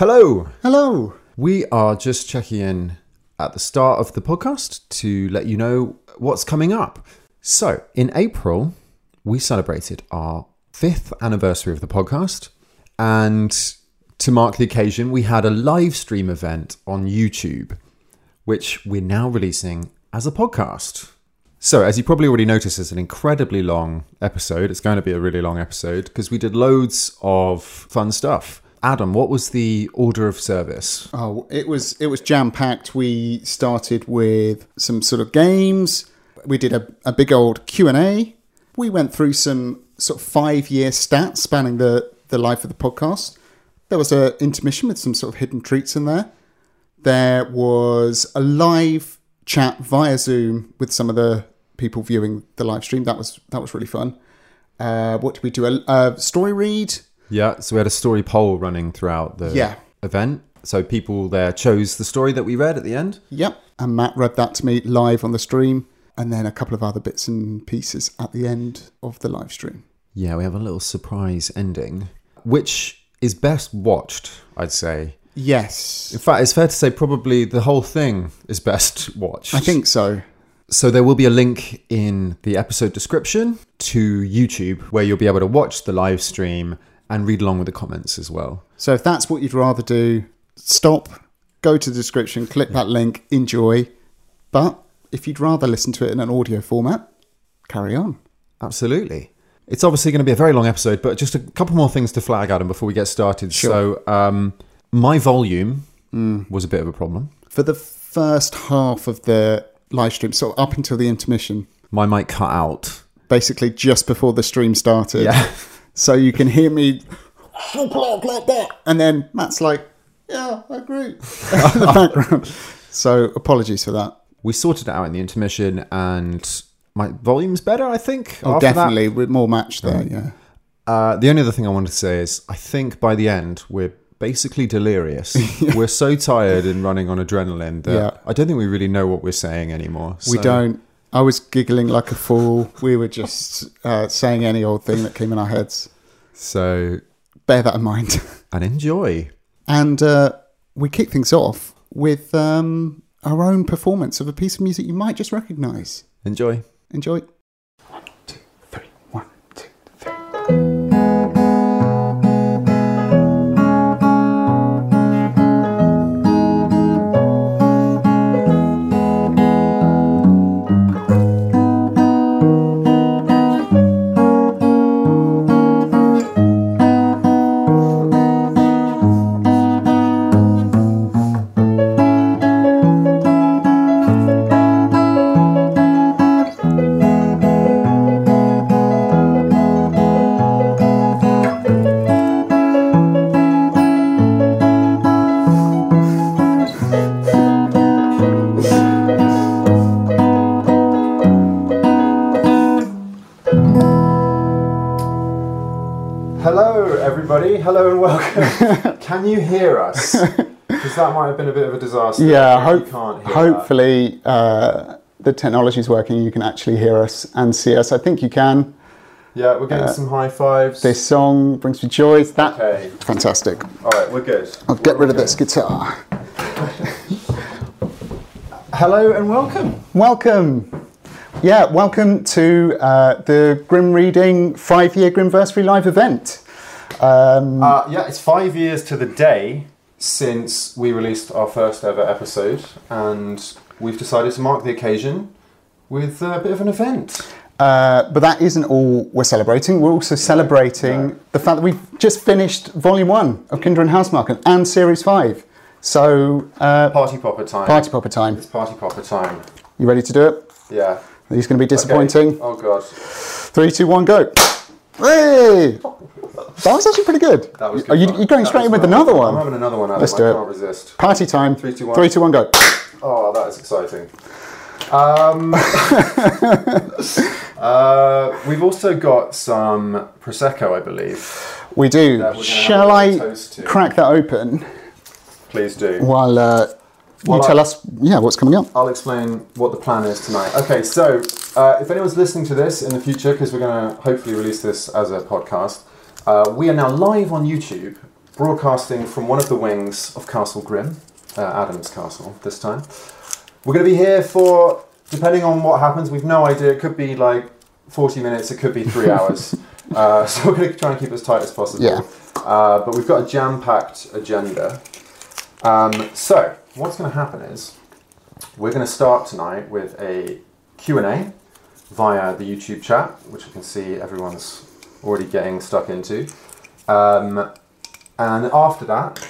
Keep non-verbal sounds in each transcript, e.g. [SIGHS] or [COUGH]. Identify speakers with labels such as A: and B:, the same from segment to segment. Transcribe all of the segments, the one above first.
A: Hello.
B: Hello.
A: We are just checking in at the start of the podcast to let you know what's coming up. So, in April, we celebrated our fifth anniversary of the podcast. And to mark the occasion, we had a live stream event on YouTube, which we're now releasing as a podcast. So, as you probably already noticed, it's an incredibly long episode. It's going to be a really long episode because we did loads of fun stuff. Adam, what was the order of service?
B: Oh, it was it was jam packed. We started with some sort of games. We did a, a big old Q and A. We went through some sort of five year stats spanning the the life of the podcast. There was a intermission with some sort of hidden treats in there. There was a live chat via Zoom with some of the people viewing the live stream. That was that was really fun. Uh, what did we do? A, a story read.
A: Yeah, so we had a story poll running throughout the
B: Yeah.
A: event. So people there chose the story that we read at the end.
B: Yep. And Matt read that to me live on the stream, and then a couple of other bits and pieces at the end of the live stream.
A: Yeah, we have a little surprise ending, which is best watched, I'd say.
B: Yes.
A: In fact, it's fair to say probably the whole thing is best [LAUGHS] watched.
B: I think so.
A: So there will be a link in the episode description to YouTube where you'll be able to watch the live stream and read along with the comments as well.
B: So if that's what you'd rather do, stop, go to the description, click that link, enjoy. But if you'd rather listen to it in an audio format, carry on.
A: Absolutely. It's obviously going to be a very long episode, but just a couple more things to flag, Adam, before we get started. So, um, my volume
B: Mm.
A: was a bit of a problem.
B: For the first half of the live stream, so up until the intermission,
A: My mic cut out.
B: basically just before the stream started.
A: Yeah.
B: [LAUGHS] So you can hear me like that. And then Matt's like, yeah, I agree. [LAUGHS] in the background. So apologies for that.
A: We sorted it out in the intermission, and my volume's better, I think.
B: Oh,
A: after that.
B: definitely. We're more matched there, yeah.
A: Uh, the only other thing I wanted to say is I think by the end, we're basically
B: [LAUGHS]
A: delirious. We're so tired and running on adrenaline that
B: Yeah.
A: I don't think we really know what we're saying anymore.
B: We
A: So-
B: don't. I was giggling like a fool. We were just uh, saying any old thing that came in our heads.
A: So,
B: Bear that in mind. [LAUGHS]
A: and enjoy.
B: And uh, we kick things off with um, our own performance of a piece of music you might just recognise.
A: Enjoy.
B: Enjoy. One, two, three. One, two, three.
A: Hello, everybody. Hello and
B: [LAUGHS]
A: welcome. Can you hear us? Because that might have been a bit of a disaster.
B: Yeah,
A: You
B: hope,
A: can't hear
B: hopefully uh, the technology's working. You can actually hear us and see us. I think you can.
A: that. Yeah, we're getting some high fives.
B: This song brings me joy. It's That
A: Okay.
B: fantastic.
A: All right, we're good.
B: I'll get rid of this guitar.
A: Hello and welcome.
B: Welcome. Yeah, welcome to uh, the Grim Reading five year Grimversary live event. Um,
A: Uh, yeah, it's five years to the day since we released our first ever episode, and we've decided to mark the occasion with a bit of an event.
B: Uh, but that isn't all we're celebrating. We're also celebrating the fact that we've just finished Volume 1 of Kinder and Housemarket and Series 5. So, uh,
A: Party popper time.
B: party popper time.
A: It's party popper time.
B: You ready to do it?
A: Yeah. Okay.
B: He's going to be disappointing.
A: Oh god,
B: Three, two, one, go. Hey! That was actually pretty good.
A: that was.
B: Are
A: Good
B: you,
A: fun.
B: you're going
A: That
B: straight
A: was
B: in with
A: fun.
B: another
A: I'm
B: one.
A: having another one. Adam.
B: Let's do
A: I
B: it.
A: Can't resist.
B: Party time.
A: Three, two, one.
B: Three, two, one, go.
A: Oh, that's exciting.
B: [LAUGHS]
A: Um, uh, we've also got some prosecco, I believe.
B: We
A: we're
B: do.
A: gonna
B: Shall
A: have a little
B: I
A: toast to-
B: crack that open
A: Please do.
B: while uh, you
A: While I-
B: tell us, yeah, what's coming up?
A: I'll explain what the plan is tonight. Okay, so uh, if anyone's listening to this in the future, because we're going to hopefully release this as a podcast, uh, we are now live on YouTube broadcasting from one of the wings of Castle Grim, uh, Adam's Castle this time. We're going to be here for, depending on what happens, we've no idea. It could be like 40 minutes, it could be three hours. Uh, so we're going to try and keep it as tight as possible.
B: Yeah.
A: Uh, but we've got a jam packed agenda. Um, so, what's going to happen is we're going to start tonight with a Q&A via the YouTube chat, which I can see everyone's already getting stuck into. Um, and after that,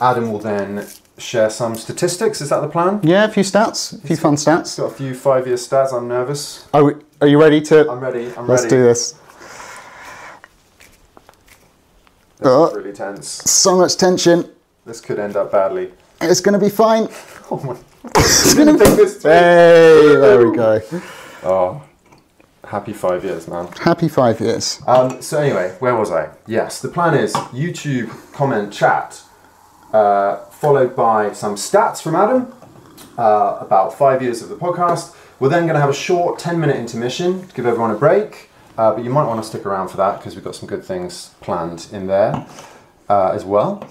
A: Adam will then share some statistics. Is that the plan?
B: Yeah, a few stats, a few fun
A: He's
B: stats.
A: got a few five-year stats. I'm nervous.
B: Are, we, are you ready to?
A: I'm ready. I'm
B: Let's
A: ready.
B: do this.
A: This
B: Uh.
A: is really tense.
B: So much tension.
A: This could end up badly. [LAUGHS]
B: It's going to be fine.
A: Oh my! Didn't think this through.
B: Hey, there we go.
A: Oh, happy five years, man.
B: Happy five years.
A: Um, so anyway, where was I? Yes, the plan is YouTube comment chat, uh, followed by some stats from Adam uh, about five years of the podcast. We're then going to have a short ten-minute intermission to give everyone a break, uh, but you might want to stick around for that because we've got some good things planned in there uh, as well.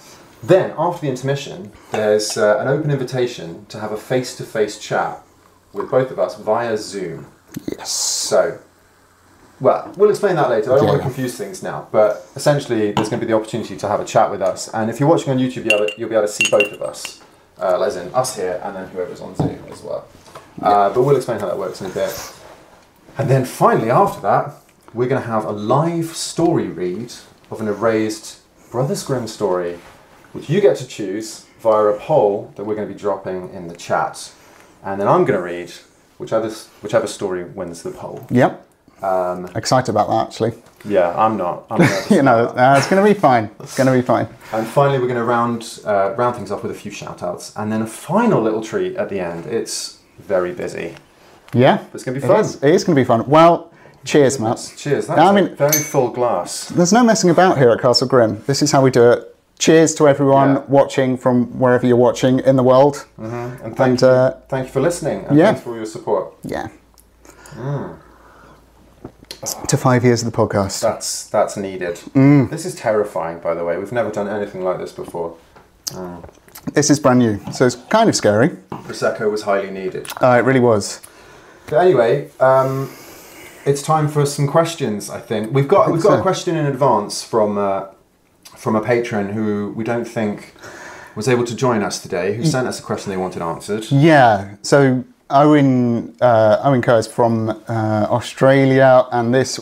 A: Then after the intermission, there's uh, an open invitation to have a face-to-face chat with both of us via Zoom.
B: Yes.
A: So, well, we'll explain that later. I don't want to
B: Yeah.
A: confuse things now, but essentially, there's going to be the opportunity to have a chat with us. And if you're watching on YouTube, you'll be able to, you'll be able to see both of us, uh, as in us here and then whoever's on Zoom as well. Uh, but we'll explain how that works in a bit. And then finally, after that, we're going to have a live story read of an erased Brothers Grimm story, which you get to choose via a poll that we're going to be dropping in the chat. And then I'm going to read whichever, whichever story wins the poll.
B: Yep.
A: Um,
B: Excited about that, actually.
A: Yeah, I'm not. I'm nervous.
B: [LAUGHS] You know, uh, it's going to be fine. It's going to be fine.
A: And finally, we're going to round uh, round things off with a few shout outs and then a final little treat at the end. It's very busy.
B: Yeah.
A: It's gonna be
B: It
A: fun.
B: is- it is going to be fun. Well, cheers, Matt.
A: Cheers. That's
B: I
A: a
B: mean-
A: very full glass.
B: There's no messing about here at Castle Grim. This is how we do it. Cheers to everyone
A: Yeah.
B: watching from wherever you're watching in the world.
A: And thank,
B: And, uh,
A: you, thank you for listening and
B: yeah.
A: thanks for all your support.
B: Yeah.
A: Mm.
B: To five years of the podcast.
A: That's that's needed.
B: Mm.
A: This is terrifying, by the way. We've never done anything like this before.
B: This is brand new, so it's kind of scary.
A: Prosecco was highly needed.
B: Uh, it really was.
A: But anyway, um, it's time for some questions. I think we've got we've got a
B: so.
A: question in advance from uh, from a patron who we don't think was able to join us today,
B: Mm.
A: who sent us a question they wanted answered.
B: Yeah. So Owen uh, Owen Kerr is from uh, Australia, and this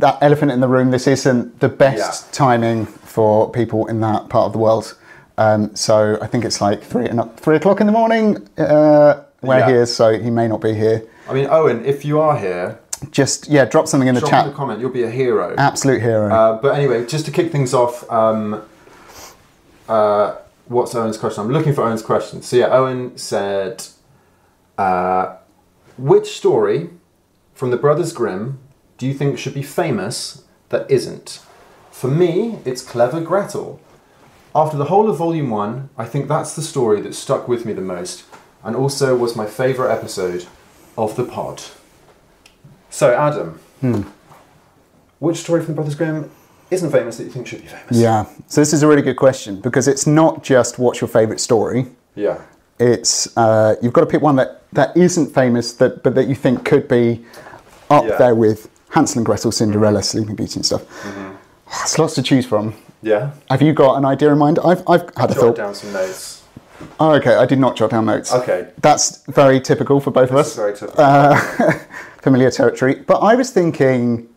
B: that elephant in the room. This isn't the best
A: Yeah.
B: timing for people in that part of the world. Um, so I think it's like three and three o'clock in the morning uh, where he
A: Yeah.
B: is. So he may not be here.
A: I mean, Owen, if you are here,
B: Just yeah, drop something in the
A: drop
B: chat.
A: in a comment. You'll be a hero.
B: Absolute hero.
A: Uh, but anyway, just to kick things off, um, uh, what's Owen's question? I'm looking for Owen's question. So yeah, Owen said, uh, which story from the Brothers Grimm do you think should be famous that isn't? For me, it's Clever Gretel. After the whole of Volume 1, I think that's the story that stuck with me the most and also was my favourite episode of the pod. So, Adam,
B: Hmm.
A: which story from the Brothers Grimm isn't famous that you think should be famous?
B: yeah. So this is a really good question because it's not just what's your favourite story.
A: Yeah.
B: it's uh, you've got to pick one that, that isn't famous that but that you think could be up
A: Yeah. Mm-hmm.
B: there with Hansel and Gretel, Cinderella, Sleeping Beauty, and stuff. [SIGHS] There's lots to choose from.
A: Yeah.
B: Have you got an idea in mind? I've, I've had a
A: Jot
B: thought.
A: down some notes.
B: Oh, okay, I did not jot down notes.
A: Okay.
B: That's very typical for both of
A: That's
B: us.
A: very typical.
B: Familiar territory. But I was thinking,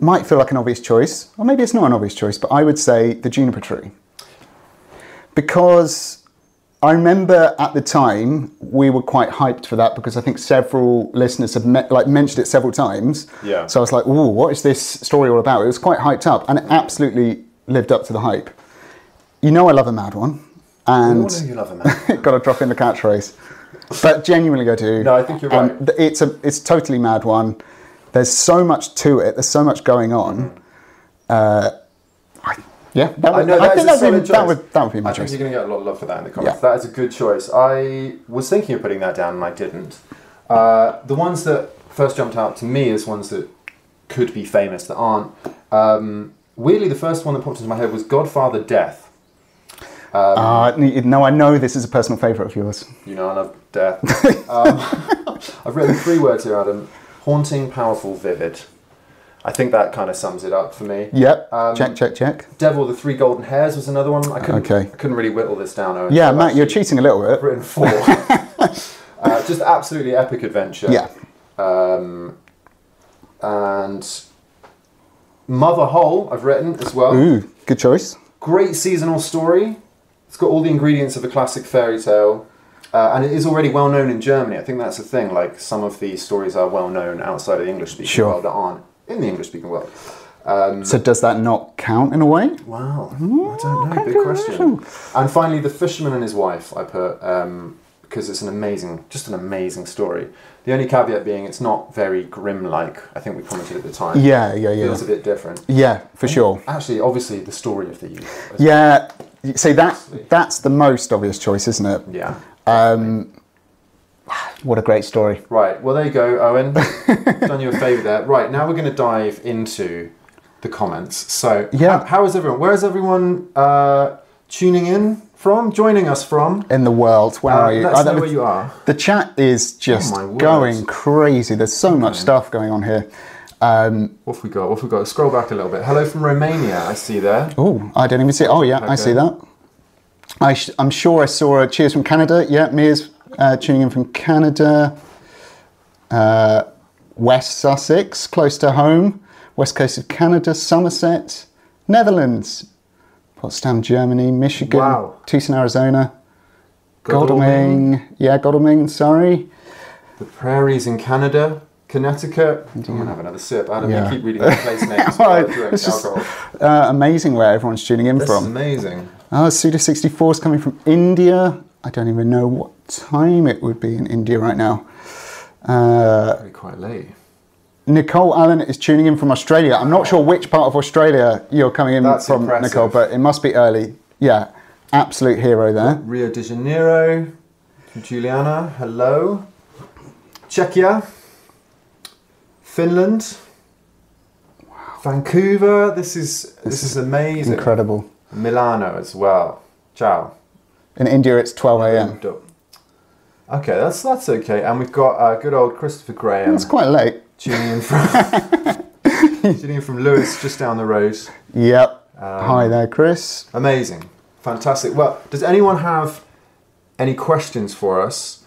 B: might feel like an obvious choice, or maybe it's not an obvious choice, but I would say the juniper tree. Because I remember at the time we were quite hyped for that because I think several listeners have me- like mentioned it several times.
A: Yeah.
B: So I was like, "Ooh, what is this story all about?" It was quite hyped up and it absolutely lived up to the hype. You know, I love a mad one,
A: Oh,
B: and
A: no, you love a man.
B: [LAUGHS] got to drop in the catchphrase. But genuinely, I do.
A: No, I think you're
B: And
A: right.
B: th- it's a it's a totally mad one. There's so much to it. There's so much going on. Uh, I, yeah, that
A: I
B: would,
A: know
B: I
A: that is a
B: think that
A: solid
B: would, be, that
A: choice.
B: would that would be my
A: I
B: choice.
A: think you're going to get a lot of love for that in the comments.
B: Yeah.
A: That is a good choice. I was thinking of putting that down and I didn't. Uh, the ones that first jumped out to me as ones that could be famous that aren't um, weirdly, the first one that popped into my head was Godfather Death.
B: Uh, no, I know this is a personal favourite of yours.
A: You know, I love death.
B: [LAUGHS]
A: um, [LAUGHS] I've written three words here, Adam haunting, powerful, vivid. I think that kind of sums it up for me.
B: Yep.
A: Um,
B: check, check, check.
A: Devil, the Three Golden Hairs was another one. I couldn't,
B: Okay.
A: I couldn't really whittle this down. Owen.
B: Yeah,
A: I've
B: Matt, you're
A: actually
B: cheating a little bit.
A: Written
B: [LAUGHS]
A: four. uh, just absolutely epic adventure.
B: Yeah.
A: Um, and Mother Hole, I've written as well.
B: Ooh, good choice.
A: Great seasonal story. It's got all the ingredients of a classic fairy tale. Uh, and it is already well known in Germany. I think that's the thing. Like some of these stories are well known outside of the English speaking
B: Sure.
A: world that aren't in the English speaking world. Um,
B: So does that not count in a way?
A: Wow, I don't know. Big question. And finally, the fisherman and his wife. I put um, because it's an amazing, just an amazing story. The only caveat being it's not very grim like. I think we commented at the time.
B: Yeah, yeah,
A: it
B: yeah.
A: feels a bit different.
B: Yeah, for sure.
A: Actually, obviously, the story of the youth.
B: Yeah. See that that's the most obvious choice, isn't it?
A: Yeah.
B: What a great story.
A: Right. Well, there you go,
B: [LAUGHS]
A: Owen. Done you a favour there. Right. Now we're going to dive into the comments. So,
B: Yeah.
A: how- how is everyone? Where is everyone uh, tuning in from? Joining us from?
B: In the world. Where
A: Uh,
B: are you?
A: let
B: Oh,
A: us
B: that
A: know
B: was-
A: where you are.
B: The chat is just
A: Oh my word.
B: going crazy. There's so much stuff going on here. Um,
A: What have we got? What have we got? Scroll back a little bit. Hello from Romania, I see there.
B: Oh, I don't even see. Oh, yeah, I
A: Okay.
B: see that. I sh- I'm sure I saw a cheers from Canada. Yeah, Mia's uh, tuning in from Canada. Uh, West Sussex, close to home. West coast of Canada, Somerset, Netherlands, Potsdam, Germany, Michigan,
A: Wow.
B: Tucson, Arizona,
A: Godalming.
B: Godalming. Yeah, Godalming, sorry.
A: The prairies in Canada, Connecticut. I'm going to have another sip. Adam,
B: Yeah.
A: you keep
B: [LAUGHS]
A: reading the place names.
B: All
A: while I
B: right,
A: drink
B: it's just
A: alcohol.
B: uh, amazing where everyone's tuning in
A: This
B: from.
A: is amazing.
B: Oh, Suda64 is coming from India. I don't even know what time it would be in India right now. Uh,
A: Probably quite late.
B: Nicole Allen is tuning in from Australia. I'm not sure which part of Australia you're coming in
A: That's
B: from,
A: impressive.
B: Nicole, but it must be early. Yeah, absolute hero there.
A: Rio de Janeiro, from Juliana, hello. Czechia, Finland, Vancouver. This is this is amazing.
B: Incredible.
A: Milano as well. Ciao.
B: In India, it's 12 a.m.
A: Okay, that's that's okay. And we've got uh, good old Christopher Graham
B: It's quite late.
A: tuning in from tuning in from Lewis just down the road.
B: Yep.
A: Um,
B: Hi there, Chris.
A: Amazing, fantastic. Well, does anyone have any questions for us?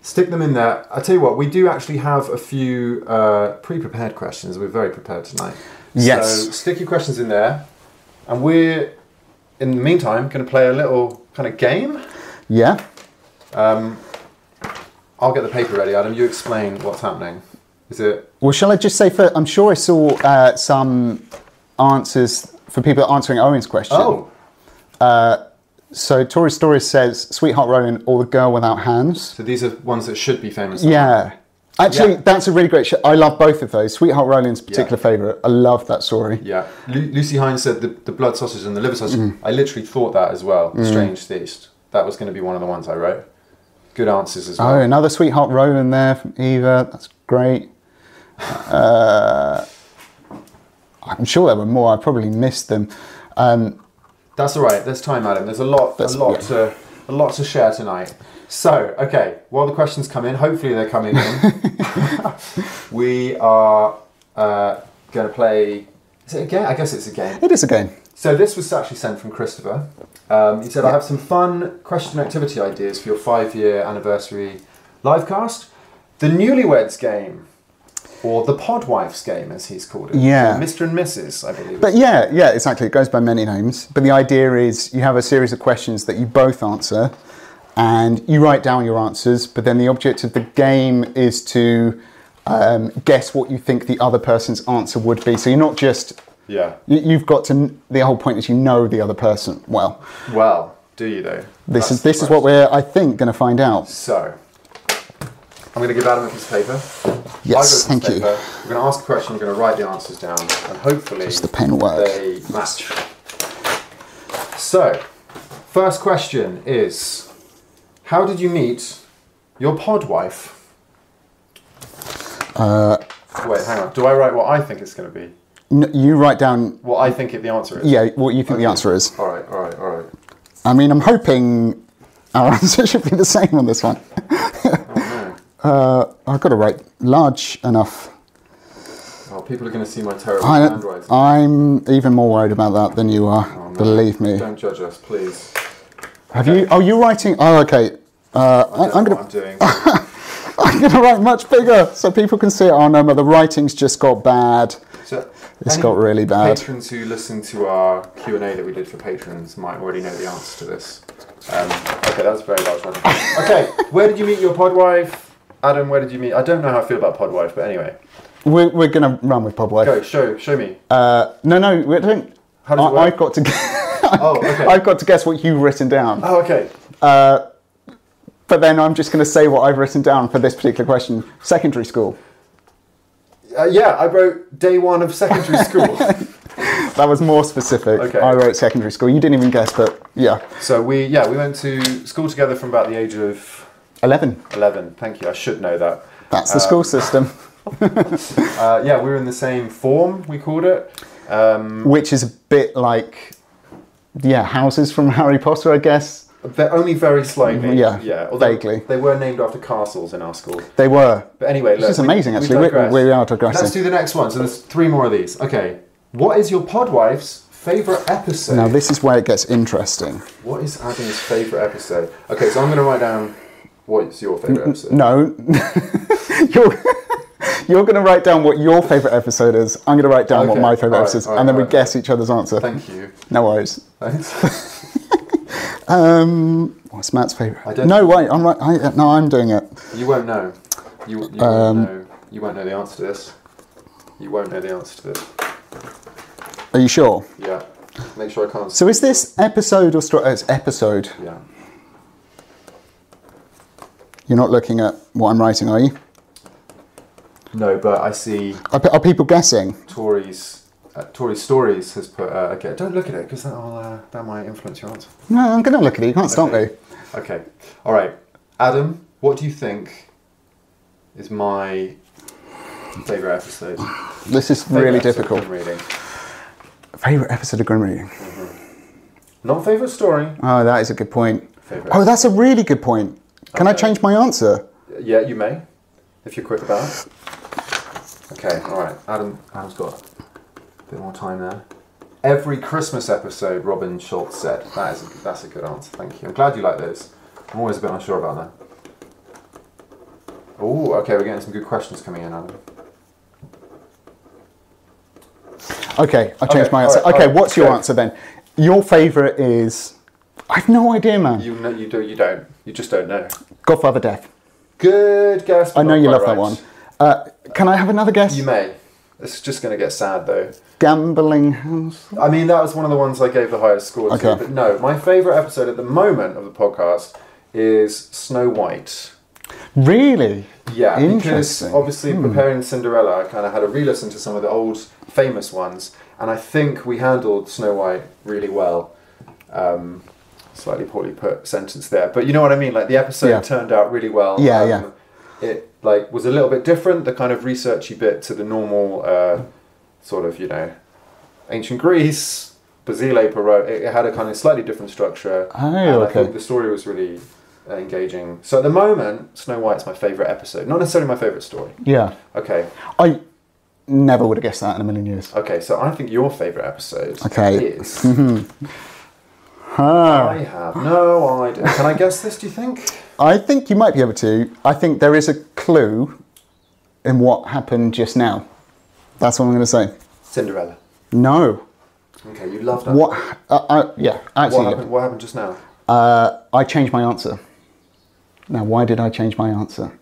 A: Stick them in there. I tell you what, we do actually have a few uh, pre-prepared questions. We're very prepared tonight.
B: Yes.
A: So stick your questions in there, and we're in the meantime going to play a little kind of game.
B: Yeah.
A: I'll get the paper ready, Adam. You explain what's happening. Is it?
B: Well, shall I just say first? I'm sure I saw uh, some answers for people answering Owen's question.
A: Oh,
B: So Tori Stories says Sweetheart Rowan or The Girl Without Hands.
A: so these are ones that should be famous.
B: Yeah. Actually,
A: Yeah.
B: that's a really great show. I love both of those. Sweetheart Rowan's particular favourite. I love that story.
A: Yeah. Lu- Lucy Hines said the, the blood sausage and the liver sausage.
B: Mm-hmm.
A: I literally thought that as well.
B: Mm.
A: Strange feast. That was going to be one of the ones I wrote. Good answers as
B: Oh,
A: well.
B: another Sweetheart Rowan there from Eva. That's great. Uh, I'm sure there were more. I probably missed them. Um,
A: That's all right. There's time, Adam. There's a lot,
B: That's-
A: a lot
B: yeah.
A: to, a lot to share tonight. So, okay. While the questions come in, hopefully they're coming
B: [LAUGHS]
A: in. [LAUGHS] we are uh, going to play. Is it a game? I guess it's a game.
B: it is a game.
A: So this was actually sent from Christopher. Um, he said, "I have some fun question activity ideas for your five-year anniversary livecast: the Newlyweds Game, or the Podwives Game, as he's called it.
B: Yeah.
A: So Mr. and Mrs. I believe.
B: But yeah, yeah, exactly. It goes by many names. But the idea is you have a series of questions that you both answer and you write down your answers. But then the object of the game is to um, guess what you think the other person's answer would be. So you're not just,
A: yeah.
B: you, you've got to, kn- the whole point is you know the other person well.
A: Well, do you though? That's
B: This is
A: the
B: this is what
A: question.
B: we're, I think, going to find out.
A: So, I'm going to give Adam a piece of paper.
B: Yes,
A: I've got a piece of
B: thank you.
A: paper. We're going to ask a question. We're going to write the answers down, and hopefully,
B: the pen work?
A: They match. So, first question is: How did you meet your pod wife? Uh, Wait, hang on. Do I write what I think it's going to be?
B: N- you write down,
A: What I think it, the answer is.
B: yeah, what you think the answer is.
A: All right, all right, all right.
B: I mean, I'm hoping our [LAUGHS] answer should be the same on
A: [LAUGHS]
B: this one. uh, I've got to write large enough.
A: Oh, people are going to see my terrible
B: I, I'm even more worried about that than you are. Believe me.
A: Oh, Don't judge us, please.
B: Have you? Oh, you're writing. Oh, okay. [LAUGHS] Uh, I, I'm gonna.
A: I'm doing.
B: I'm gonna write much bigger so people can see it. Oh no, but the writing's just got bad.
A: So
B: This
A: any
B: got really bad.
A: Patrons who listened to our Q and A that we did for patrons might already know the answer to this. Um, okay, that's very large. one. okay, where did you meet your podwife, Adam? Where did you meet? I don't know how I feel about podwife, but anyway,
B: We're, we're gonna run with Podwife.
A: go show show me.
B: Uh, no, no, we don't.
A: How does it
B: I,
A: work?
B: I've got to.
A: [LAUGHS] Oh, okay.
B: I've got to guess what you've written down.
A: oh, okay.
B: But then I'm just going to say what I've written down for this particular question. Secondary school.
A: Uh, yeah, I wrote day one of secondary
B: [LAUGHS]
A: school.
B: That was more specific.
A: Okay.
B: I wrote secondary school. You didn't even guess, but yeah.
A: so we yeah we went to school together from about the age of
B: 11.
A: eleven. Thank you. I should know that.
B: That's the school system,
A: Uh, yeah, we were in the same form. We called it. Um,
B: which is a bit like, yeah, houses from [LAUGHS] Harry Potter, I guess.
A: They're only very slightly.
B: Mm-hmm. Yeah,
A: yeah. Although
B: vaguely.
A: They were named after castles in our school.
B: They were.
A: But anyway,
B: Which is amazing, actually. uh, We-
A: digress.
B: we are digressing.
A: Let's do the next one. So there's three more of these. Okay. What is your podwife's favourite episode?
B: Now, this is where it gets interesting.
A: What is Adam's favourite episode? Okay, so I'm going to write down what's your favourite episode.
B: No. [LAUGHS] you're [LAUGHS] you're going to write down what your favourite episode is. I'm going to write down what
A: Okay,
B: my favourite
A: alright,
B: episode is.
A: alright,
B: and then we
A: alright.
B: guess each other's answer.
A: Thank you.
B: No worries. [LAUGHS]
A: Thanks.
B: Um, what's Matt's favourite?
A: I don't-
B: no, wait. I'm right. I, no, I'm doing it.
A: you won't know. You, you,
B: Um,
A: won't know. you won't know the answer to this. You won't know the answer to this.
B: Are you sure?
A: Yeah. Make sure I can't.
B: So is this episode or story? It's episode.
A: yeah.
B: You're not looking at what I'm writing, are you?
A: No, but I see
B: Are, pe- are people guessing?
A: Tories. Uh, Tory Stories has put. Uh, okay, don't look at it because that'll uh, that might influence your answer.
B: No, I'm going to look at it. You can't stop me.
A: Okay. All right, Adam. What do you think is my favorite episode?
B: This is
A: Favourite
B: really
A: episode
B: difficult.
A: of Grim Reading.
B: Favorite episode of Grim Reading.
A: Not favorite story.
B: Oh, that is a good point.
A: Favourite.
B: Oh, that's a really good point. Can I
A: Okay.
B: change my answer?
A: Yeah, you may, if you're quick about it. Okay. All right, Adam. Adam's got a bit more time there. Every Christmas episode, Robin Schultz said. That is a, that's a good answer. Thank you. I'm glad you like those. I'm always a bit unsure about that. Oh, okay. We're getting some good questions coming in, Adam.
B: Okay, I changed
A: Okay,
B: my answer.
A: alright,
B: okay,
A: alright,
B: what's your
A: go.
B: answer then? Your favorite is. I've no idea, man.
A: You know, you do, you don't, you just don't know.
B: Godfather Death.
A: Good guess. but
B: I know
A: not
B: you
A: quite
B: love
A: right.
B: that one. Uh, can I have another guess?
A: You may. It's just going to get sad though.
B: Gambling House.
A: I mean, that was one of the ones I gave the highest score to.
B: Okay.
A: But no, my favourite episode at the moment of the podcast is Snow White.
B: Really?
A: Yeah, because
B: Interesting. Hmm.
A: obviously preparing Cinderella, I kind of had a re-listen to some of the old famous ones, and I think we handled Snow White really well. Um, slightly poorly put sentence there, but you know what I mean. Like the episode
B: Yeah.
A: turned out really well. Um,
B: Yeah, yeah.
A: It like was a little bit different, the kind of researchy bit to the normal uh, sort of you know ancient Greece. Basile Perot, it it had a kind of slightly different structure.
B: Oh,
A: and I
B: okay.
A: think the story was really uh, engaging. So at the moment, Snow White's my favourite episode. Not necessarily my favourite story.
B: Yeah.
A: Okay,
B: I never would have guessed that in a million years.
A: okay, so I think your favourite episode
B: Okay.
A: is.
B: Huh.
A: I have no idea. Can I guess this, do you
B: [LAUGHS]
A: think?
B: I think you might be able to. I think there is a clue in what happened just now. That's what I'm going to say.
A: Cinderella.
B: No.
A: Okay, you love that.
B: What? ha- Uh, I, yeah,
A: What
B: actually,
A: happened, what happened just now?
B: uh, I changed my answer. Now, why did I change my answer?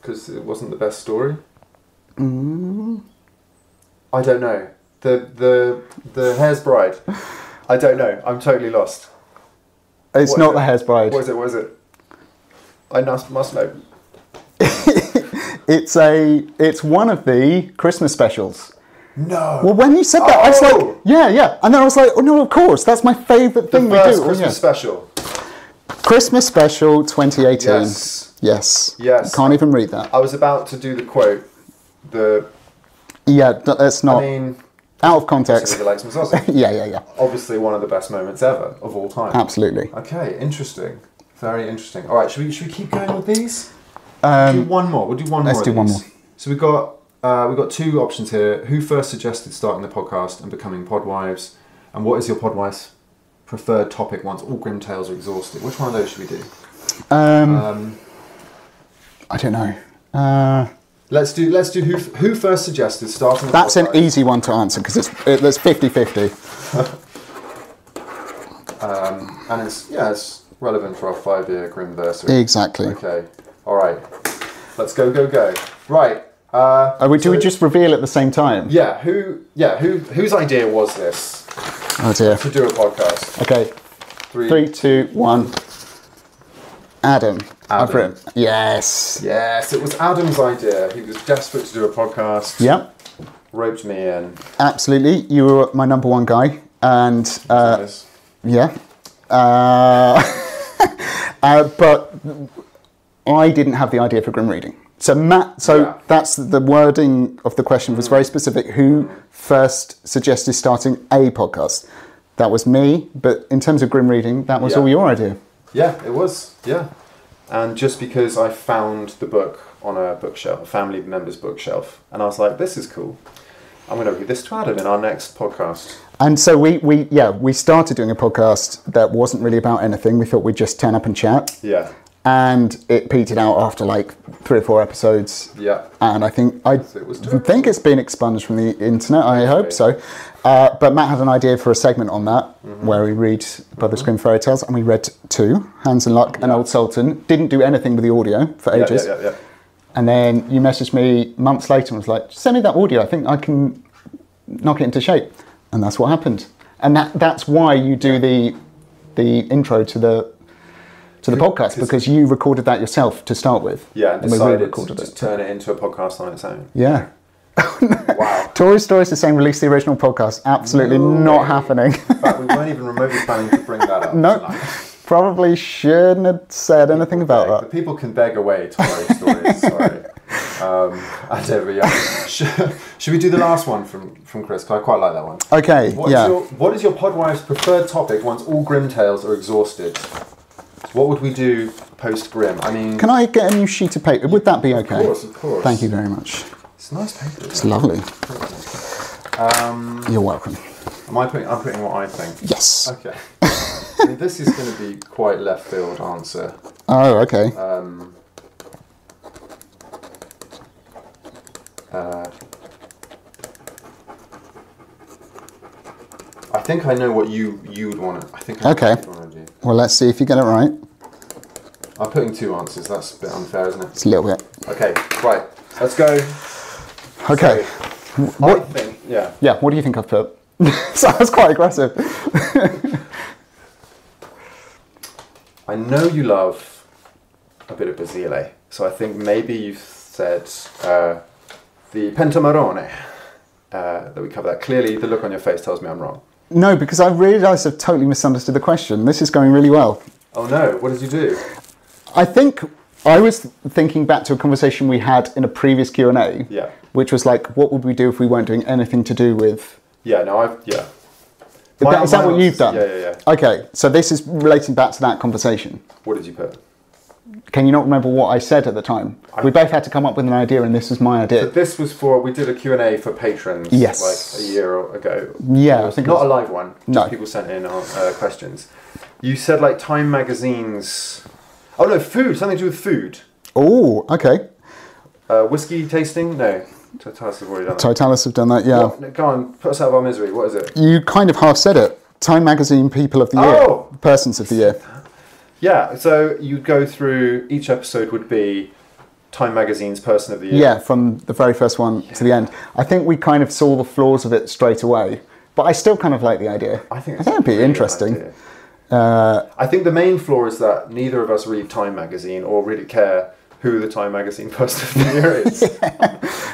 A: Because it wasn't the best story? Mm.
B: Mm.
A: I don't know. The, the, the Hair's Bride. I don't know. I'm totally lost.
B: It's
A: What is
B: not
A: it?
B: the hair's bride.
A: What is it? What is it? I must, must know.
B: [LAUGHS] It's a. It's one of the Christmas specials.
A: No.
B: Well, when you said that, I was
A: Oh!
B: like, yeah, yeah, and then I was like, oh no, of course, that's my favourite
A: the
B: thing we do.
A: first
B: Oh,
A: Christmas
B: yeah.
A: special.
B: Christmas special 2018.
A: Yes.
B: Yes.
A: Yes.
B: Can't even read that.
A: I was about to do the quote. The
B: Yeah, th- that's
A: I
B: not.
A: mean,
B: Out of
A: So
B: context.
A: we like some sausage.
B: [LAUGHS] yeah, yeah, yeah.
A: Obviously, one of the best moments ever of all time.
B: Absolutely.
A: Okay, interesting. Very interesting. All right, should we should we keep going with these? do
B: Um,
A: one more. We'll do one
B: let's
A: more. of
B: do one
A: these. So we've got uh, we've got two options here. Who first suggested starting the podcast and becoming podwives? And what is your podwife's preferred topic once all grim tales are exhausted? Which one of those should we do?
B: um,
A: Um,
B: I don't know. Uh,
A: let's do let's do who who first suggested starting. The
B: that's an e-
A: podcast.
B: easy one to answer because it's it, there's 50 50.
A: and it's yeah it's relevant for our five year grim
B: E-
A: versary.
B: Exactly.
A: Okay, all right, let's go go go. Right. Uh,
B: Are we, do
A: so-
B: we just reveal at the same time?
A: yeah who yeah who whose idea was this
B: Oh dear.
A: to do a podcast?
B: Okay,
A: Three.
B: three, two, one. Adam. I've
A: Adam.
B: written. Yes.
A: Yes, it was Adam's idea. He was desperate to do a podcast.
B: Yep.
A: Roped me in.
B: Absolutely. You were my number one guy. And uh,
A: Yes.
B: Yeah. Uh, [LAUGHS] uh, but I didn't have the idea for grim reading. So Matt, so
A: Yeah. Mm.
B: that's the wording of the question was very specific. Who first suggested starting a podcast? That was me. But in terms of grim reading, that was
A: Yeah.
B: all your idea.
A: yeah, it was. Yeah. And just because I found the book on a bookshelf, a family member's bookshelf, and I was like, this is cool. I'm going to read this to Adam in our next podcast.
B: And so we, we yeah we started doing a podcast that wasn't really about anything. We thought we'd just turn up and chat,
A: Yeah.
B: and it petered out after like three or four episodes.
A: Yeah.
B: and I think I
A: it was
B: think it's been expunged from the internet. I hope so. Uh, but Matt had an idea for a segment on that
A: Mm-hmm.
B: where we read Brothers Grimm fairy tales, and we read two, Hans and Luck and Old Sultan. Didn't do anything with the audio for
A: Yeah,
B: ages.
A: yeah, yeah, yeah.
B: And then you messaged me months later and was like, "Send me that audio. I think I can knock it into shape." And that's what happened. And that that's why you do the the intro to the to the podcast because you recorded that yourself to start with.
A: Yeah, and
B: and we
A: decided to
B: re-recorded
A: just
B: it.
A: turn it into a podcast on its own.
B: Yeah.
A: Wow.
B: Tory Stories the same. Release the original podcast. Absolutely
A: No
B: not
A: way.
B: happening. [LAUGHS]
A: In fact, we weren't even remotely planning to bring that up.
B: no,
A: tonight.
B: probably shouldn't have said anything
A: Beg-
B: about
A: The
B: that.
A: people can beg away Tory
B: [LAUGHS]
A: stories. Sorry. Um, and there we are. Should, should we do the last one from from Chris? 'Cause I quite like that one.
B: Okay,
A: What is
B: yeah.
A: your What is your Podwife's preferred topic once all Grim tales are exhausted? What would we do post Grim? I mean,
B: Can I get a new sheet of paper? Would that be okay?
A: of course, of course.
B: Thank you very much.
A: It's nice paper. Um,
B: It's lovely. You're welcome.
A: Am I putting? I'm putting what I
B: [LAUGHS]
A: think.
B: Yes.
A: Okay. I mean, this is going to be quite left field answer.
B: Oh, okay.
A: Um, uh, I think I know what you you would want to. I think I know
B: Okay.
A: what you'd wanna do.
B: well, let's see if you get it right.
A: I'm putting two answers. That's a bit unfair, isn't it?
B: It's a little bit.
A: Okay, right. Let's go.
B: Okay.
A: I
B: What?
A: think. Yeah.
B: Yeah. What do you think I've put? [LAUGHS] so that's quite aggressive.
A: I know you love a bit of Basile, so I think maybe you've said uh, the pentamarone. Uh, that we cover that. Clearly, the look on your face tells me I'm wrong.
B: No, because I realised I've totally misunderstood the question. This is going really well.
A: Oh no! What did you do?
B: I think I was thinking back to a conversation we had in a previous Q and A,
A: Yeah.
B: which was like, what would we do if we weren't doing anything to do with?
A: Yeah. No. I've. Yeah.
B: Is
A: My-
B: that- is that
A: my
B: what
A: answers-
B: you've done?
A: Yeah. Yeah. Yeah.
B: Okay, so this is relating back to that conversation.
A: What did you put?
B: Can you not remember what I said at the time? we both had to come up with an idea, and this was my idea.
A: But this was for we did a Q and A for patrons.
B: Yes.
A: Like a year or- ago.
B: Yeah, I think it
A: not
B: was-
A: a live one. Just
B: No.
A: People sent in uh, questions. You said like Time magazine's. Oh no, food. Something to do with food.
B: Oh, okay.
A: Uh, whiskey tasting? No. Totas have already done that.
B: Totalis have done that. Yeah,
A: What? No, Go on, put us out of our misery. What is it?
B: you kind of half said it. Time Magazine People of the Year,
A: Oh!
B: Persons of the Year.
A: Yeah, so you'd go through each episode would be Time Magazine's Person of the Year.
B: Yeah, from the very first one to the end. I think we kind of saw the flaws of it straight away, but I still kind of like the idea.
A: I think
B: I
A: it's
B: think it'd
A: a
B: be
A: really good
B: interesting. Uh,
A: idea. I think the main flaw is that neither of us read Time Magazine or really care who the Time Magazine [LAUGHS] Person of the Year is.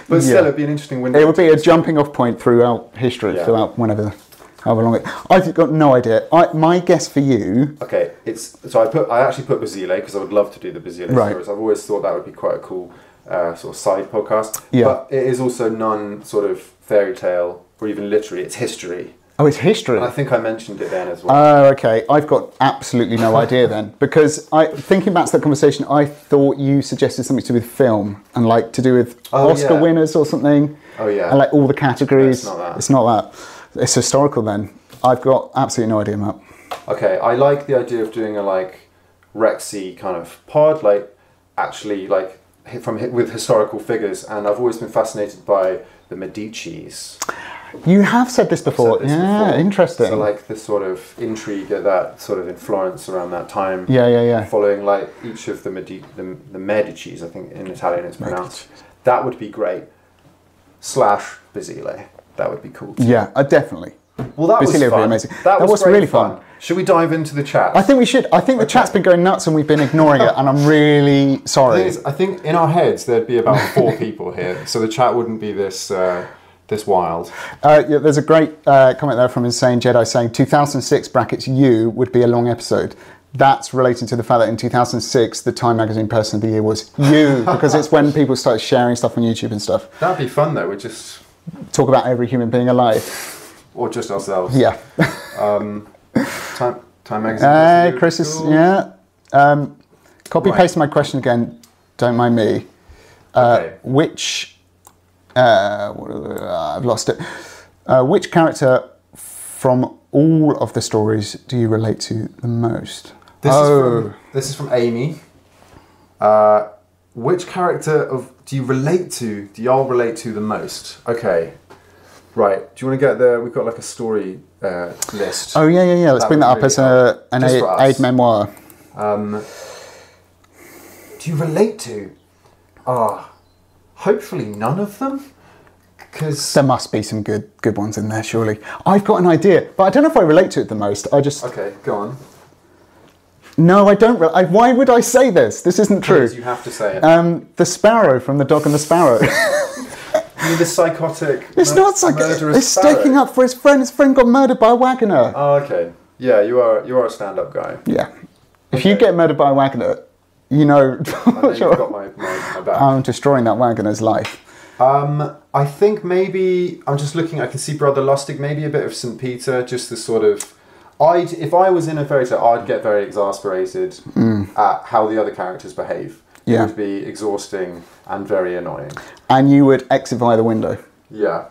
A: But still,
B: [LAUGHS] Yeah.
A: it'd be an interesting window.
B: It would be a jumping off point throughout history,
A: Yeah.
B: throughout whenever, however long it. I've got no idea. I, my guess for you,
A: Okay, it's so I put I actually put Basile because I would love to do the Basile
B: Right.
A: stories. I've always thought that would be quite a cool uh, sort of side podcast.
B: Yeah.
A: But it is also non sort of fairy tale or even literary, it's history.
B: Oh, it's history.
A: And I think I mentioned it then as well.
B: Oh, okay. I've got absolutely no idea then, [LAUGHS] because I thinking back to that conversation, I thought you suggested something to do with film and like to do with
A: Oh,
B: Oscar
A: yeah.
B: winners or something.
A: Oh, yeah.
B: And like all the categories.
A: No, it's not that.
B: It's not that. It's historical then. I've got absolutely no idea, Matt.
A: Okay, I like the idea of doing a like Rexy kind of pod, like actually like hi- from hi- with historical figures, and I've always been fascinated by the Medici's.
B: You have said this before.
A: Said this
B: Oh, yeah,
A: before.
B: interesting.
A: So like the sort of intrigue of that sort of in Florence around that time.
B: yeah, yeah, yeah.
A: Following like each of the Medi- the, the Medici's, I think in Italian it's pronounced. That would be great. Slash Basile. That would be cool. Too.
B: Yeah, uh, definitely.
A: Well, that
B: Basile would be
A: was fun.
B: amazing.
A: That,
B: That
A: was,
B: was
A: great
B: really fun.
A: Should we dive into the chat?
B: I think we should. I think the chat's been going nuts and we've been ignoring it, and
A: [LAUGHS]
B: I'm really
A: thing
B: sorry.
A: is, I think in our heads there'd be about four [LAUGHS] people here, so the chat wouldn't be this uh, this wild.
B: Uh, yeah, there's a great uh, comment there from Insane Jedi saying 2006 brackets you would be a long episode. That's relating to the fact that in 2006 the Time Magazine Person of the Year was you because
A: [LAUGHS]
B: it's when people started sharing stuff on YouTube and stuff.
A: That'd be fun though. We're just
B: Talk about every human being alive.
A: or just ourselves.
B: Yeah.
A: Time, Time magazine.
B: Uh,
A: Doesn't do
B: Chris
A: it
B: is
A: cool.
B: yeah. Um, copy
A: Right.
B: paste my question again. Don't mind me. Uh,
A: Okay.
B: Which uh, what are the- uh, I've lost it. Uh, which character from all of the stories do you relate to the most?
A: This
B: oh,
A: is from this is from Amy. Uh, which character of do you relate to? Do y'all relate to the most? Okay, right. Do you want to get there? We've got like a story uh, list.
B: oh yeah, yeah, yeah. Let's
A: That
B: bring that
A: would
B: up
A: really
B: as a,
A: help.
B: an
A: Just
B: aid,
A: for us.
B: aid memoir.
A: Um, do you relate to? Ah, hopefully none of them, because
B: There must be some good good ones in there, surely. I've got an idea, but I don't know if I relate to it the most. I just
A: okay, go on.
B: no, I don't. Re- I, why would I say this? This isn't true.
A: Please, You have to say it.
B: Um, the sparrow from the dog and the sparrow. [LAUGHS]
A: you mean the psychotic?
B: It's
A: mur-
B: not like
A: murderous
B: it's sticking
A: Pharaoh?
B: up for his friend. His friend got murdered by a wagoner.
A: Oh, okay. Yeah, you are. You are a stand-up
B: [LAUGHS]
A: guy.
B: yeah. If you get murdered by a wagoner, you know, [LAUGHS]
A: I know you've got my, my, my back.
B: I'm destroying that wagoner's life.
A: Um, I think maybe I'm just looking. I can see Brother Lustig, maybe a bit of St. Peter, just the sort of. I'd if I was in a fairy tale, I'd get very exasperated at how the other characters behave.
B: Mm. Yeah.
A: It would be exhausting and very annoying.
B: And you would exit via the window.
A: Yeah.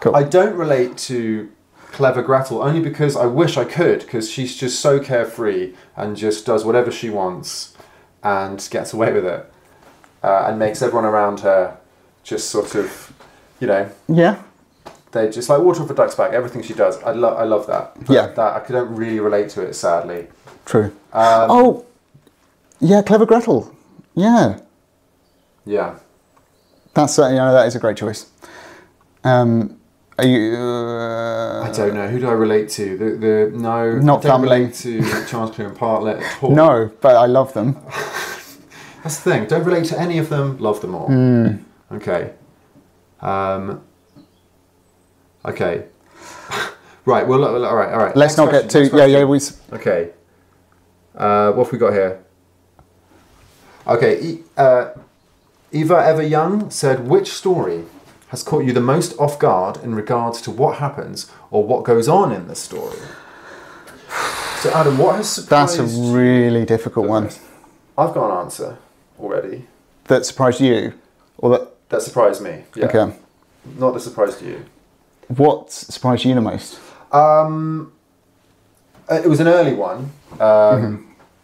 B: Cool.
A: I don't relate to clever Gretel only because I wish I could because she's just so carefree and just does whatever she wants and gets away with it uh, and makes everyone around her just sort of, you know,
B: Yeah.
A: they just like water off a duck's back. Everything she does, I love. I love that. But
B: Yeah.
A: That I couldn't really relate to it. Sadly.
B: True.
A: Um,
B: oh, yeah, clever Gretel. Yeah,
A: Yeah.
B: that's uh, you know, that is a great choice. Um, are you? Uh,
A: I don't know. Who do I relate to? The the no.
B: Not
A: I don't
B: family.
A: relate to Charles Clear and Partlet
B: [LAUGHS]
A: at all.
B: no, but I love them.
A: That's the thing. Don't relate to any of them. Love them all.
B: Hmm.
A: Okay. Um. Okay. [LAUGHS] right. Well. look, All right. All right.
B: Let's
A: Next
B: not get
A: question, next
B: too. Yeah,
A: question.
B: yeah. We. s-
A: Okay. Uh, what have we got here? Okay. E- uh, Eva Ever Young said, which story has caught you the most off guard in regards to what happens or what goes on in the story? [SIGHS] So, Adam, what has
B: That's
A: surprised
B: a really difficult one.
A: I've got an answer already.
B: That surprised you, or that?
A: That surprised me. Yeah.
B: Okay.
A: Not that surprised you.
B: What surprised you the most?
A: Um, uh, it was an early one. Um,
B: Mm-hmm.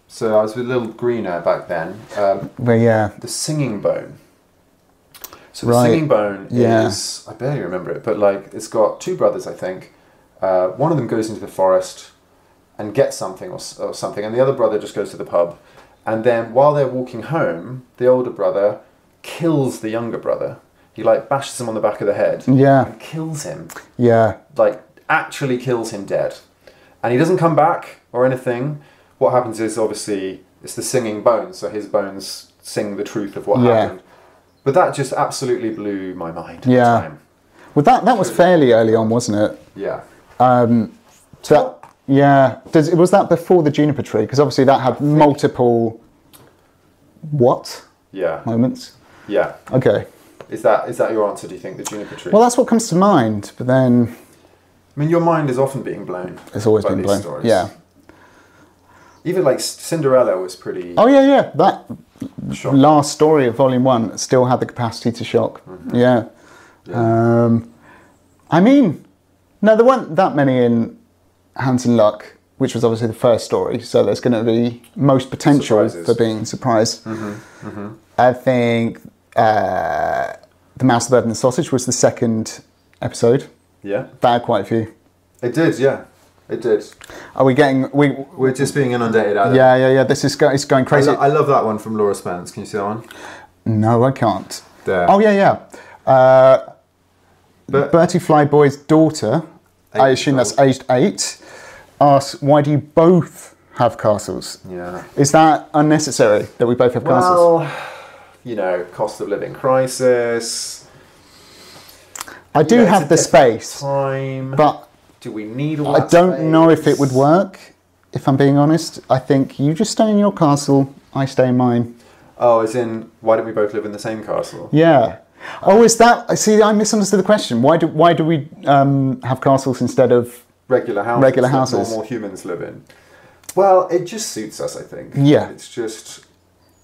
A: So I was a little greener back then. Um,
B: Well, yeah,
A: the singing bone. So the
B: Right.
A: singing bone
B: Yeah.
A: is I barely remember it, but like it's got two brothers, I think. Uh, one of them goes into the forest and gets something or, s- or something, and the other brother just goes to the pub. And then while they're walking home, the older brother kills the younger brother. He like bashes him on the back of the head
B: Yeah.
A: and kills him
B: yeah,
A: like actually kills him dead. And he doesn't come back or anything. What happens is obviously it's the singing bones, so his bones sing the truth of what
B: Yeah.
A: happened. But that just absolutely blew my mind at
B: yeah.
A: the time.
B: Well, that that was fairly early on, wasn't it?
A: Yeah.
B: So that, yeah, Does, was that before the juniper tree? Because obviously that had multiple what
A: Yeah.
B: moments.
A: Yeah.
B: Okay,
A: Is that is that your answer? Do you think the juniper tree?
B: Well, that's what comes to mind, but then
A: I mean, your mind is often being blown.
B: it's always
A: by
B: been
A: these
B: blown.
A: stories.
B: Yeah.
A: Even like Cinderella was pretty.
B: Oh yeah, yeah. That
A: Sure.
B: last story of volume one still had the capacity to shock.
A: Mm-hmm.
B: Yeah. Um, I mean, no, there weren't that many in Hans and Luck, which was obviously the first story. So there's going to be most potential
A: Surprises. Mm-hmm,
B: for being surprised. I think uh, the Mouse, the Bird, and the Sausage was the second episode.
A: Yeah,
B: That had quite a few.
A: it did. Yeah, it did.
B: Are we getting we?
A: We're just being inundated. Adam.
B: Yeah, yeah, yeah. This is go, it's going
A: I,
B: crazy.
A: lo- I love that one from Laura Spence. Can you see that one?
B: no, I can't.
A: There.
B: Oh yeah, yeah. Uh,
A: But
B: Bertie Flyboy's daughter, I
A: Eight
B: assume
A: years
B: that's aged eight, asks, Why do you both have castles?
A: yeah.
B: Is that unnecessary that we both have castles?
A: Well, you know, cost of living crisis,
B: I do
A: yeah, it's a
B: have the
A: different
B: space,
A: time.
B: but
A: do we need all
B: I
A: that
B: don't know if it
A: space?
B: would work, if I'm being honest. I think you just stay in your castle, I stay in mine.
A: Oh, as in, why don't we both live in the same castle?
B: Yeah. Oh, is that? See, I misunderstood the question. Why do why do we um, have castles instead of?
A: Regular houses.
B: Regular
A: that
B: houses.
A: Normal humans live in. Well, it just suits us, I think.
B: Yeah.
A: It's just,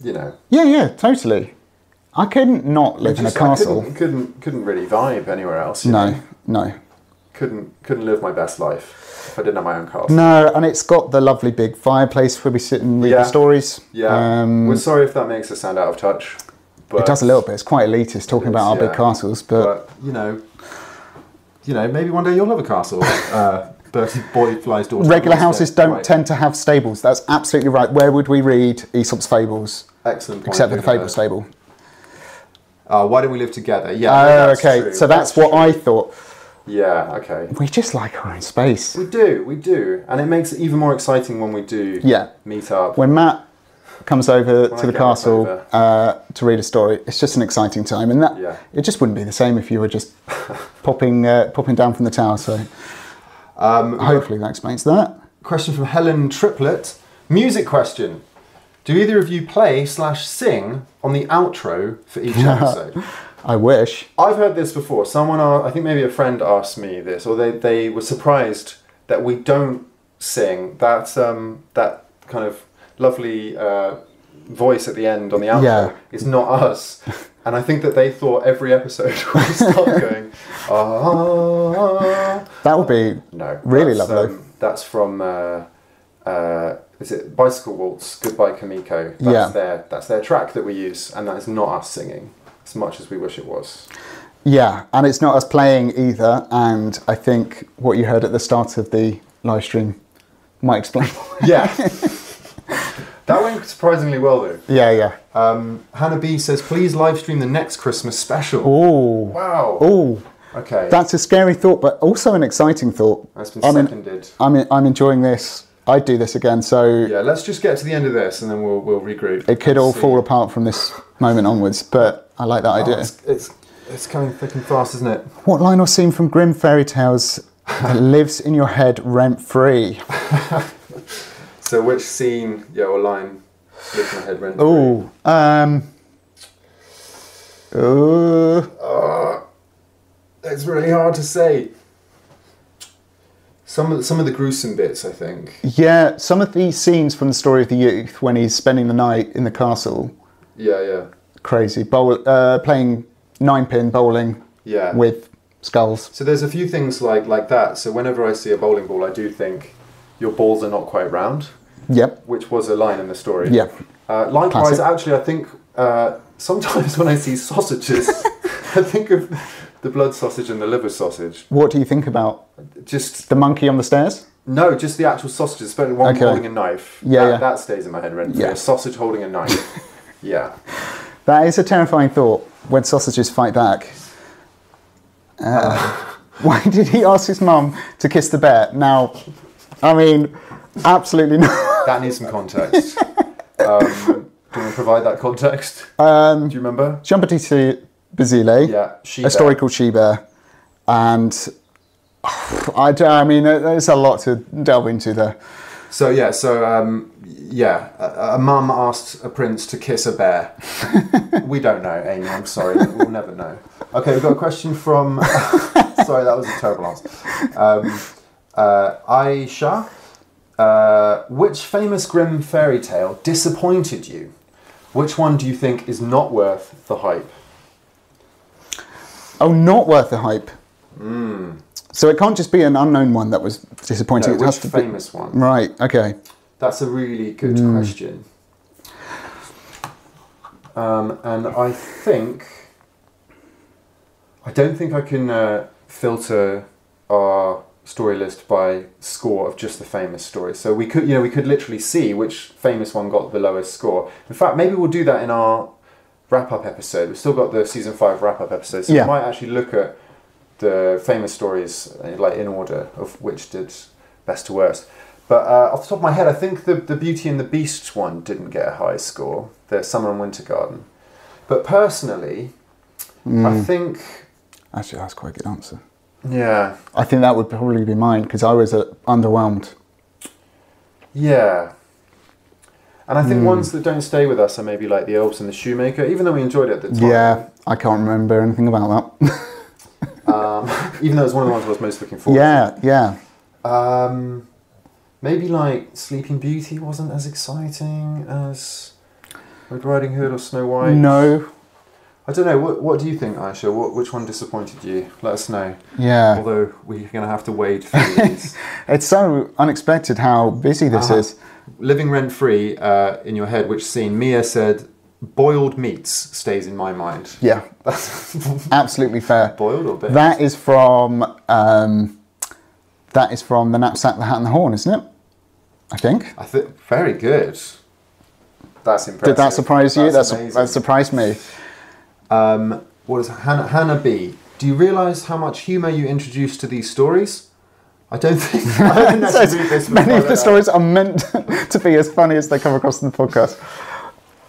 A: you know,
B: Yeah, yeah, totally. I couldn't not live in a
A: just- I
B: castle.
A: couldn't, couldn't couldn't really vibe anywhere else. you know?
B: No, no,
A: Couldn't couldn't live my best life if I didn't have my own castle.
B: No, and it's got the lovely big fireplace where we sit and read
A: Yeah.
B: the stories.
A: Yeah.
B: Um,
A: We're sorry if that makes us sound out of touch. But
B: it does a little bit. It's quite elitist talking about our
A: yeah.
B: big castles, but,
A: But you know, you know, maybe one day you'll have a castle.
B: [LAUGHS]
A: Uh, Bertie Boy Fly's daughter.
B: regular houses don't
A: Right.
B: tend to have stables. That's absolutely right. Where would we read Aesop's Fables
A: Excellent. Point,
B: except for the
A: Luna.
B: Fable stable?
A: Uh, why don't we live together? Yeah.
B: Oh,
A: no, that's
B: okay.
A: true.
B: So that's what I thought.
A: Yeah. Okay.
B: We just like our own space.
A: We do. We do, and it makes it even more exciting when we do.
B: Yeah.
A: Meet up.
B: When Matt comes over
A: When I
B: to the
A: get us
B: castle
A: over.
B: uh, to read a story, it's just an exciting time, and that
A: Yeah.
B: it just wouldn't be the same if you
A: [LAUGHS]
B: were just popping uh, popping down from the tower. So
A: um,
B: hopefully that explains that.
A: Question from Helen Triplett. Music question. Do either of you play slash sing on the outro for
B: [LAUGHS]
A: each episode?
B: I wish.
A: I've heard this before. Someone, a- I think maybe a friend asked me this, or they, they were surprised that we don't sing that um, that kind of lovely uh, voice at the end on the outro
B: Yeah.
A: is not
B: [LAUGHS]
A: us. And I think that they thought every episode [LAUGHS] we start going, ah,
B: That would be
A: No.
B: Really
A: that's,
B: lovely.
A: um, that's from. Uh, uh, is it Bicycle Waltz? Goodbye Kamiko. That's
B: Yeah.
A: Their, that's their track that we use, and that is not us singing as much as we wish it was.
B: yeah, and it's not us playing either. And I think what you heard at the start of the live stream might explain. [LAUGHS]
A: Yeah. [LAUGHS] that went surprisingly well though.
B: yeah, yeah.
A: Um, Hannah B says, please live stream the next Christmas special.
B: Oh,
A: Wow.
B: oh,
A: Okay.
B: that's a scary thought, but also an exciting thought.
A: that's been
B: I'm, in,
A: seconded.
B: I'm, in- I'm enjoying this. I'd do this again. So
A: Yeah, let's just get to the end of this and then we'll, we'll regroup.
B: it could all
A: See.
B: fall apart from this moment onwards. But I like that
A: Oh,
B: idea.
A: it's, it's, it's coming thick and fast, isn't it?
B: What line or scene from Grim Fairy Tales
A: [LAUGHS]
B: that lives in your head rent free?
A: So which scene, yeah, or line lives in my head rent free?
B: Oh, um, uh,
A: It's really hard to say. Some of some of the gruesome bits, I think.
B: yeah. Some of these scenes from the story of the youth when he's spending the night in the castle,
A: Yeah, yeah,
B: crazy bowl, uh, playing nine pin bowling
A: yeah.
B: with skulls.
A: So there's a few things like like that. So whenever I see a bowling ball, I do think your balls are not quite round,
B: Yep.
A: which was a line in the story.
B: Yeah.
A: Uh, likewise,
B: Classic.
A: actually, I think uh, sometimes [LAUGHS] when I see sausages, [LAUGHS] I think of the blood sausage and the liver sausage.
B: What do you think about
A: Just
B: the monkey on the stairs?
A: no, just the actual sausages, especially one
B: Okay.
A: holding a knife.
B: Yeah,
A: that,
B: yeah.
A: that stays in my head. Rent free.
B: Yeah.
A: A sausage holding a
B: [LAUGHS]
A: knife. yeah.
B: That is a terrifying thought when sausages fight back.
A: [LAUGHS]
B: Uh, why did he ask his mum to kiss the bear? Now, I mean, absolutely not. [LAUGHS]
A: That needs some context. um, do you want to provide that context?
B: Um,
A: do you remember?
B: Jean-Baptiste Basile,
A: Yeah, she.
B: a story called Sheba, [SIGHS] and I, d- I mean, there- there's a lot to delve into there.
A: So yeah, so um, yeah, a, a mum asked a prince to kiss a
B: [LAUGHS]
A: bear. we don't know, Amy. I'm sorry, we'll never know. Okay, we've got a question from. [LAUGHS] sorry, that was a terrible answer. Um, uh, Aisha, uh, which famous grim fairy tale disappointed you? Which one do you think is not worth the hype?
B: Oh, not worth the hype. So it can't just be an unknown one that was disappointing.
A: Hmm. No,
B: it
A: which
B: has to be
A: famous one?
B: right. Okay.
A: That's a really good question. Um, and I think I don't think I can uh, filter our story list by score of just the famous stories. So we could, you know, we could literally see which famous one got the lowest score. In fact, maybe we'll do that in our wrap-up episode. We've still got the season five wrap-up episode, so
B: Yeah.
A: we might actually look at the famous stories uh, like in order of which did best to worst. But uh, off the top of my head, I think the, the Beauty and the Beast one didn't get a high score. The Summer and Winter Garden. But personally,
B: Hmm.
A: I think
B: Actually, that's quite a good answer.
A: yeah,
B: I think that would probably be mine because I was uh, underwhelmed.
A: yeah. And I
B: Hmm.
A: think ones that don't stay with us are maybe like the Elves and the Shoemaker, even though we enjoyed it at the time.
B: Yeah, I can't remember anything about that.
A: Um, [LAUGHS] even though it's one of the ones I was most looking forward.
B: yeah, yeah.
A: to. Um, maybe like Sleeping Beauty wasn't as exciting as Red Riding Hood or Snow White.
B: No.
A: I don't know. What What do you think, Aisha? What Which one disappointed you? Let us know.
B: Yeah.
A: Although we're going to have to wade through [LAUGHS] these.
B: It's so unexpected how busy this
A: Uh-huh.
B: is.
A: Living rent free uh, in your head. Which scene? Mia said, "Boiled meats stays in my mind."
B: Yeah,
A: That's
B: [LAUGHS] absolutely fair.
A: boiled or bit.
B: That is from um, that is from the knapsack, the hat, and the horn, isn't it? I think.
A: I think very good. That's impressive.
B: Did that surprise you? That's
A: amazing.
B: that surprised me.
A: um, what is Hannah, Hannah B? Do you realise how much humour you introduce to these stories? I don't think. I [LAUGHS] don't think
B: So [LAUGHS]
A: that's this
B: many
A: before
B: of the
A: that.
B: stories are meant [LAUGHS] to be as funny as they come across in the podcast.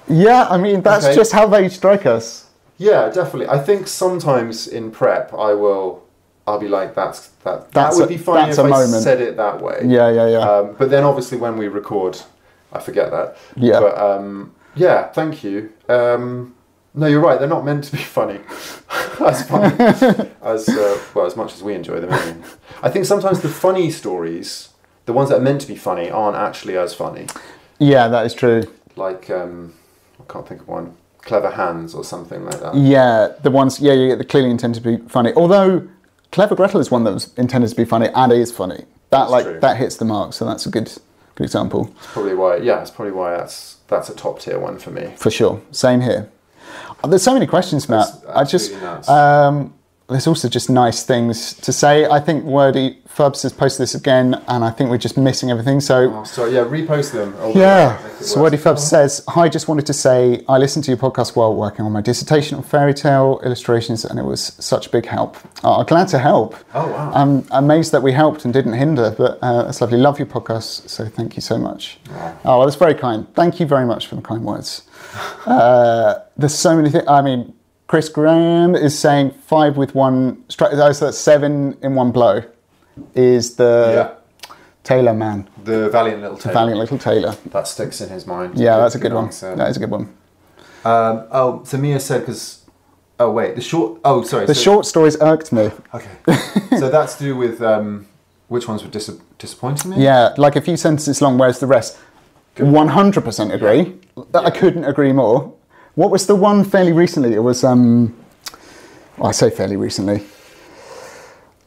B: Yeah, I mean that's
A: Okay.
B: just how they strike us.
A: Yeah, definitely. I think sometimes in prep, I will. I'll be like, "That's that.
B: That's
A: that
B: a-
A: would be funny
B: that's
A: if
B: a
A: I
B: moment.
A: said it that way."
B: Yeah, yeah, yeah.
A: Um, but then, obviously, when we record, I forget that.
B: Yeah.
A: But um, yeah, thank you. Um, no, you're right. They're not meant to be funny. [LAUGHS] as
B: [LAUGHS]
A: funny as uh, well as much as we enjoy them. anyway. I think sometimes the funny stories, the ones that are meant to be funny, aren't actually as funny.
B: yeah, that is true.
A: Like um, I can't think of one. Clever hands or something like that.
B: Yeah, the ones yeah, yeah, that clearly intend to be funny. Although Clever Gretel is one that was intended to be funny and is funny. That
A: That's
B: like
A: true.
B: that hits the mark, so that's a good good example.
A: Probably why. Yeah, that's probably why that's that's a top tier one for me.
B: For sure. Same here. Uh, There's so many questions, Matt.
A: That's
B: I just
A: absolutely nuts.
B: um, there's also just nice things to say. I think Wordy Fubs has posted this again, and I think we're just missing everything. So
A: Oh, so yeah, repost them. Oh,
B: yeah.
A: make it
B: So
A: worse.
B: Wordy Fubs says, "Hi, just wanted to say I listened to your podcast while working on my dissertation on fairy tale illustrations, and it was such a big help. Oh, glad to help.
A: Oh, wow.
B: I'm amazed that we helped and didn't hinder, but uh, that's lovely. Love your podcast, so thank you so much.
A: Yeah.
B: Oh, well, that's very kind. Thank you very much for the kind words. Uh, there's so many things. I mean, Chris Graham is saying five with one strike. So that's seven in one blow. Is the Taylor man,
A: The Valiant Little Taylor.
B: Valiant Little Taylor?
A: That sticks in his mind.
B: Yeah, that's a good one.
A: answer.
B: That is a good one.
A: Um, oh, so Mia said because. Oh wait, the short. Oh, sorry.
B: The
A: so-
B: short stories irked me.
A: Okay. so that's to do with um, which ones were dis- disappointing me.
B: Yeah, like a few sentences long, whereas the rest, 100% agree. I couldn't agree more. What was the one fairly recently? It was, um, well, I say fairly recently.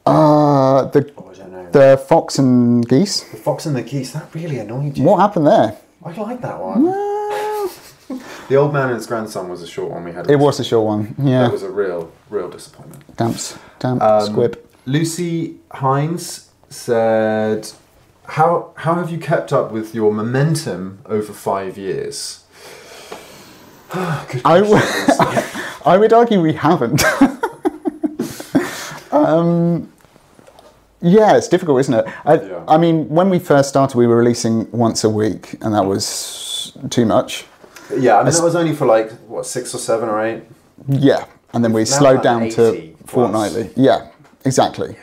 B: Uh, the,
A: Oh, I don't know. The,
B: the fox and geese.
A: fox and the geese. That really annoyed you.
B: What happened there?
A: I like that one. [LAUGHS] the old man and his grandson was a short one we had.
B: It was Um, a short one. Yeah.
A: That was a real, real disappointment.
B: damp, s- damp squib.
A: Um, Lucy Hines said, "How how have you kept up with your momentum over five years?" Good
B: I
A: question.
B: [LAUGHS] I would argue we haven't. [LAUGHS] um, yeah, it's difficult, isn't it? I,
A: Yeah.
B: I mean, when we first started, we were releasing once a week, and that was too much.
A: yeah, I mean that was only for like what six or seven or eight.
B: Yeah, and then we
A: now
B: slowed
A: like
B: down
A: 80
B: to
A: plus.
B: fortnightly. Yeah, exactly.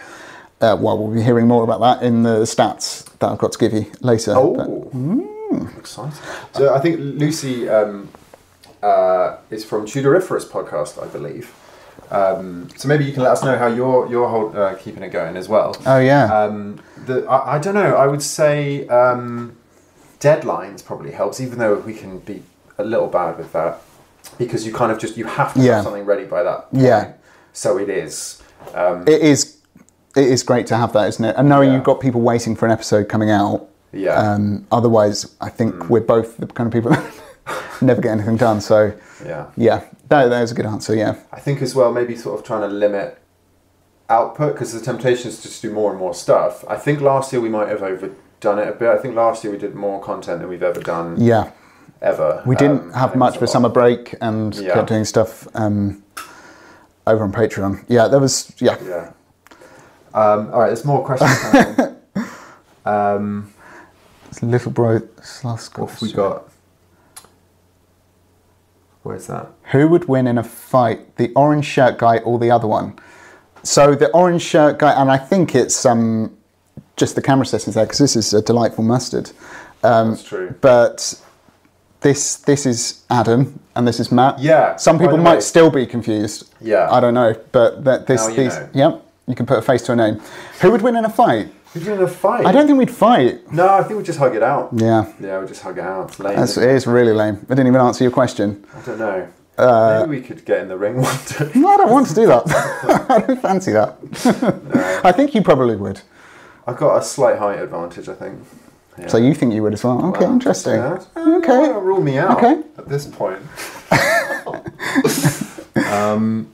B: Uh, well, we'll be hearing more about that in the stats that I've got to give you later. but-
A: Oh, exciting! So I think Lucy um, uh, is from Tudoriferous podcast, I believe. Um, so maybe you can let us know how you're you're hold, uh, keeping it going as well.
B: Oh, yeah.
A: Um, the I, I don't know. I would say um, deadlines probably helps, even though we can be a little bad with that because you kind of just you have to
B: Yeah.
A: have something ready by that.
B: Yeah.
A: point. So it is. Um,
B: it is it is great to have that, isn't it? And knowing
A: Yeah.
B: you've got people waiting for an episode coming out.
A: Yeah.
B: Um, otherwise, I think
A: Hmm.
B: we're both the kind of people [LAUGHS] that never get anything done. So,
A: yeah.
B: yeah, that, that is a good answer. Yeah.
A: I think as well, maybe sort of trying to limit output because the temptation is to just do more and more stuff. I think last year we might have overdone it a bit. I think last year we did more content than we've ever done
B: Yeah.
A: ever.
B: We didn't
A: Um, and
B: have
A: it was
B: much for
A: lot.
B: summer break and
A: Yeah.
B: kept doing stuff um, over on Patreon. Yeah, that was, yeah.
A: Yeah. Um, all right, there's more questions. coming
B: [LAUGHS]
A: in. um,
B: It's Little Bro Slavsko.
A: what have we got? Where's that?
B: Who would win in a fight, the orange shirt guy or the other one? So the orange shirt guy, and I think it's um, just the camera settings there because this is a delightful mustard. Um,
A: That's true.
B: But this this is Adam and this is Matt.
A: Yeah,
B: Some
A: by
B: people
A: the
B: might
A: way.
B: still be confused.
A: Yeah.
B: I don't know, but that this
A: Now you
B: these
A: know.
B: yep. You can put a face to a name. Who would win in a fight?
A: We've been in a fight.
B: I don't think we'd fight.
A: No, I think we'll just hug it out.
B: Yeah.
A: Yeah, we'll just hug it out. It's lame.
B: That's,
A: isn't
B: it is really lame. I didn't even answer your question.
A: it? I don't know.
B: Uh,
A: Maybe we could get in the ring [LAUGHS] one day.
B: No, I don't want to do that. [LAUGHS] I don't fancy that. [LAUGHS] I think you probably would.
A: I've got a slight height advantage, I think. Yeah.
B: So you think you would as well. Okay,
A: Wow.
B: interesting.
A: Yeah.
B: Okay.
A: Don't rule me out
B: Okay.
A: at this
B: [LAUGHS]
A: point. um,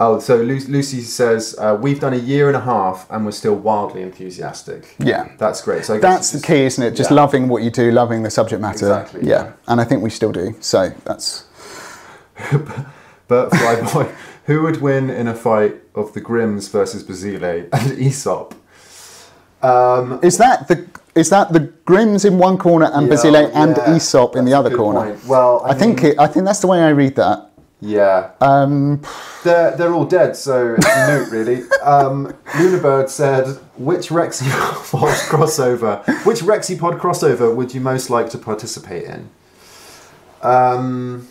A: oh, so Lu- Lucy says uh, we've done a year and a half and we're still wildly enthusiastic.
B: Yeah.
A: that's great. So I guess
B: That's the
A: it's
B: key, isn't it? Just
A: yeah.
B: loving what you do, loving the subject matter.
A: Exactly,
B: Yeah.
A: yeah.
B: And I think we still do. So that's
A: But Fly Boy, [LAUGHS] who would win in a fight of the Grimms versus Basile and [LAUGHS] Aesop? Um,
B: Is that the is that the Grims in one corner and
A: Yeah,
B: Basile and
A: yeah.
B: Aesop in the
A: That's a
B: other
A: good
B: corner?
A: point. Well, I
B: I, think
A: mean-
B: it, I think that's the way I read that.
A: yeah.
B: Um,
A: They're, they're all dead, so it's a note really. Um, Lunabird said, "Which [LAUGHS] Rexipod crossover? Which Rexipod crossover would you most like to participate in?" Um,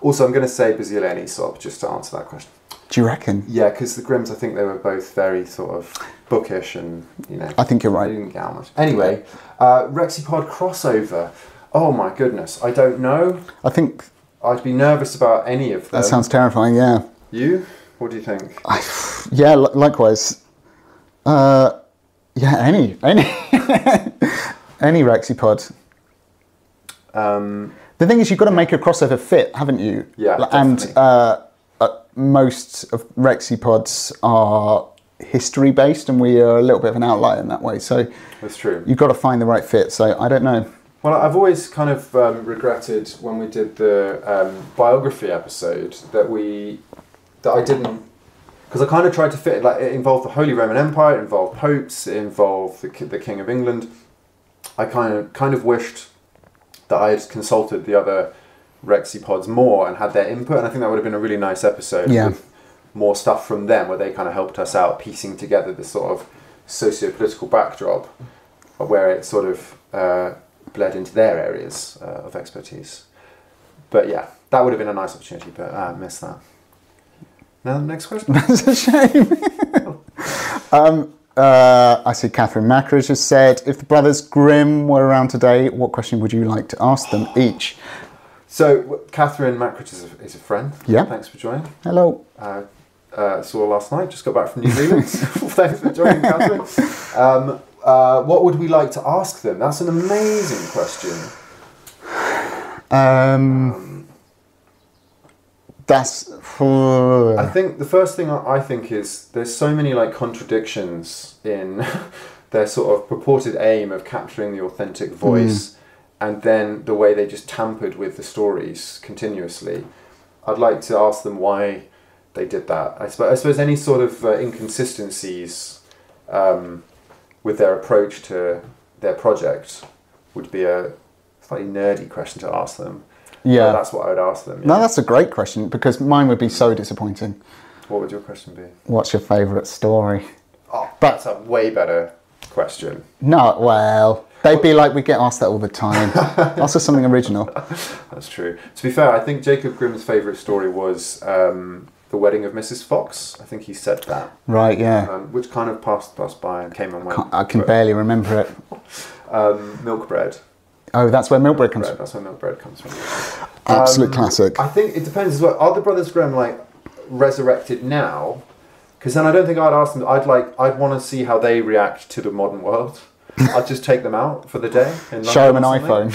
A: also, I'm going to say Basile and Aesop just to answer that question.
B: do you reckon?
A: Yeah, because the Grims, I think they were both very sort of bookish, and you know,
B: I think you're right.
A: They didn't get out much. Anyway, uh, Rexipod crossover. Oh my goodness, I don't know.
B: I think
A: I'd be nervous about any of them.
B: that sounds terrifying. Yeah.
A: You? What do you think?
B: Yeah, li- likewise. Uh, yeah, any, any, [LAUGHS] any Rexipod.
A: Um,
B: The thing is, you've got to make a crossover fit, haven't you?
A: Yeah,
B: Like, And
A: definitely.
B: uh, uh, most of Rexipods are history based, and we are a little bit of an outlier in that way. So
A: that's true.
B: you've got to find the right fit. So I don't know.
A: Well, I've always kind of um, regretted when we did the um, biography episode that we that I didn't because I kind of tried to fit it. Like it involved the Holy Roman Empire, it involved popes, it involved the, ki- the King of England. I kind of kind of wished that I had consulted the other Rexipods more and had their input, and I think that would have been a really nice episode.
B: Yeah.
A: with more stuff from them where they kind of helped us out piecing together the sort of socio-political backdrop where it sort of uh, bled into their areas uh, of expertise. But yeah, that would have been a nice opportunity, but I missed that. Now the next question.
B: That's a shame. um, uh, I see Catherine Macra just said, if the brothers Grimm were around today, what question would you like to ask them each?
A: So w- Catherine Mackrich is a, is a friend.
B: Yeah.
A: Thanks for joining.
B: Hello.
A: Uh, uh, saw her last night. Just got back from New Zealand. [LAUGHS] Thanks for joining, Catherine. Um, uh, what would we like to ask them? That's an amazing question.
B: Um, that's.
A: I
B: [SIGHS]
A: think the first thing I I think is there's so many like contradictions in [LAUGHS] their sort of purported aim of capturing the authentic voice, and then the way they just tampered with the stories continuously. I'd like to ask them why they did that. I suppose, I suppose any sort of uh, inconsistencies um, with their approach to their project would be a slightly nerdy question to ask them.
B: Yeah.
A: But that's what I would ask them.
B: No,
A: yeah.
B: that's a great question because mine would be so disappointing.
A: What would your question be?
B: What's your favourite story?
A: Oh,
B: But-
A: that's a way better. question.
B: No, well, they'd be like, we get asked that all the
A: [LAUGHS]
B: time. Ask us something original.
A: That's true. To be fair, I think Jacob Grimm's favourite story was um, The Wedding of Mrs. Fox. I think he said that,
B: Right, yeah.
A: um, which kind of passed us by and came on my
B: I can barely remember it.
A: um, milk bread.
B: Oh, that's where milk bread comes
A: bread.
B: from.
A: That's where milk bread comes from.
B: Absolute classic.
A: Um, I think it depends as well. Are the Brothers Grimm like resurrected now? Because then I don't think I'd ask them. I'd like I'd want to see how they react to the modern
B: [LAUGHS]
A: world. I'd just take them out for the day and
B: Show them an iPhone.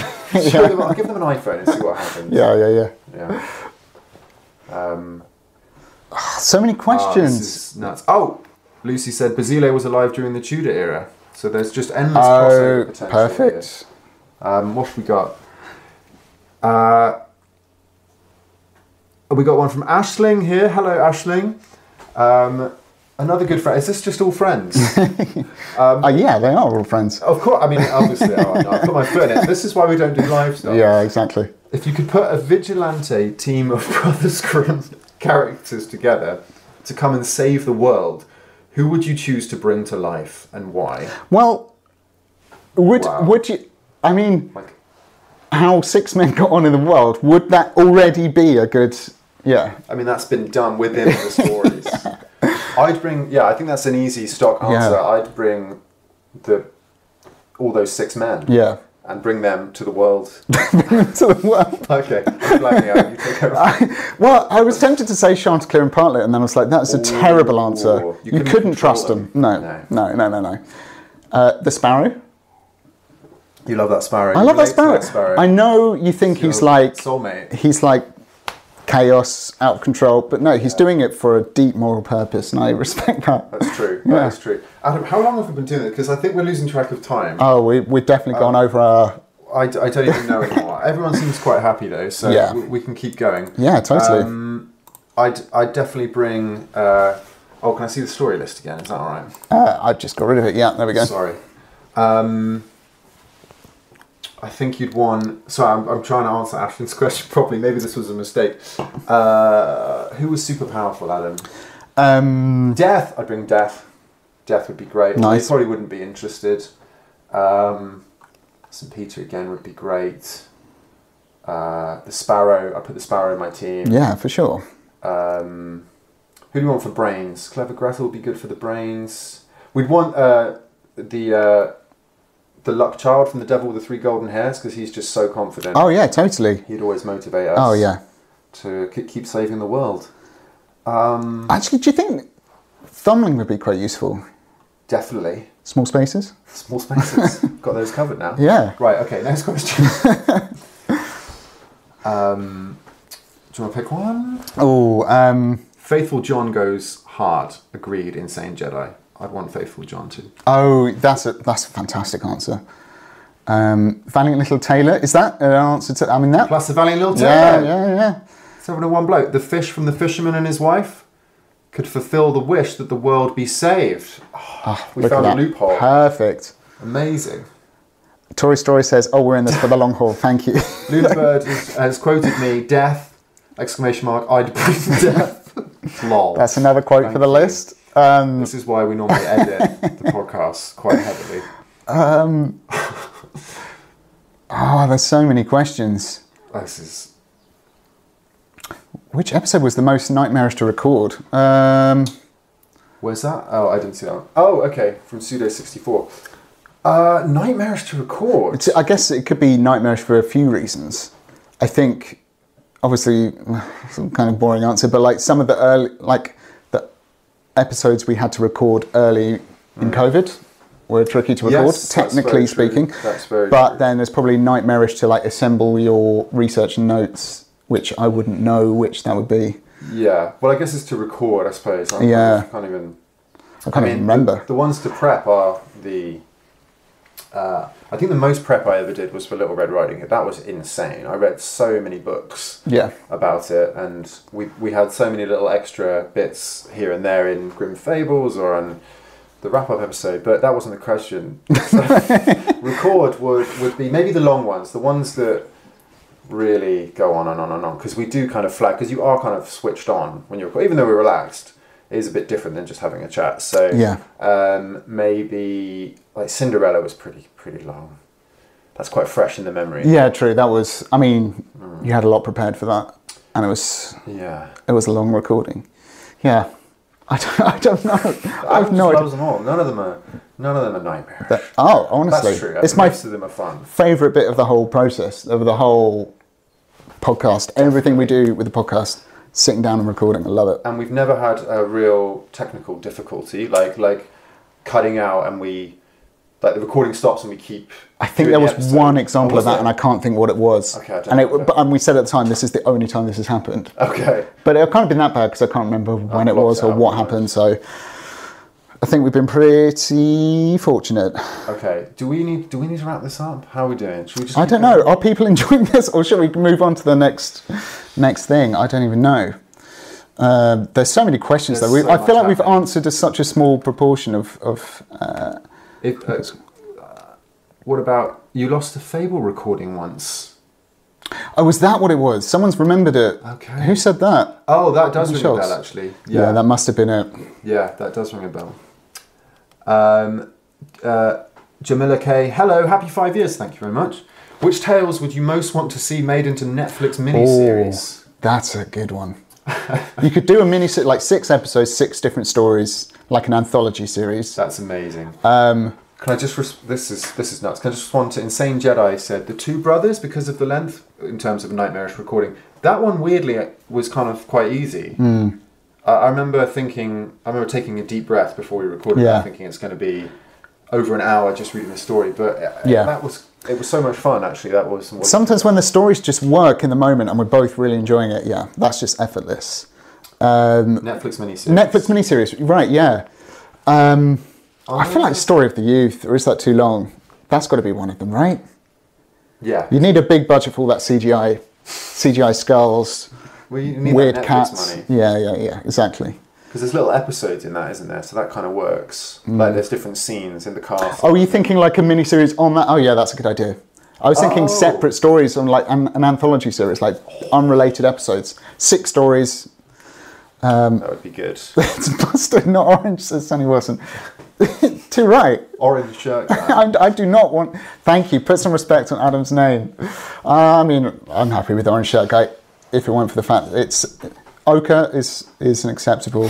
B: [LAUGHS]
A: Show them, I'll give them an iPhone and see what happens.
B: yeah, yeah, yeah.
A: Yeah. Um,
B: So many
A: ah,
B: questions.
A: this is nuts. Oh, Lucy said Basile was alive during the Tudor era, so there's just endless. crossover
B: Oh,
A: potential here.
B: perfect.
A: Um, what have we got? Uh, we got one from Ashling here. Hello, Ashling. Um, another good friend. Is this just all friends?
B: [LAUGHS] oh, yeah, they are all friends.
A: of course. I mean, obviously, I, I put my foot in it. This is why we don't do live stuff.
B: Yeah, exactly.
A: If you could put a vigilante team of [LAUGHS] Brothers Grimm characters together to come and save the world, who would you choose to bring to life and why?
B: Well, would
A: Wow.
B: would you? I mean,
A: Like,
B: how six men got on in the world? Would that already be a good? Yeah,
A: I mean, that's been done within the stories.
B: [LAUGHS]
A: I'd bring, yeah, I think that's an easy stock answer.
B: Yeah.
A: I'd bring the all those six men.
B: yeah. [LAUGHS]
A: And bring them to the world.
B: to the world.
A: okay, I'm blanking out. You take over.
B: Well, I was tempted to say Chanticleer and Partlet, and then I was like, that's a terrible answer.
A: Ooh, you
B: You,
A: couldn't
B: couldn't
A: control
B: trust
A: them.
B: them. No, no, no, no, no. Uh, the Sparrow.
A: You love that sparrow.
B: I
A: You
B: love that
A: relate to
B: sparrow. I know you think he's
A: Your
B: like
A: soulmate.
B: He's like chaos, out of control, but no, he's doing it for a deep moral purpose, and I [LAUGHS] respect that.
A: That's true.
B: Yeah.
A: That's true. Adam, how long have we been doing this? Because I think we're losing track of time.
B: Oh, we we've definitely gone over our.
A: I, I don't even know
B: [LAUGHS]
A: anymore. Everyone seems quite happy though, so
B: Yeah.
A: we, we can keep going.
B: Yeah, totally.
A: Um, I'd, I'd definitely bring. Uh, oh, can I see the story list again? Is that all right?
B: Uh, I just got rid of it. Yeah, there we go.
A: Sorry. Um, I think you'd won. Sorry, I'm, I'm trying to answer Ashlyn's [LAUGHS] question properly. Maybe this was a mistake. Uh, who was super powerful, Adam?
B: Um,
A: Death. I'd bring Death. Death would be great. although He
B: Nice.
A: probably wouldn't be interested. Um, St. Peter again would be great. Uh, the Sparrow. I put the Sparrow in my team.
B: yeah, for sure.
A: Um, who do you want for brains? Clever Gretel would be good for the brains. We'd want uh, the uh, the luck child from the devil with the three golden hairs because he's just so confident.
B: Oh yeah, totally.
A: He'd always motivate us.
B: Oh yeah.
A: To k- keep saving the world. Um,
B: Actually, do you think Thumbling would be quite useful?
A: definitely.
B: Small spaces.
A: Small
B: [LAUGHS]
A: spaces. Got those covered now.
B: Yeah.
A: Right. Okay. Next question. [LAUGHS] um, do you want to pick one?
B: Oh, um,
A: Faithful John goes hard. Agreed. Insane Jedi. I'd want Faithful John too.
B: oh, that's a that's a fantastic answer. Um, Valiant Little Taylor. Is that an answer to? I mean that.
A: Plus the Valiant Little
B: Yeah,
A: Taylor.
B: yeah, yeah.
A: Seven in one bloke. The fish from the fisherman and his wife could fulfill the wish that the world be saved. Oh, we
B: Ah, Look at
A: found a
B: that.
A: loophole.
B: Perfect.
A: Amazing.
B: Tory Story says, "Oh, we're in this for the long haul.
A: [LAUGHS]
B: Thank you."
A: Luna Bird has, has quoted me, death, exclamation mark, I'd bring death. Lol.
B: That's another quote
A: Thank
B: for the
A: you.
B: list. Um,
A: This is why we normally edit the podcast quite heavily.
B: oh, um, there's so many questions.
A: This is
B: Which episode was the most nightmarish to record? Um,
A: Where's that? Oh, I didn't see that one. Oh, okay, from Pseudo64. Uh, nightmarish to record.
B: it's- I guess it could be nightmarish for a few reasons. I think, obviously, [LAUGHS] some kind of boring answer, but like some of the early, like the episodes we had to record early in COVID were tricky to record,
A: Hmm. Yes, that's
B: technically
A: very true.
B: speaking.
A: That's very
B: But
A: true.
B: then there's probably nightmarish to like assemble your research notes, which I wouldn't know which that would be.
A: Yeah. Well, I guess it's to record, I suppose. I'm,
B: Yeah.
A: I can't even.
B: I can't even remember.
A: The, the ones to prep are the. Uh, I think the most prep I ever did was for Little Red Riding Hood. That was insane. I read so many books
B: Yeah.
A: about it, and we we had so many little extra bits here and there in Grim Fables or on the wrap up episode. But that wasn't the question. So record would would be maybe the long ones, the ones that really go on and on and on because we do kind of flag because you are kind of switched on when you're even though we're relaxed is a bit different than just having a chat. So
B: Yeah.
A: um, maybe like Cinderella was pretty pretty long. That's quite fresh in the memory.
B: Yeah, true. That was. I mean, you had a lot prepared for that, and it was
A: Yeah.
B: it was a long recording. Yeah, [LAUGHS] I don't, I don't
A: [LAUGHS]
B: know.
A: I
B: I've no idea.
A: loves them all. None of them are none of them are nightmarish.
B: That- oh,
A: That's
B: honestly,
A: true. I
B: it's
A: think
B: my
A: most of them are fun.
B: favorite bit of the whole process of the whole podcast. Everything we do with the podcast, sitting down and recording. I love it.
A: and we've never had a real technical difficulty like like cutting out and we like the recording stops and we keep
B: I think there
A: doing the
B: was
A: episode.
B: one example
A: Oh,
B: of that,
A: was
B: and I can't think what it was.
A: Okay, I don't
B: and
A: know.
B: it, but, and we said at the time, this is the only time this has happened.
A: there? okay
B: But it can't have been that bad because I can't remember when it
A: blocked
B: was
A: it
B: or
A: out,
B: what
A: right.
B: happened. So I think we've been pretty fortunate.
A: okay do we need do we need to wrap this up how are we doing should we just
B: I
A: keep
B: don't
A: going?
B: know. Are people [LAUGHS] enjoying this, or should we move on to the next next thing? I don't even know. Uh, there's so many questions
A: There's
B: though. We,
A: so
B: I
A: much
B: feel like we've
A: happening.
B: answered a, such a small proportion of. of uh,
A: if, uh, uh, what about you lost a fable recording once
B: oh, was that what it was? Someone's remembered it.
A: Okay.
B: Who said that?
A: oh that does
B: I'm
A: ring
B: sure.
A: a bell actually
B: Yeah, that must have been it.
A: Yeah, that does ring a bell. Um, uh, Jamila K. Hello, happy five years. Thank you very much. Which tales would you most want to see made into Netflix miniseries?
B: Oh, that's a good one. you could do a mini se- like six episodes, six different stories, like an anthology series.
A: That's amazing.
B: Um,
A: Can I just res- this is this is nuts. Can I just respond to Insane Jedi said the two brothers because of the length in terms of nightmarish recording. That one weirdly uh, was kind of quite easy.
B: Hmm.
A: I, I remember thinking, I remember taking a deep breath before we recorded,
B: Yeah.
A: that, thinking it's going to be over an hour just reading the story. But uh,
B: Yeah.
A: that was it was so much fun actually. That was was-
B: sometimes when the stories just work in the moment and we're both really enjoying it, yeah, that's just effortless.
A: Netflix miniseries.
B: Netflix miniseries, right? Yeah. Um, I feel like Story of the Youth, or is that too long? That's got to be one of them, right?
A: yeah.
B: You need a big budget for all that CGI, CGI skulls,
A: Well, you need
B: weird
A: that Netflix
B: cats.
A: money
B: Yeah, yeah, yeah, exactly.
A: because there's little episodes in that, isn't there? So that kind of works.
B: Hmm.
A: Like there's different scenes in the cast.
B: Oh, were you thinking like a mini series on that? Oh, yeah, that's a good idea. I was thinking
A: Oh.
B: separate stories on like an, an anthology series, like unrelated episodes, six stories. [LAUGHS] Um,
A: That would be good.
B: It's mustard, not orange, says Sunny Wilson. [LAUGHS] Too right.
A: Orange shirt. guy.
B: I, I do not want. Thank you. Put some respect on Adam's name. I mean, I'm happy with Orange Shirt Guy if it weren't for the fact that it's. Ochre is, is an acceptable.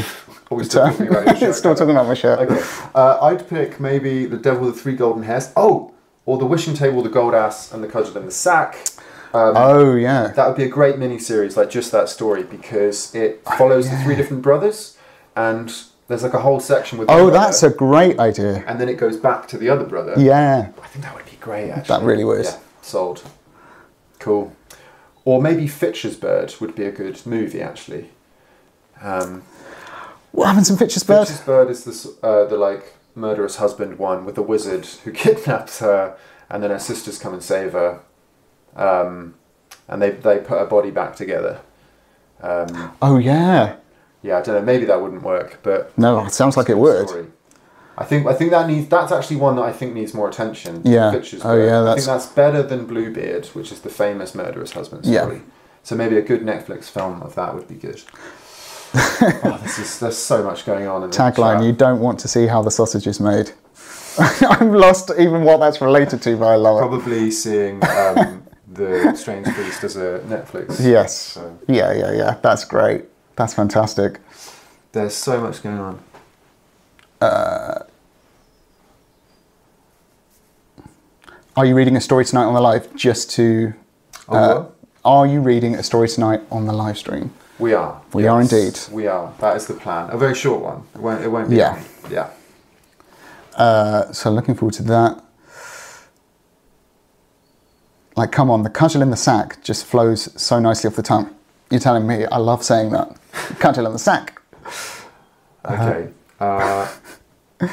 A: Are we still Oh, talking
B: [LAUGHS]
A: about your shirt,
B: Still talking about my shirt.
A: Okay. Uh, I'd pick maybe the Devil with Three Golden Hairs. Oh, or the Wishing Table, the Gold Ass, and the Cudgel in the Sack.
B: Oh, yeah.
A: That would be a great miniseries, like just that story, because it
B: Oh,
A: follows the three different brothers, and there's like a whole section with. one
B: Oh,
A: brother,
B: that's a great idea.
A: And then it goes back to the other brother.
B: Yeah.
A: I think that would be great. Actually,
B: That really would.
A: Yeah, sold. Cool. Or maybe Fitcher's Bird would be a good movie, actually. Um,
B: What happens in Fitch's Bird?
A: Fitch's Bird is this, uh, the like murderous husband one with the wizard who [LAUGHS] kidnaps her, and then her sisters come and save her, um, and they they put her body back together. Um,
B: Oh, yeah.
A: yeah, I don't know. Maybe that wouldn't work, but
B: No, it sounds like it
A: Good
B: would.
A: story. I think I think that needs that's actually one that I think needs more attention.
B: Yeah.
A: Fitch's
B: Oh,
A: Bird.
B: yeah,
A: I
B: that's-
A: think that's better than Bluebeard, which is the famous murderous husband
B: Yeah.
A: story. So maybe a good Netflix film of that would be
B: [LAUGHS]
A: good. oh, this is, there's so much going on in the
B: Tagline
A: chat.
B: You don't want to see how the sausage is made. [LAUGHS] I'm lost even what that's related to, but I love it.
A: probably seeing um,
B: [LAUGHS]
A: the Strange Beast as a Netflix.
B: Yes.
A: So
B: Yeah, yeah, yeah. That's great. That's fantastic.
A: there's so much going on.
B: Are you reading a story tonight on the live just to.
A: Oh,
B: Uh,
A: what?
B: are you reading a story tonight on the live stream?
A: We are.
B: We are indeed.
A: We are. That is the plan. A very short one. It won't. It won't be.
B: Yeah.
A: long. Yeah.
B: Uh, so looking forward to that. Like, come on, the cudgel in the sack just flows so nicely off the tongue. You're telling me, I love saying that. Cudgel in the sack. Uh-huh.
A: Okay. Uh, [LAUGHS]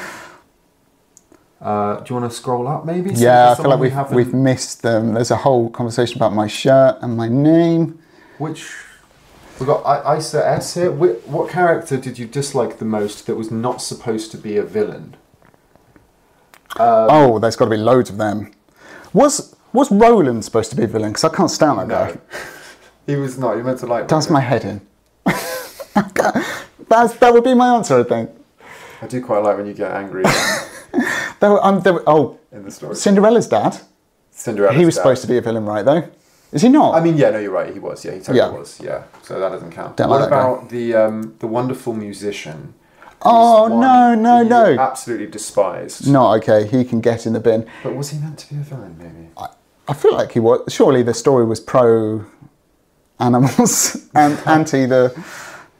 A: uh, do you want to scroll up, maybe? See if
B: yeah, I
A: there's
B: feel
A: someone
B: like
A: we
B: we've, we've
A: haven't-
B: missed them. There's a whole conversation about my shirt and my name.
A: Which we got I- Isa S here. Whi what character did you dislike the most that was not supposed to be a villain? Uh,
B: oh, there's got to be loads of them. Was was Roland supposed to be a villain? Because I can't
A: [LAUGHS]
B: stand that guy.
A: he was not. You meant to like.
B: Does my head in. [LAUGHS] That's, that would be my answer, I think.
A: I do quite like when you get angry
B: [LAUGHS] There were, um, there were, oh,
A: in the story.
B: Cinderella's dad.
A: Cinderella.
B: He was supposed to be a villain, right? Though, is he not?
A: I mean, yeah, no, you're right. He was. Yeah, he totally
B: Yeah.
A: was. Yeah. So that doesn't count.
B: Don't
A: what
B: like that guy.
A: about the um, the wonderful musician? who's
B: Oh,
A: one
B: no, no,
A: that you
B: no.
A: Absolutely despised.
B: not okay. He can get in the bin.
A: But was he meant to be a villain? Maybe.
B: I, I feel like he was. Surely the story was pro animals [LAUGHS] and anti the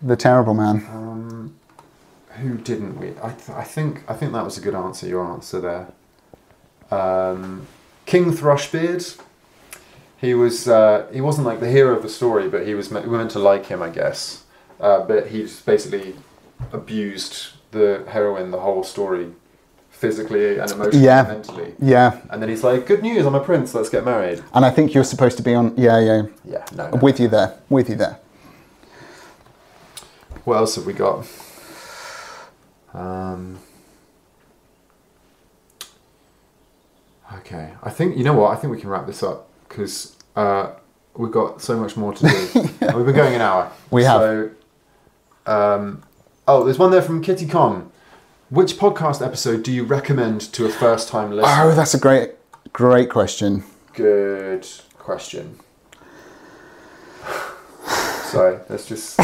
B: the terrible man.
A: Uh, Who didn't we? I, th- I think I think that was a good answer. Your answer there, um, King Thrushbeard. He was uh, he wasn't like the hero of the story, but he was me- we were meant to like him, I guess. Uh, but he just basically abused the heroine the whole story, physically and emotionally,
B: Yeah.
A: and mentally.
B: Yeah,
A: And then he's like, "Good news, I'm a prince. Let's get married."
B: and I think you're supposed to be on. Yeah, yeah.
A: Yeah, no. no.
B: With you there. With you there.
A: What else have we got? Um, okay, I think you know what. I think we can wrap this up because uh, we've got so much more to
B: [LAUGHS]
A: do. And We've been going an hour.
B: We have.
A: So, um, oh, there's one there from Kitty Com. Which podcast episode do you recommend to a first-time listener?
B: Oh, that's a great, great question. [LAUGHS]
A: Good question. [SIGHS] Sorry, let's just.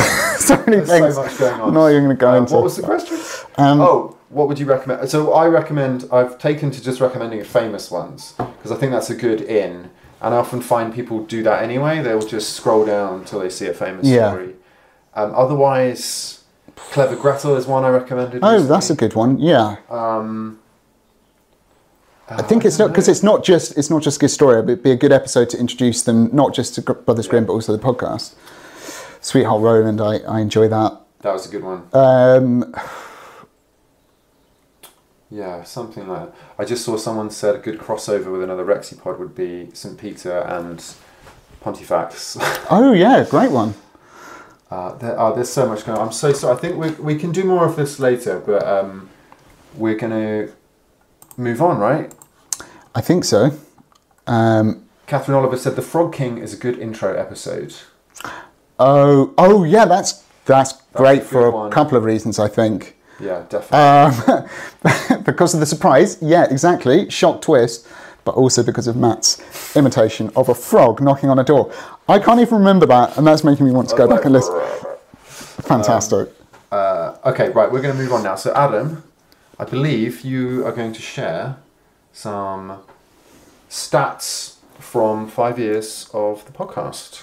B: so [LAUGHS] many
A: There's so
B: things.
A: much going on.
B: No, you're going to go
A: Uh,
B: into.
A: What was the question?
B: Um,
A: oh, what would you recommend? So I recommend I've taken to just recommending famous ones because I think that's a good in, and I often find people do that anyway. They'll just scroll down until they see a famous
B: Yeah.
A: story. Um, otherwise, Clever Gretel is one I recommended.
B: Oh, that's a
A: recently.
B: good one. Yeah, I think
A: Uh,
B: it's not because it's not just it's not just good story. But it'd be a good episode to introduce them not just to Gr- Brothers Grimm but also the podcast. Sweetheart Roland, I, I enjoy that.
A: that was a good one.
B: Um,
A: Yeah, something like that. I just saw someone said a good crossover with another Rexipod would be St. Peter and Pontifacts.
B: oh yeah, great one.
A: Uh, there, oh, there's so much going on. I'm so sorry. I think we, we can do more of this later, but um, we're going to move on, right?
B: I think so. Um,
A: Catherine Oliver said The Frog King is a good intro episode.
B: oh oh yeah, that's that's
A: a
B: great
A: good
B: for a
A: one.
B: couple of reasons. I think
A: Yeah, definitely.
B: um, [LAUGHS] because of the surprise. Yeah, exactly. Shock twist, but also because of Matt's imitation of a frog knocking on a door. I can't even remember that, and that's making me want to go back and listen. Fantastic.
A: Uh, okay, right, we're going to move on now. So, Adam, I believe you are going to share some stats from five years of the podcast.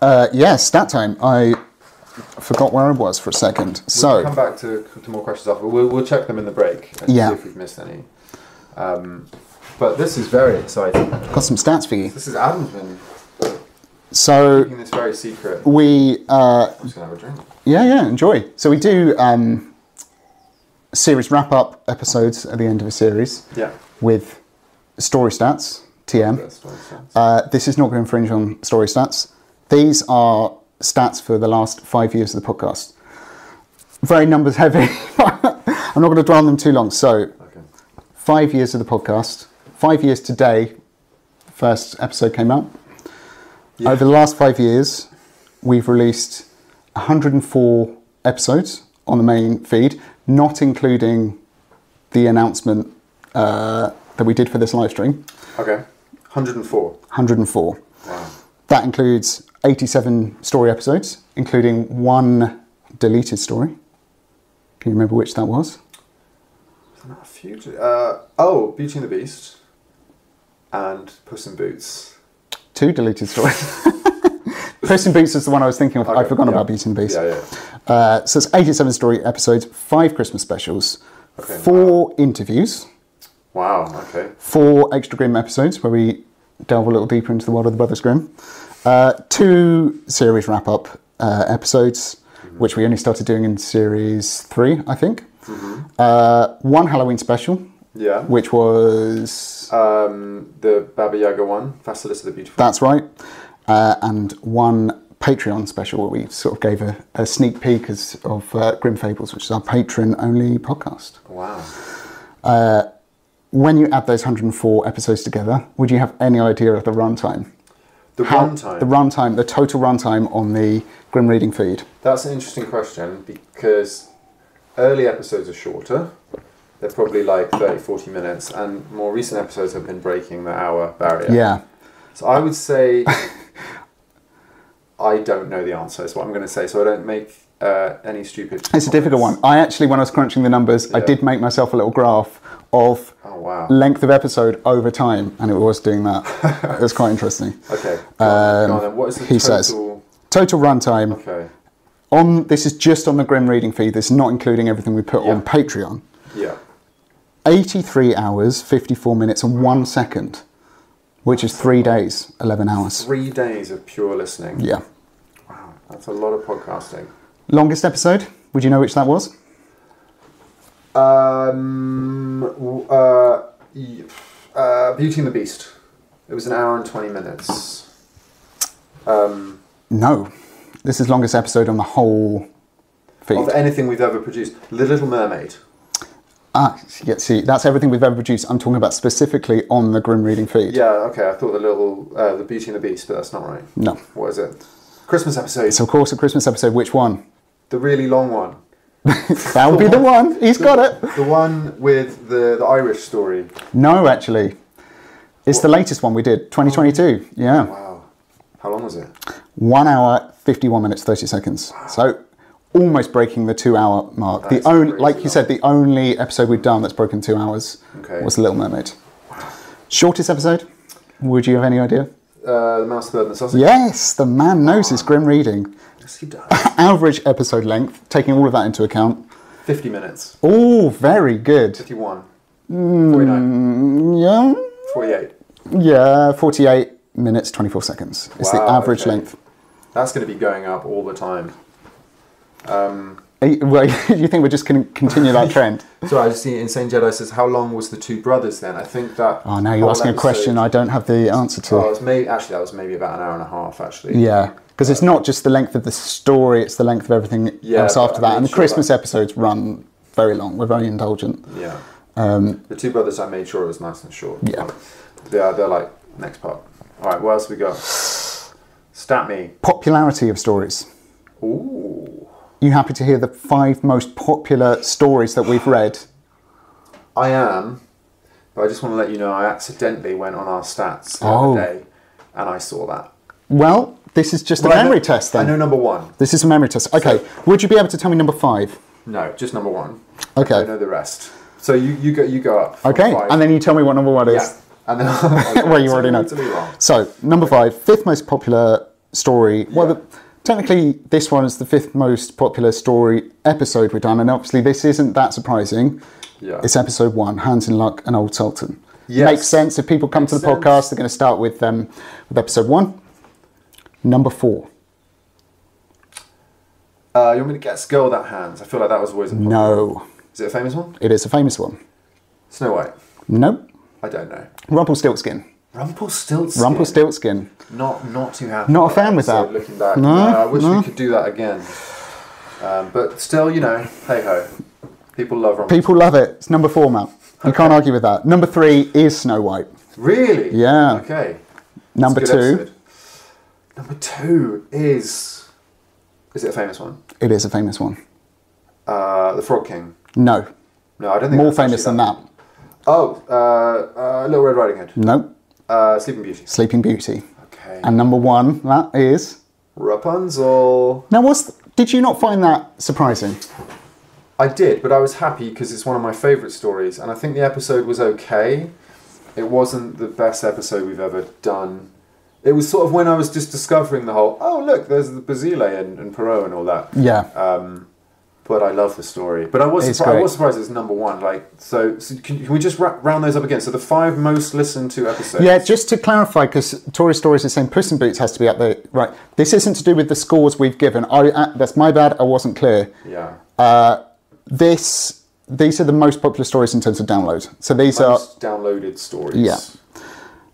B: Uh, yes, that time I forgot where I was for a second.
A: We'll come
B: So
A: back to, to more questions after. We'll, we'll check them in the break and
B: Yeah.
A: see if we've missed any. Um, but this is very exciting.
B: got some stats for you.
A: This is Adam's been
B: So
A: keeping this very secret. I'm
B: we uh,
A: just gonna have a drink.
B: Yeah, yeah, enjoy. So we do um, series wrap up episodes at the end of a series
A: Yeah.
B: with story stats, TM.
A: That's what it sounds.
B: Uh, this is not going to infringe on story stats. These are stats for the last five years of the podcast. Very numbers heavy. [LAUGHS] I'm not going to dwell on them too long. So,
A: okay.
B: five years of the podcast, five years today, first episode came out.
A: Yeah.
B: Over the last five years, we've released 104 episodes on the main feed, not including the announcement uh, that we did for this live stream.
A: okay. 104.
B: 104.
A: Wow.
B: That includes 87 story episodes, including one deleted story. Can you remember which that was?
A: Isn't that a few? to- Uh, oh, Beauty and the Beast and Puss in Boots.
B: Two deleted stories. [LAUGHS] Puss in Boots is the one I was thinking of. I'd
A: Okay,
B: forgotten
A: yeah.
B: about Beauty and the Beast.
A: Yeah, yeah.
B: Uh, so it's 87 story episodes, five Christmas specials,
A: Okay,
B: four interviews,
A: Wow, okay.
B: four extra Grimm episodes where we delve a little deeper into the world of the Brothers Grimm, uh, two series wrap up uh, episodes, which we only started doing in series three, I think. Uh, one Halloween special,
A: Yeah.
B: which was
A: Um, the Baba Yaga one, Facilis the Beautiful.
B: that's right, uh, and one. Patreon special where we sort of gave a, a sneak peek as, of uh, Grim Fables, which is our patron only podcast.
A: Wow.
B: when you add those 104 episodes together, would you have any idea of the runtime?
A: The
B: how-
A: runtime.
B: The runtime, the total runtime on the Grim Reading feed.
A: That's an interesting question because early episodes are shorter. They're probably like 30, 40 minutes, and more recent episodes have been breaking the hour barrier.
B: Yeah.
A: So I would say [LAUGHS] I don't know the answer, is what I'm going to say, so I don't make uh, any stupid.
B: It's a difficult one.
A: comments.
B: I actually, when I was crunching the numbers, I
A: Yeah.
B: did make myself a little graph of
A: Oh, wow.
B: length of episode over time, and it was doing that.
A: [LAUGHS]
B: it was quite interesting.
A: Okay. go on, go on then. What is the
B: he
A: total?
B: says- Total runtime
A: Okay.
B: on this is just on the Grim Reading feed. This is not including everything we put
A: Yeah.
B: on Patreon.
A: Yeah.
B: 83 hours, 54 minutes, and one second, which is three days, 11 hours.
A: Three days of pure listening.
B: Yeah.
A: Wow. That's a lot of podcasting.
B: Longest episode? Would you know which that was?
A: Um, w- uh, y- uh, Beauty and the Beast. It was an hour and 20 minutes. Um,
B: No. This is longest episode on the whole feed.
A: of anything we've ever produced. The Little Mermaid.
B: ah, yeah, see, that's everything we've ever produced. I'm talking about specifically on the Grim Reading feed.
A: Yeah, okay, I thought the little, uh, the Beauty and the Beast, but that's not right.
B: No.
A: What is it? Christmas episode.
B: It's, of course, a Christmas episode. Which one?
A: the really long one.
B: That would be
A: [LAUGHS]
B: the one. He's got it.
A: The one with the, the Irish story.
B: No, actually. It's the latest one we did, 2022. Yeah.
A: Wow. How long was it?
B: One hour, 51 minutes, 30 seconds. So almost breaking the two hour mark.
A: That's
B: the only,
A: crazy
B: like you
A: long.
B: said, the only episode we've done that's broken two hours
A: Okay.
B: was Little Mermaid. Shortest episode? Would you have any idea?
A: Uh, the Mouse, the Bird, and the Sausage.
B: Yes, the man knows
A: Ah.
B: his grim reading.
A: Yes, he does.
B: Average episode length, taking all of that into account.
A: 50 minutes.
B: Oh, very good. Mm,
A: 51. 49.
B: Yeah,
A: 48.
B: yeah 48 minutes, 24 seconds. It's the
A: Wow,
B: average
A: okay.
B: length.
A: That's going to be going up all the time. Um,
B: Eh, Well, [LAUGHS] you think we're just going to
A: [LAUGHS]
B: continue that trend?
A: so I see Insane Jedi says, how long was the two brothers then? I think that.
B: Oh, now you're
A: whole
B: asking a
A: episode-
B: question I don't have the answer to.
A: Oh, it was may- actually, that was maybe about an hour and a half, actually.
B: yeah, because it's not just the length of the story; it's the length of everything
A: Yeah,
B: else
A: but
B: after
A: I
B: that.
A: made
B: And the
A: sure
B: Christmas episodes run very long. We're very indulgent.
A: Yeah. the two brothers, I made sure it was nice and short.
B: Um, Yeah.
A: Yeah, they're like, next part. All right, what else we got? Stat me.
B: Popularity of stories.
A: Ooh.
B: You happy to hear the five most popular stories that we've read?
A: I am, but I just want to let you know I accidentally went on our stats the
B: Oh.
A: other day and I saw that.
B: Well, this is just a
A: But I
B: memory
A: know-
B: test
A: I know
B: then.
A: number one.
B: This is a memory test. Okay, would you be able to tell me number five?
A: No, just number one.
B: Okay.
A: I know the rest. So you, you go you go up. from
B: Okay,
A: five.
B: and then you tell me what number one is.
A: yeah, [LAUGHS] and then
B: [LAUGHS]
A: I'll-
B: well, you
A: so
B: already know.
A: To be wrong.
B: So, number five, fifth most popular story. Well,
A: Yeah.
B: the, technically, this one is the fifth most popular story episode we've done, and obviously, this isn't that surprising.
A: Yeah.
B: It's episode one, Hands in Luck and Old Sultan.
A: Yes.
B: Makes sense. If people come to the
A: Makes sense.
B: podcast, they're going to start with um, with episode one. Number four.
A: Uh, you want me to guess Girl That Hands? I feel like that was always a
B: No,
A: Is it a famous one?
B: it is a famous one.
A: Snow White.
B: Nope.
A: I don't know.
B: Rumpelstiltskin.
A: Rumpelstiltskin.
B: Rumpelstiltskin.
A: Not not too happy.
B: Not a
A: about
B: fan with
A: episode,
B: that.
A: Looking back,
B: No,
A: no, I wish
B: no.
A: we could do that again. Um, but still, you know, hey ho, people love Rumpel.
B: People love it. It's number four, Matt. You can't argue with that. Number three is Snow White.
A: really?
B: Yeah.
A: Okay.
B: Number
A: It's
B: two.
A: a good episode. Number two is is it a famous one?
B: It is a famous one.
A: Uh, the Frog King.
B: No.
A: No, I don't think
B: More
A: that's actually
B: famous than that.
A: Oh, uh, uh, Little Red Riding Hood.
B: No.
A: Uh, Sleeping Beauty.
B: Sleeping Beauty.
A: Okay.
B: And number one, that is.
A: Rapunzel.
B: Now, what's. did you not find that surprising?
A: I did, but I was happy because it's one of my favourite stories, and I think the episode was okay. It wasn't the best episode we've ever done. It was sort of when I was just discovering the whole, oh, look, there's the Basile and, and Perot and all that.
B: Yeah.
A: Um, but I love the story. But I was
B: It's
A: surpri- I
B: great.
A: was surprised it's number one. Like, so, so can, can we just ra- round those up again? So the five most listened to episodes.
B: yeah, just to clarify, because Tory Stories is saying Puss in Boots has to be up there. Right. This isn't to do with the scores we've given. I, uh, that's my bad. I wasn't clear.
A: Yeah.
B: This. These are the most popular stories in terms of download. So these are.
A: most downloaded stories.
B: Yeah.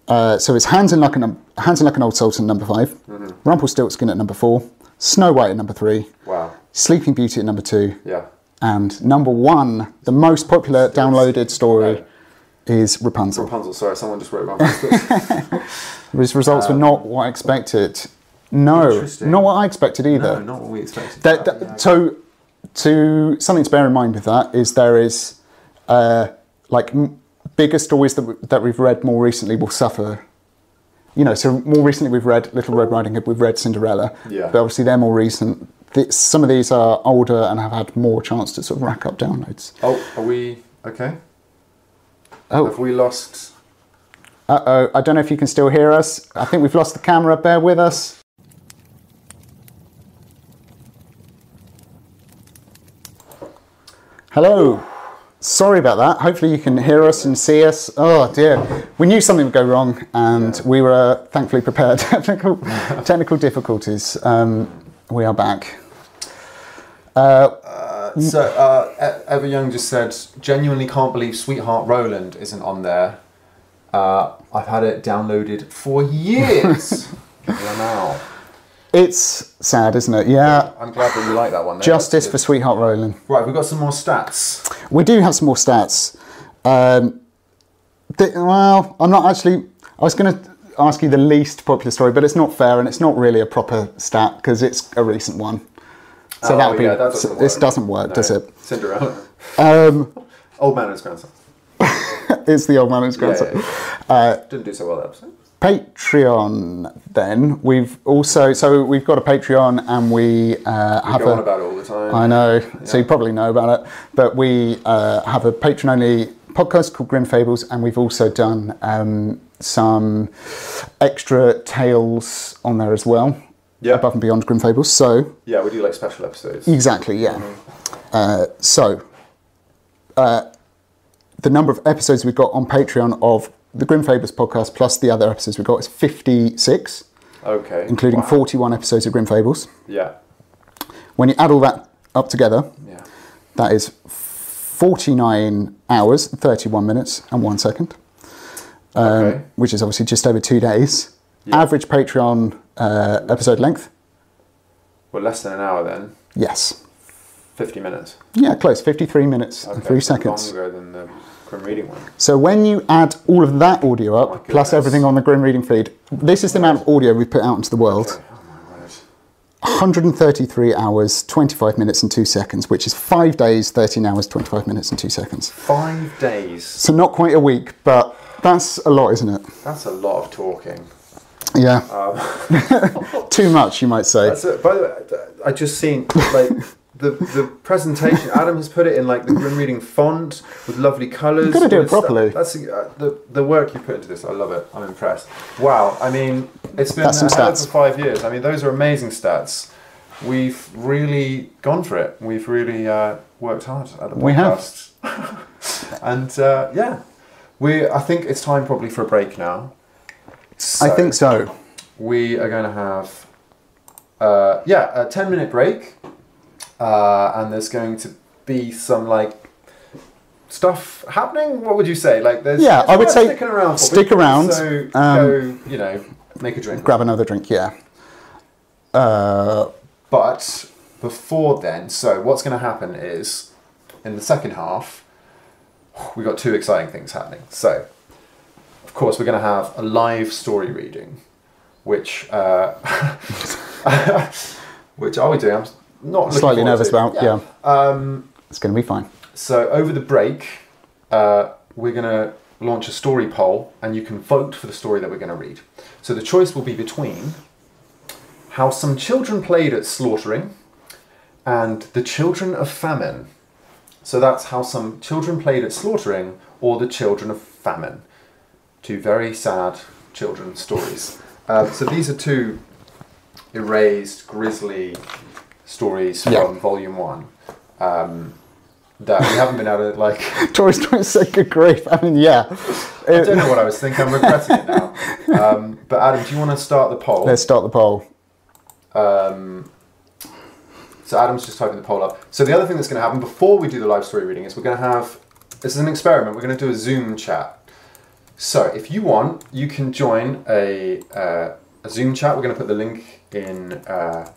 B: Uh, so it's Hands and Luck and um, Hands and Luck and Old Sultan number 5
A: Mm-hmm.
B: Rumpelstiltskin at number four, Snow White at number three,
A: Wow.
B: Sleeping Beauty at number two,
A: Yeah.
B: and number one, the most popular downloaded story, is Rapunzel.
A: Rapunzel, sorry, someone just wrote
B: [LAUGHS]
A: Rapunzel.
B: His results were not what I expected. No,
A: Uh, Interesting.
B: not what I expected either.
A: no, not what we expected.
B: There- there- so, to something to bear in mind with that is there is uh, like m- bigger stories that, w- that we've read more recently will suffer. You know, so more recently we've read Little Red Riding Hood, we've read Cinderella,
A: Yeah.
B: but obviously they're more recent. Th some of these are older and have had more chance to sort of rack up downloads.
A: oh, are we okay?
B: Oh.
A: Have we lost?
B: Uh oh, I don't know if you can still hear us. I think we've lost the camera, bear with us. Hello. Sorry about that. Hopefully, you can hear us and see us. Oh dear. We knew something would go wrong, and we were uh, thankfully prepared. [LAUGHS] technical, technical difficulties. Um, we are back. Mm.
A: So, uh, E- Eva Young just said, genuinely can't believe Sweetheart Roland isn't on there. Uh, I've had it downloaded for
B: [LAUGHS]
A: years. wow.
B: It's sad, isn't it? Yeah.
A: I'm glad that you like that one. though.
B: Justice for
A: That's
B: Sweetheart Roland.
A: good. Right, we've got some more stats.
B: We do have some more stats. Um, the, well, I'm not actually. I was going to ask you the least popular story, but it's not fair and it's not really a proper stat because it's a recent one. So
A: Oh,
B: that would be.
A: yeah, that doesn't
B: so this
A: work.
B: doesn't work,
A: No.
B: does it?
A: Cinderella.
B: Um,
A: [LAUGHS] Old man and his grandson.
B: it's the old man who's grandson.
A: Yeah, yeah,
B: Uh,
A: yeah. Didn't do so well that episode.
B: Patreon. Then we've also so we've got a Patreon and we uh, have
A: Go
B: a.
A: on about it all the time.
B: I know. So you probably know about it. But we uh, have a patron only podcast called Grim Fables, and we've also done um, some extra tales on there as well.
A: Yeah.
B: Above and beyond Grim Fables. So,
A: Yeah, we do like special episodes.
B: exactly, yeah.
A: Mm-hmm.
B: Uh, so, uh, the number of episodes we've got on Patreon of the Grim Fables podcast plus the other episodes we've got is 56,
A: Okay.
B: including
A: Wow.
B: 41 episodes of Grim Fables.
A: Yeah.
B: When you add all that up together,
A: Yeah.
B: That is 49 hours, 31 minutes, and one second, Um,
A: Okay.
B: which is obviously just over two days.
A: Yeah.
B: Average Patreon uh, episode length?
A: Well, less than an hour then.
B: Yes.
A: 50 minutes.
B: Yeah, close, 53 minutes and
A: Okay,
B: three
A: so
B: seconds.
A: Longer than the Grim Reading one.
B: So when you add all of that audio
A: my
B: up, plus
A: goodness.
B: everything on the Grim Reading feed, this is the amount of audio we've put out into the world.
A: Okay. Oh my word.
B: 133 hours, 25 minutes, and two seconds, which is five days, 13 hours, 25 minutes, and two seconds.
A: Five days.
B: So not quite a week, but that's a lot, isn't it?
A: That's a lot of talking.
B: Yeah. [LAUGHS] Too much, you might say.
A: Um, That's it. By the way, I I just seen
B: [LAUGHS]
A: like the the presentation. Adam has put it in like the grim reading font with lovely colours.
B: gotta do
A: all
B: it
A: this stuff.
B: properly.
A: That's uh, the the work you put into this. I love it. I'm impressed. Wow. I mean, it's been
B: That's some
A: a hell of
B: stats.
A: a five years. I mean, those are amazing stats. We've really gone for it. We've really uh, worked hard at the podcast.
B: We have.
A: [LAUGHS] and uh, yeah, we. I think it's time probably for a break now.
B: I think so.
A: we are going to have uh, yeah a 10 minute break uh, and there's going to be some like stuff happening what would you say like there's
B: Yeah,
A: it's
B: I would
A: worth
B: say
A: sticking around for,
B: stick
A: but
B: around,
A: so
B: um,
A: go you know make a drink
B: Grab another drink, yeah. Uh,
A: but before then so what's going to happen is in the second half we got two exciting things happening so of course we're going to have a live story reading which uh, [LAUGHS] which are we doing? I'm not looking
B: Slightly
A: forward
B: nervous
A: to.
B: about, yeah.
A: Um,
B: it's going to be fine. [LAUGHS]
A: so over the break, uh, we're gonna launch a story poll, and you can vote for the story that we're gonna read. So the choice will be between how some children played at slaughtering and the children of famine. So that's how some children played at slaughtering or the children of famine. Two very sad children's stories. Uh, so these are two erased, grisly stories from
B: Yeah.
A: volume one um, that we haven't been able to like.
B: Tori's trying to say good grief. I mean, yeah.
A: I
B: It-
A: don't know what I was thinking. I'm regretting it now. Um, but Adam, do you want to start the poll?
B: let's start the poll.
A: Um, so Adam's just typing the poll up. So the other thing that's going to happen before we do the live story reading is we're going to have this is an experiment. We're going to do a Zoom chat. So if you want, you can join a, uh, a Zoom chat. We're going to put the link in uh,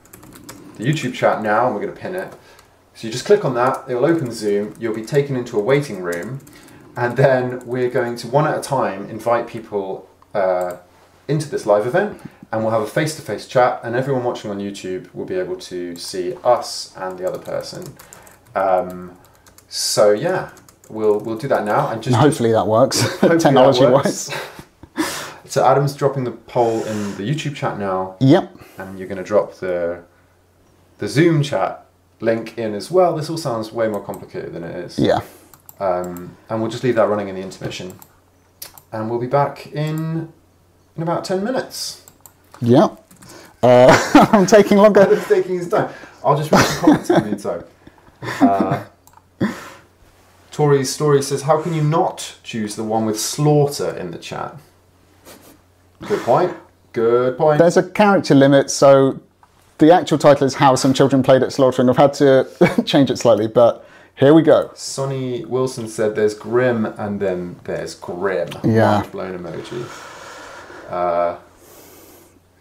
A: the YouTube chat now, and we're going to pin it. So you just click on that. It will open Zoom. You'll be taken into a waiting room, And then we're going to one at a time invite people uh, into this live event, and we'll have a face to face chat. And everyone watching on YouTube will be able to see us and the other person. Um, so yeah, we'll we'll do that now. And just
B: And hopefully that works, [LAUGHS]
A: hopefully that
B: technology
A: works.
B: wise.
A: [LAUGHS] so Adam's dropping the poll in the YouTube chat now,
B: Yep.
A: and you're going to drop the the Zoom chat link in as well. This all sounds way more complicated than it is.
B: Yeah.
A: Um, and we'll just leave that running in the intermission. And we'll be back in in about 10 minutes.
B: Yep. Uh, [LAUGHS] I'm taking
A: [LAUGHS]
B: longer.
A: Adam's taking his time. I'll just read the comments in the meantime. Uh, Tori's story says, How can you not choose the one with slaughter in the chat? Good point. Good point.
B: There's a character limit, so the actual title is How Some Children Played at Slaughter, and I've had to [LAUGHS] change it slightly, but here we go.
A: Sonny Wilson said, There's grim and then there's grim.
B: Yeah.
A: Mind blown emoji. Uh,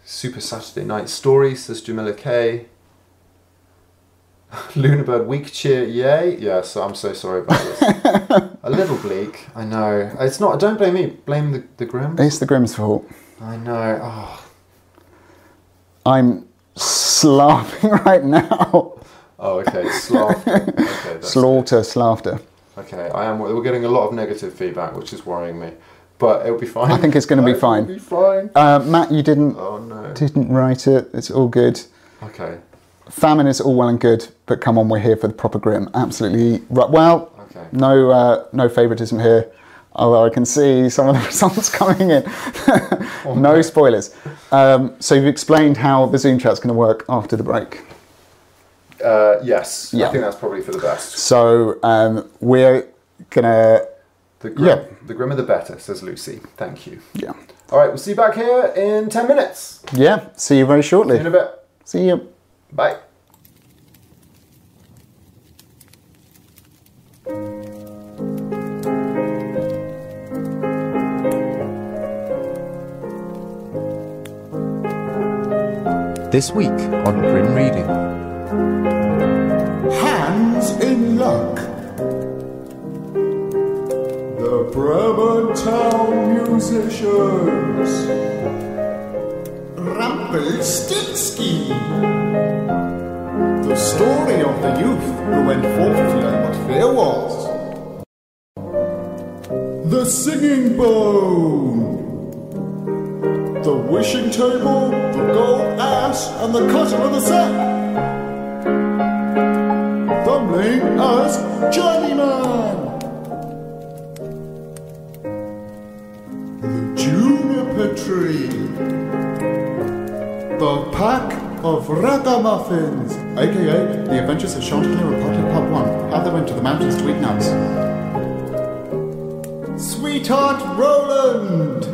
A: Super Saturday Night Story says Jamila K. [LAUGHS] Lunabird Week Cheer, yay! Yeah, so I'm so sorry about
B: [LAUGHS]
A: this. A little bleak, I know. It's not. Don't blame me. Blame the the grim.
B: It's the Grimm's fault.
A: I know. Oh,
B: I'm slaving [LAUGHS] right now.
A: oh okay.
B: [LAUGHS]
A: Slaughter. Okay, that's
B: Slaughter, slaughter.
A: Okay, I am. We're getting a lot of negative feedback, which is worrying me. But it'll be fine.
B: I think it's gonna
A: [LAUGHS]
B: be
A: It'll
B: fine.
A: Be fine.
B: Uh, Matt, you didn't
A: Oh no.
B: didn't write it. It's all good.
A: Okay.
B: Famine is all well and good, but come on, we're here for the proper grim. Absolutely right. Well,
A: Okay.
B: no uh, no favouritism here. Although I can see some of the [LAUGHS] results coming in. [LAUGHS] no spoilers. Um, so you've explained how the Zoom chat's going to work after the break.
A: Uh, yes, I
B: Yeah.
A: think that's probably for the best.
B: So um, we're gonna
A: The grim,
B: Yeah.
A: the grimmer the better, says Lucy. Thank you.
B: yeah
A: All right, we'll see you back here in 10 minutes.
B: yeah. See you very shortly.
A: In a bit.
B: See you.
A: Bye.
C: This week on Grim Reading.
D: Hands in Luck. The Bremen Town Musicians. Rumpelstiltskin. The story of the youth who went forth to learn what fear was. The Singing Bone. The Wishing Table, the Gold Ash, and the Cutter of the Sack thumbling as Journeyman. The Juniper Tree. The Pack of Ragamuffins, aka The Adventures of Chanticleer and Potter Part 1. How they went to the mountains to eat nuts. Sweetheart Roland!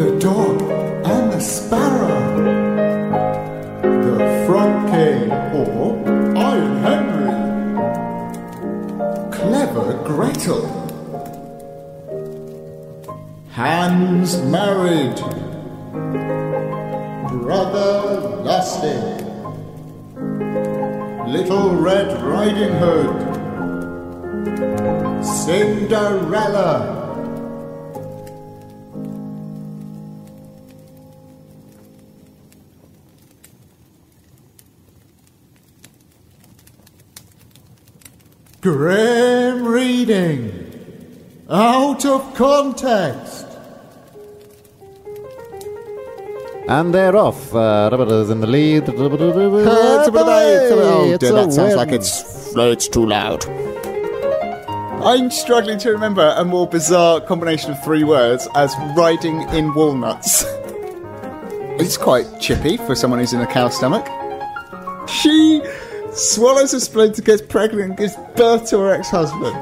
D: The Dog and the Sparrow the frog king or Iron Henry. Clever Gretel. Hans married. Brother Lustig. Little Red Riding Hood. Cinderella. Grim reading. Out of context.
C: And they're off. Uh, Rubber is in the lead.
B: Oh,
C: It's
B: dear,
C: a
B: that sounds
C: win.
B: like it's it's too loud. I'm struggling to remember a more bizarre combination of three words as riding in walnuts. it's quite chippy for someone who's in a cow stomach. She swallows a splinter, gets pregnant, and gives birth to her ex-husband.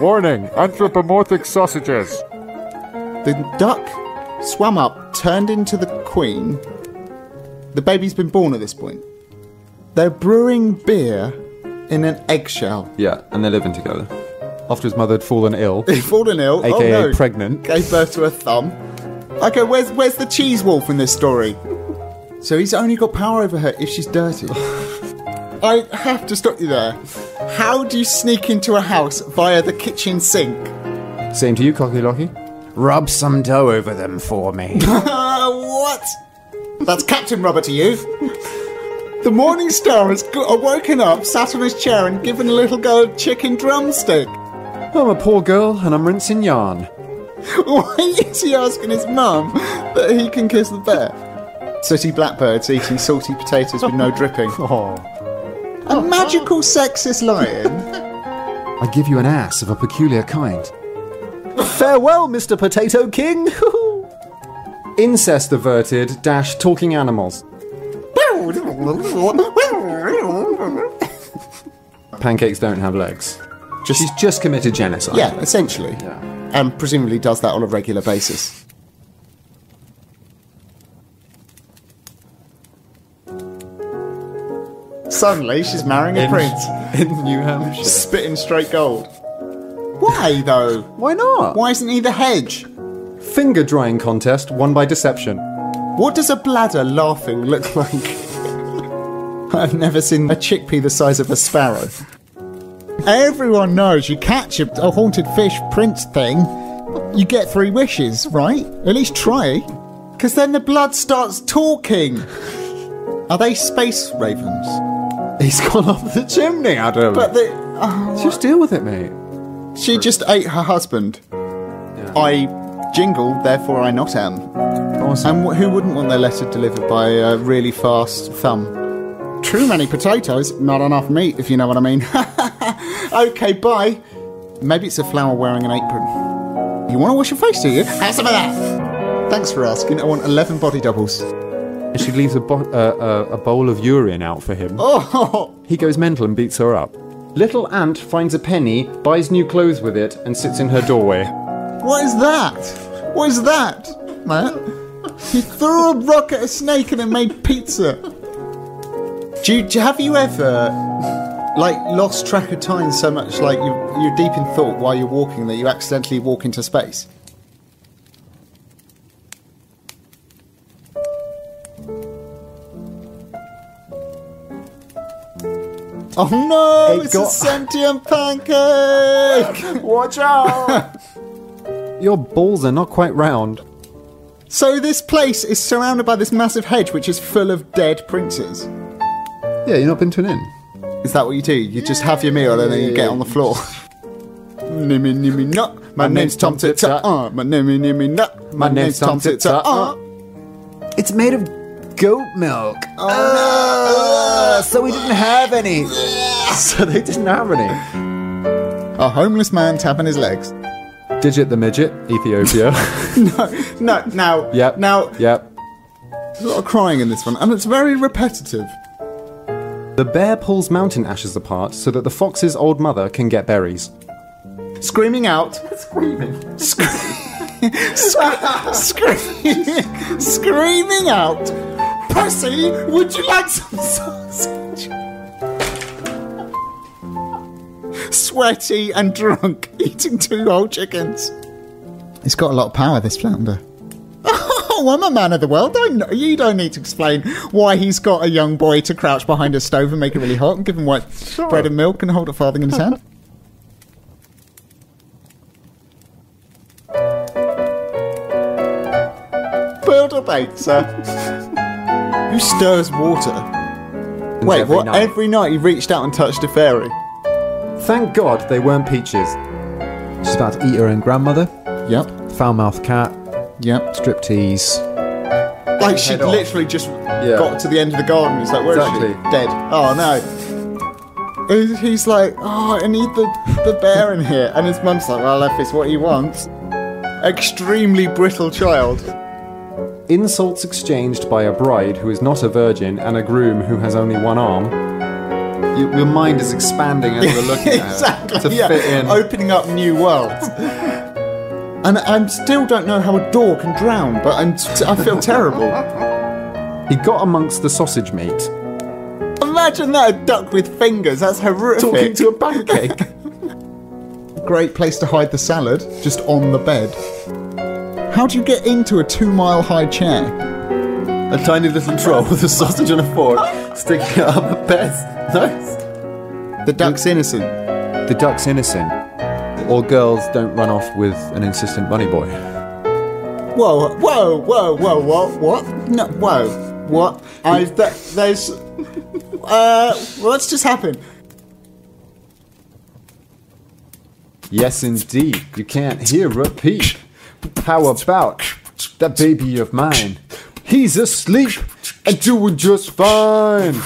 E: Warning, anthropomorphic sausages.
B: The duck swam up, turned into the queen. The baby's been born at this point. They're brewing beer in an eggshell.
A: Yeah, and they're living together. After his mother had fallen
C: [LAUGHS]
A: ill,
B: They've fallen ill.
A: aka
B: oh, no.
A: pregnant.
B: Gave birth to a thumb. Okay, where's where's the cheese wolf in this story? So he's only got power over her if she's dirty. I have to stop you there. How do you sneak into a house via the kitchen sink? [LAUGHS]
A: Same to you, Cocky Locky.
C: Rub some dough over them for me.
B: Uh, what? That's Captain Robert to you. The Morning Star has g- woken up, sat on his chair, and given a little go of chicken drumstick.
A: [LAUGHS] I'm a poor girl and I'm rinsing yarn.
B: Why is he asking his mum that he can kiss the bear? Sooty blackbirds eating salty potatoes with no dripping. A magical sexist lion.
A: I give you an ass of a peculiar kind.
C: Farewell, Mr. Potato King. [LAUGHS]
A: Incest averted, dash, talking animals. Pancakes don't have legs.
B: Just-
A: She's just committed genocide.
B: yeah, essentially.
A: Yeah.
B: And presumably does that on a regular basis. Suddenly, she's marrying a prince.
A: [LAUGHS] In New Hampshire.
B: spitting straight gold. Why though?
A: Why not?
B: Why isn't he the hedge?
A: Finger drying contest won by deception.
B: What does a bladder laughing look like? I've never seen a chickpea the size of a sparrow. Everyone knows you catch a, a haunted fish prince thing, you get three wishes, right? At least try. Because then the blood starts talking. Are they space ravens?
A: He's gone off the chimney, Adam.
B: But the,
A: just deal with it, mate.
B: She just ate her husband. I jingle, therefore I not am.
A: Awesome.
B: And wh- who wouldn't want their letter delivered by a really fast thumb? Too many potatoes, not enough meat, if you know what I mean. [LAUGHS] okay, bye. Maybe it's a flower wearing an apron. You want to wash your face, do you? Have some of that. Thanks for asking. I want 11 body doubles. [LAUGHS]
A: And she leaves a, bo- uh, uh, a bowl of urine out for him.
B: Oh,
A: He goes mental and beats her up. Little Ant finds a penny, buys new clothes with it, and sits in her
C: [LAUGHS]
A: doorway.
B: what is that? What is that, man? He threw a rock at a snake and it made pizza. Do you, do- have you ever like lost track of time so much like you, you're deep in thought while you're walking that you accidentally walk into space? Oh no!
A: It
B: it's a
A: got- [LAUGHS]
B: sentient pancake.
A: Watch out! [LAUGHS] Your balls are not quite round.
B: So this place is surrounded by this massive hedge, which is full of dead princes.
A: Yeah, you've not been to an inn.
B: Is that what you do? You just have your meal and then you get on the floor. [LAUGHS] nimmy nimmy nut. My name's Tom Tit Tut. Uh. My nimmy nimmy nut. My name's Tom Tit Tut. Uh.
C: It's made of goat milk.
A: Oh,
C: Ah, so we didn't have any.
A: [LAUGHS] So they didn't have any.
B: A homeless man tapping his legs. [LAUGHS]
A: Digit the midget, [LAUGHS] Ethiopia.
B: No, now.
A: yep.
B: Now,
A: Yep.
B: there's a lot of crying in this one, and it's very repetitive.
A: The bear pulls mountain ashes apart so that the fox's old mother can get berries.
B: Screaming [LAUGHS] out. Screaming. Screaming. Screaming out. Pussy, would you like some sausage? Sweaty and drunk, [LAUGHS] eating two whole chickens. He's got a lot of power, this flounder. [LAUGHS] Oh, I'm a man of the world. I know, you don't need to explain why he's got a young boy to crouch behind a stove and make it really hot and give him white bread and milk and hold a farthing in his [LAUGHS] hand. Build a bait, sir. Who stirs water? Wait,
A: every
B: what?
A: night.
B: Every night he reached out and touched a fairy.
A: Thank God they weren't peaches. She's about to eat her own grandmother.
B: Yep,
A: Foul mouth cat,
B: yep.
A: striptease.
B: Like she
A: off.
B: literally just got to the end of the garden. It's like, where is
A: Exactly.
B: she? Dead. Oh no. He's- He's like, oh, I need the, the bear in here. And his mum's like, well, if it's what he wants. Extremely brittle child.
A: Insults exchanged by a bride who is not a virgin and a groom who has only one arm. You, your mind is expanding as you're [LAUGHS] looking at
B: exactly.
A: it to
B: yeah.
A: fit in.
B: Opening up new worlds. and I still don't know how a door can drown, but I'm t- I feel
A: [LAUGHS]
B: terrible.
A: He got amongst the sausage meat,
B: Imagine that a duck with fingers. That's horrific.
A: talking to a [LAUGHS] pancake.
B: Great place to hide the salad, just on the bed. How do you get into a two mile high chair?
C: A tiny little troll with a sausage and a fork sticking it up a bear's nose.
B: The duck's innocent.
A: The duck's innocent. All girls don't run off with an insistent bunny boy.
B: Whoa, whoa, whoa, whoa, what, what? No, whoa, what? I, that, there's, uh, what's just happened?
A: Yes, indeed. You can't hear a peep. How about that baby of mine? He's asleep and doing just fine.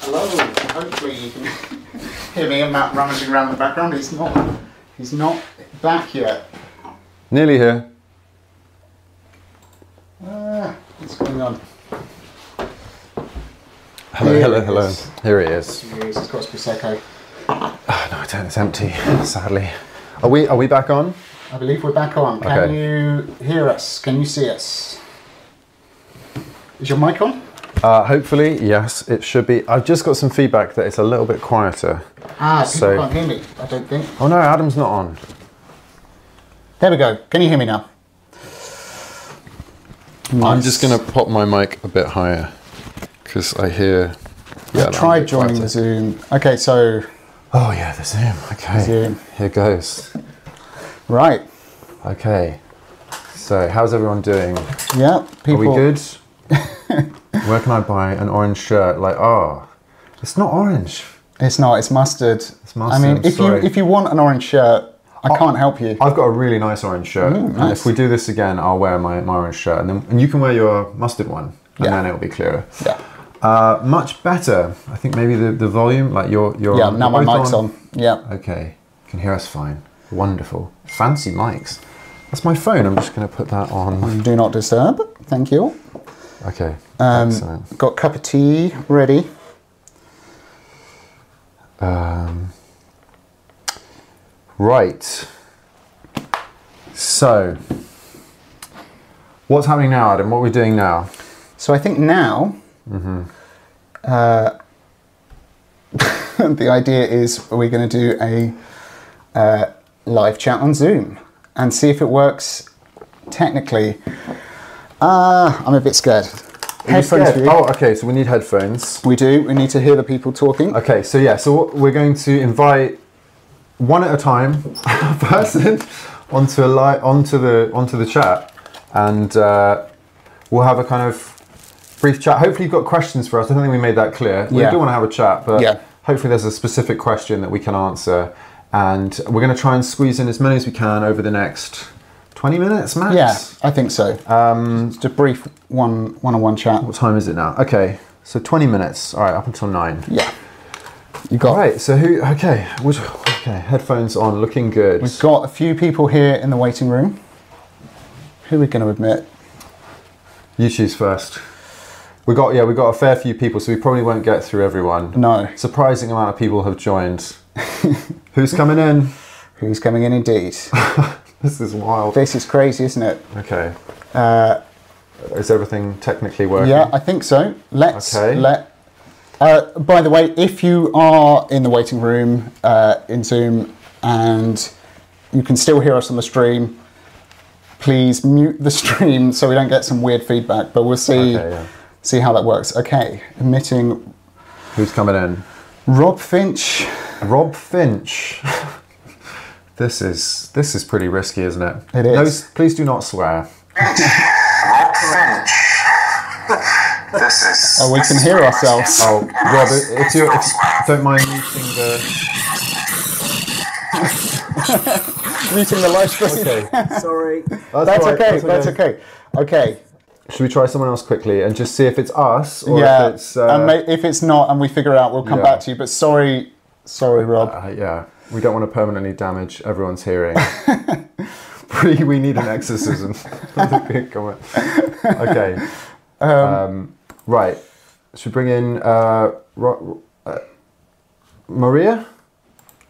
B: Hello, hopefully you can [LAUGHS] hear me and Matt rummaging around in the background. He's not, he's not back yet.
A: Nearly here.
B: Ah, what's going on?
A: Hello,
B: Here
A: hello,
B: it
A: hello.
B: is.
A: Here he is.
B: Jeez, it's got Prosecco.
A: Oh, no, I don't- it's empty, sadly. Are we, are we back on?
B: I believe we're back on. Can
A: Okay.
B: you hear us? Can you see us? Is your mic on?
A: Uh, hopefully, yes, it should be. I've just got some feedback that it's a little bit quieter.
B: Ah, people
A: So-
B: can't hear me, I don't think.
A: Oh no, Adam's not on.
B: There we go. Can you hear me now?
A: I'm just going to pop my mic a bit higher because I hear.
B: I tried joining the
A: this.
B: Zoom. Okay, so
A: Oh yeah, the Zoom. Okay.
B: Zoom.
A: Here goes.
B: right,
A: Okay. So, how's everyone doing?
B: yeah,
A: Are
B: people.
A: we
B: [LAUGHS]
A: good? Where can I buy an orange shirt? Like, ah, it's not orange.
B: It's not. It's mustard. It's
A: mustard,
B: I mean,
A: I'm
B: if
A: sorry. Oh.
B: you if you want an orange shirt, I can't help you.
A: I've got a really nice orange shirt. And
B: Mm, nice.
A: if we do this again, I'll wear my, my orange shirt, and then and you can wear your mustard one, and
B: Yeah.
A: then it'll be clearer.
B: yeah,
A: Uh, much better. I think maybe the, the volume, like your your
B: yeah. Now my
A: both
B: mic's on. Yeah.
A: Okay, you can hear us fine. Wonderful. Fancy mics. That's my phone. I'm just going to put that on.
B: Do not disturb. Thank you.
A: Okay.
B: Um,
A: Excellent.
B: got a cup of tea ready.
A: Right. So, what's happening now, Adam? What are we doing now?
B: So I think now, uh, [LAUGHS] the idea is we're going to do a uh, live chat on Zoom and see if it works. Technically, ah, I'm a bit scared. Headphones for you.
A: Oh, okay. So we need headphones.
B: We do. We need to hear the people talking.
A: Okay, so yeah, so what- we're going to invite one at a time [LAUGHS] a person onto a li- onto the onto the chat, and uh, we'll have a kind of brief chat. Hopefully, you've got questions for us. I don't think we made that clear. We
B: Yeah.
A: do want to have a chat, but
B: Yeah.
A: hopefully, there's a specific question that we can answer, and we're going to try and squeeze in as many as we can over the next twenty minutes max.
B: Yeah, I think so. Um, just a brief one one-on-one chat.
A: What time is it now? Okay, so twenty minutes. All right, up until nine.
B: Yeah, you got.
A: All right, so who? Okay, which, okay, headphones on, looking good.
B: We've got a few people here in the waiting room. Who are we going to admit?
A: You choose first. We got yeah, we got a fair few people, so we probably won't get through everyone.
B: No.
A: surprising amount of people have joined. [LAUGHS] Who's coming in? [LAUGHS]
B: Who's coming in? Indeed. [LAUGHS]
A: This is wild.
B: This is crazy, isn't it?
A: Okay. Uh, is everything technically working?
B: Yeah, I think so. Let's
A: Okay.
B: let. Uh, by the way, if you are in the waiting room uh, in Zoom and you can still hear us on the stream, please mute the [LAUGHS] stream so we don't get some weird feedback. But we'll see
A: Okay, yeah.
B: see how that works. Okay, admitting
A: Who's coming in?
B: Rob Finch.
A: Rob Finch. [LAUGHS] this is this is pretty risky, isn't it?
B: It is.
A: No, s- please do not swear.
F: This is.
B: Oh, we can hear ourselves. [LAUGHS]
A: Oh, Rob, i- if you if, don't mind muting the
B: Muting the live stream.
C: Sorry.
B: That's,
A: all right,
B: okay, that's okay. Okay.
A: Should we try someone else quickly and just see if it's us or
B: yeah.
A: if it's uh,
B: and ma- if it's not, and we figure it out, we'll come
A: Yeah.
B: back to you. But sorry, sorry, Rob.
A: Uh, yeah, we don't want to permanently damage everyone's
B: [LAUGHS]
A: hearing. we, we need an exorcism. [LAUGHS] Come on. okay. Um, right. Should we bring in uh, Ro- uh, Maria?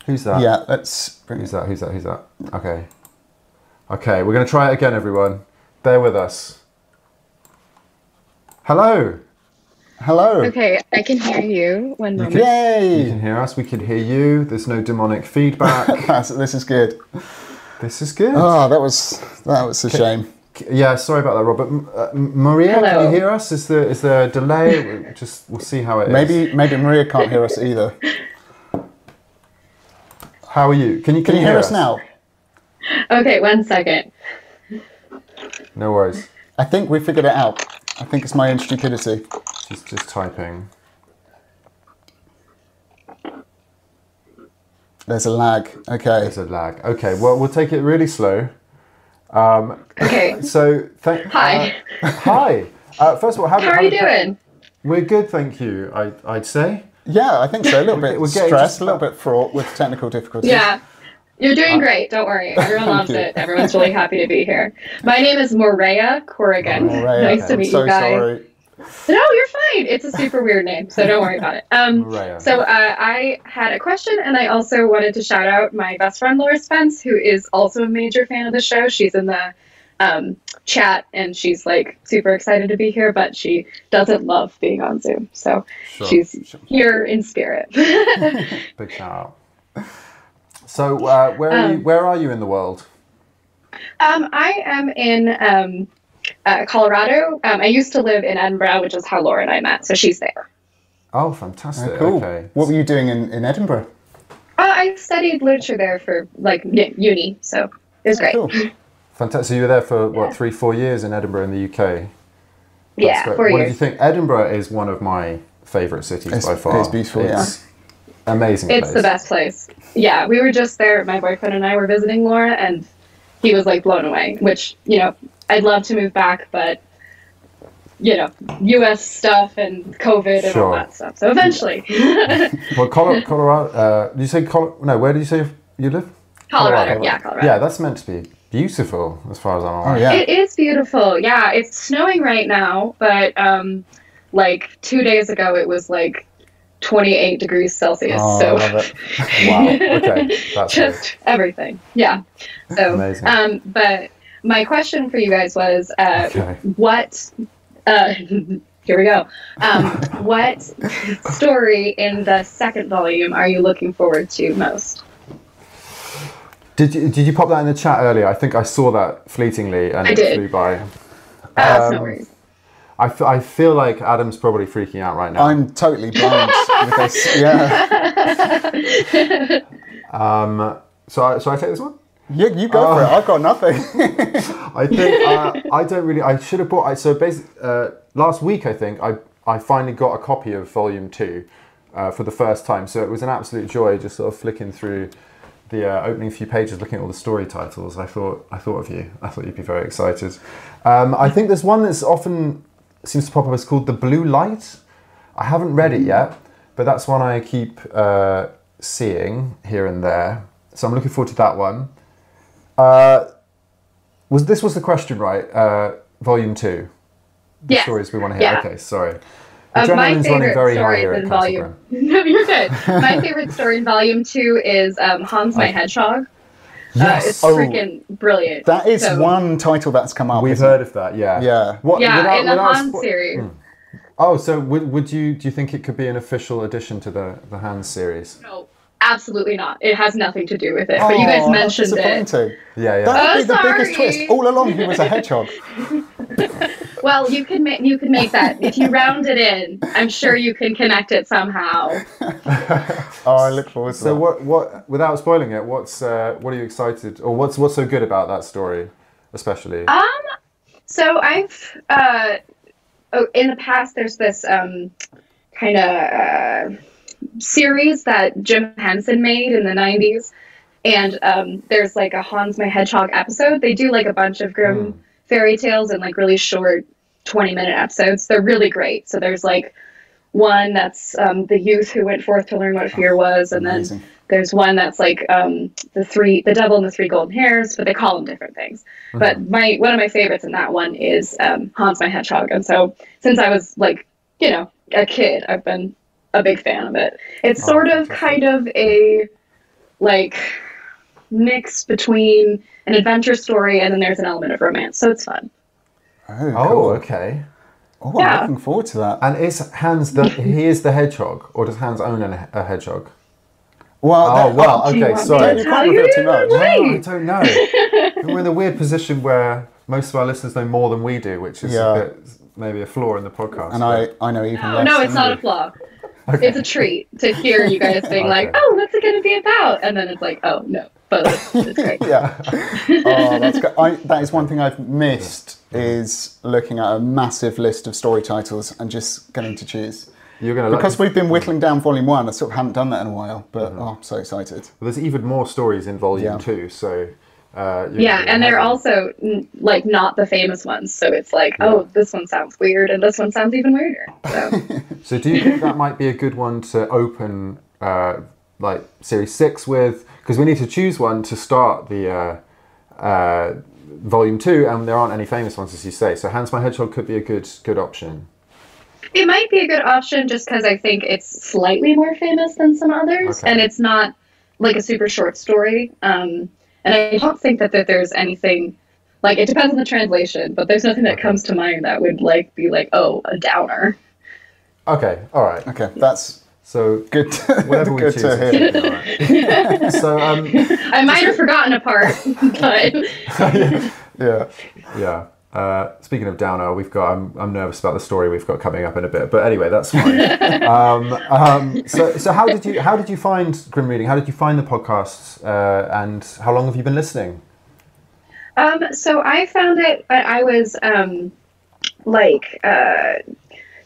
A: Who's that?
B: Yeah, let's bring
A: Who's
B: it.
A: that? Who's that? Who's that? Okay. Okay, we're going to try it again, everyone. Bear with us. Hello.
B: Hello.
G: Okay, I can hear you. One moment.
A: You
B: Yay!
A: can hear us. We can hear you. There's no demonic
B: [LAUGHS]
A: feedback.
B: That's- this is good. Uh,
A: this is good.
B: Oh, that was that was a shame.
A: Yeah, sorry about that, Robert. M- Uh, M- Maria, can
G: Hello.
A: you hear us? Is there is there a delay?
B: [LAUGHS]
A: We- Just we'll see how it is.
B: Maybe maybe Maria can't hear
A: [LAUGHS]
B: us either.
A: How are you? Can you
B: Can you hear us now?
G: Okay, one second.
A: No worries.
B: I think we figured it out. I think it's my own stupidity.
A: Just just typing.
B: There's a lag. Okay.
A: There's a lag. Okay. Well, we'll take it really slow.
B: [LAUGHS]
G: Okay.
A: So thank.
G: Hi.
A: Uh, hi. Uh, first of all, how,
G: How are you doing?
A: We're good, thank you. I I'd say.
B: Yeah, I think so. A little
A: [LAUGHS]
B: bit
A: we're getting
B: stressed,
A: just
B: a little bit fraught with technical difficulties.
G: Yeah. You're
B: Uh,
G: doing great. Don't
B: [LAUGHS]
G: worry. Everyone loves
B: you.
G: it. Everyone's really happy to be here. My name is Morea Corrigan.
B: Maria,
G: Nice to
B: I'm
G: meet
B: so
G: you guys.
B: sorry.
G: No, you're fine. It's a super weird name, so don't worry about it. Um,
A: Mariah.
G: so uh, I had a question, and I also wanted to shout out my best friend Laura Spence, who is also a major fan of the show. She's in the um, chat, and she's like super excited to be here, but she doesn't love being on Zoom, so she's here in spirit. [LAUGHS]
A: Big shout out. So uh, where are you, where are you in the world?
G: Um, I am in um, uh, Colorado. Um, I used to live in Edinburgh, which is how Laura and I met. So she's there.
A: Oh, fantastic.
B: Uh, Cool.
A: Okay.
B: What were you doing in, in Edinburgh?
G: Uh, I studied literature there for like n- uni, so it was great.
B: Cool.
A: Fantastic. So you were there for what three, four years in Edinburgh in the UK.
G: Yeah,
A: That's great.
G: four
A: what
G: years.
A: did you think? Edinburgh is one of my favourite cities
B: It's-
A: by far.
B: it's beautiful, yeah.
A: Amazing.
G: It's
A: place.
G: the best place. Yeah, we were just there. My boyfriend and I were visiting Laura, and he was like blown away. Which you know, I'd love to move back, but you know, U.S. stuff and COVID and all
A: Sure.
G: that stuff. So eventually,
A: [LAUGHS] Well, Colo- Colorado. Uh, you say Col- No, where do you say you live?
G: [LAUGHS] Colorado. Yeah, Colorado.
A: Yeah, that's meant to be beautiful as far as I'm aware.
B: Oh,
G: [LAUGHS]
B: yeah.
G: It is beautiful. Yeah, it's snowing right now, but um, like two days ago, it was like 28 degrees Celsius.
B: Oh,
G: so
B: I love it.
A: [LAUGHS] Wow. Okay. That's
G: just
A: good.
G: everything. Yeah. So,
A: Amazing.
G: um, but my question for you guys was, uh,
A: Okay.
G: what? Uh, [LAUGHS] here we go.
A: [LAUGHS]
G: Um, what story in the second volume are you looking forward to most?
A: Did you, did you pop that in the chat earlier? I think I saw that fleetingly and
G: I
A: it
G: did.
A: flew by.
G: Uh,
A: Um,
G: no worries.
A: I, f- I feel like Adam's probably freaking out right now.
B: I'm totally
G: [LAUGHS]
B: blind with this. Yeah.
A: So I, so I take this one?
B: You, you go for it. I've got nothing.
A: I think uh, I don't really. I should have bought. I, so basically, uh, last week I think I I finally got a copy of Volume Two uh, for the first time. So it was an absolute joy, just sort of flicking through the uh, opening few pages, looking at all the story titles. I thought I thought of you. I thought you'd be very excited. Um, I think there's one that's often seems to pop up. It's called The Blue Light. I haven't read it yet, but that's one I keep uh, seeing here and there. So I'm looking forward to that one. Was this was the question right? Uh, volume two. The
G: Yes.
A: stories we want to hear.
G: Yeah.
A: Okay, sorry.
G: Uh, my
A: Adrenaline's running
G: favorite
A: very high
G: story
A: here
G: is
A: at
G: in
A: Castle
G: volume. [LAUGHS] No, you're good.
A: [LAUGHS]
G: My favorite story in volume two is um, Hans My Hedgehog. Uh, it's
B: Oh.
G: freaking brilliant.
B: [LAUGHS] That is
G: So,
B: one title that's come up.
A: We've
B: isn't it?
A: heard of that, yeah.
B: Yeah.
A: What,
G: Yeah,
A: without-
G: in the
A: without
G: Han
A: spo-
G: series.
A: Oh, so would, would you do you think it could be an official addition to the the Hans series?
G: No, absolutely not. It has nothing to do with it. but you guys
B: Oh, that's
G: mentioned it.
B: disappointing.
A: Yeah, yeah.
B: That
G: Oh,
B: would be the biggest
G: sorry.
B: twist. All along, he was a hedgehog.
G: Well, you can make you can make that if you round it in. I'm sure you can connect it somehow.
B: [LAUGHS] Oh, I look forward to
A: so
B: that.
A: what what without spoiling it, what's uh, what are you excited or what's what's so good about that story, especially?
G: Um, so I've uh, oh, in the past there's this um, kind of uh, series that Jim Henson made in the '90s, and um, there's like a Hans my Hedgehog episode. They do like a bunch of grim fairy tales in like really short, 20 minute episodes. They're really great. So there's like one that's um, the youth who went forth to learn what fear was, and
B: amazing.
G: then there's one that's like um, the three, the devil and the three golden hairs, but they call them different things. But my one of my favorites in that one is um, Hans my Hedgehog, and so since I was like you know a kid, I've been a big fan of it. It's sort of kind of a like mix between an adventure story and then there's an element of romance, so it's fun.
B: Oh,
A: oh,
B: cool.
A: okay.
B: Oh, I'm
G: Yeah.
B: looking forward to that.
A: And is Hans the he is the hedgehog, or does Hans own an, a hedgehog?
B: Well,
A: Oh
B: that-
A: well,
G: Do you
A: okay,
G: want me
A: sorry.
G: to
B: You can't
G: tell
A: [LAUGHS]
B: reveal too much.
A: No, Oh, I
G: Wait.
A: don't know. We're in the weird position where Most of our listeners know more than we do, which is a
B: Yeah.
A: bit, maybe a flaw in the podcast.
B: And I, I know even
G: No,
B: less.
G: no,
B: than
G: it's not a
B: you.
G: flaw. It's a treat to hear you guys being like, "Oh, what's it going to be about?" And then it's like, "Oh no, but
A: [LAUGHS]
G: it's great."
B: [LAUGHS]
G: [LAUGHS]
B: Yeah. oh, that's good. I, that is one thing I've missed is looking at a massive list of story titles and just getting to choose.
A: You're gonna like this.
B: because
A: Mm-hmm.
B: we've been whittling down volume one. I sort of haven't done that in a while, but oh, I'm so excited.
A: But there's even more stories in volume
B: Yeah.
A: two, so. Uh, you're
G: Yeah,
A: gonna
G: and they're
A: have-
G: also n- like not the famous ones, so it's like, "Oh, this one sounds weird, and this one sounds even weirder." So
A: So do you think that might be a good one to open uh, like series six with? Because we need to choose one to start the uh, uh, volume two, and there aren't any famous ones, as you say. So Hans My Hedgehog could be a good good option.
G: it might be a good option just because I think it's slightly more famous than some others,
A: Okay.
G: and it's not like a super short story. Um, and I don't think that, that there's anything like it depends on the translation, but there's nothing that comes to mind that would like be like, "Oh, a downer."
A: Okay, all right.
B: Okay, that's
A: So
B: good. [LAUGHS]
A: whatever we
B: good
A: choose.
B: to hear.
A: it should be all
B: [LAUGHS]
A: right. so um,
G: I might have forgotten a part, [LAUGHS] but
B: Yeah.
A: yeah. Uh, speaking of downer, we've got. I'm, I'm nervous about the story we've got coming up in a bit, but anyway, that's fine.
B: [LAUGHS]
A: um, um, so, so how did you how did you find Grim Reading? How did you find the podcast? Uh, and how long have you been listening?
G: Um, so I found it. I, I was um, like, uh,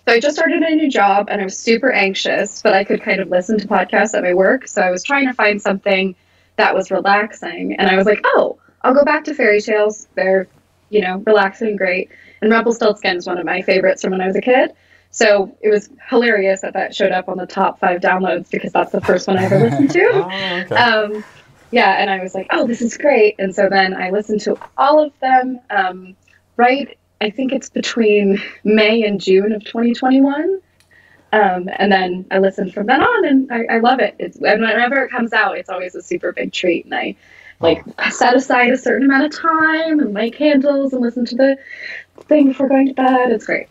G: so I just started a new job and I was super anxious, but I could kind of listen to podcasts at my work. So I was trying to find something that was relaxing, and I was like, oh, I'll go back to fairy tales. They're, you know, relaxing, great. And Rumpelstiltskin is one of my favorites from when I was a kid. So it was hilarious that that showed up on the top five downloads because that's the first one I ever listened to. um, yeah, and I was like, oh, this is great. And so then I listened to all of them. Um, right, I think it's between May and June of 2021. Um, and then I listened from then on, and I, I love it. It's, and whenever it comes out, it's always a super big treat. And I like
B: Oh.
G: set aside a certain amount of time and light candles and listen to the thing before going to bed. It's great.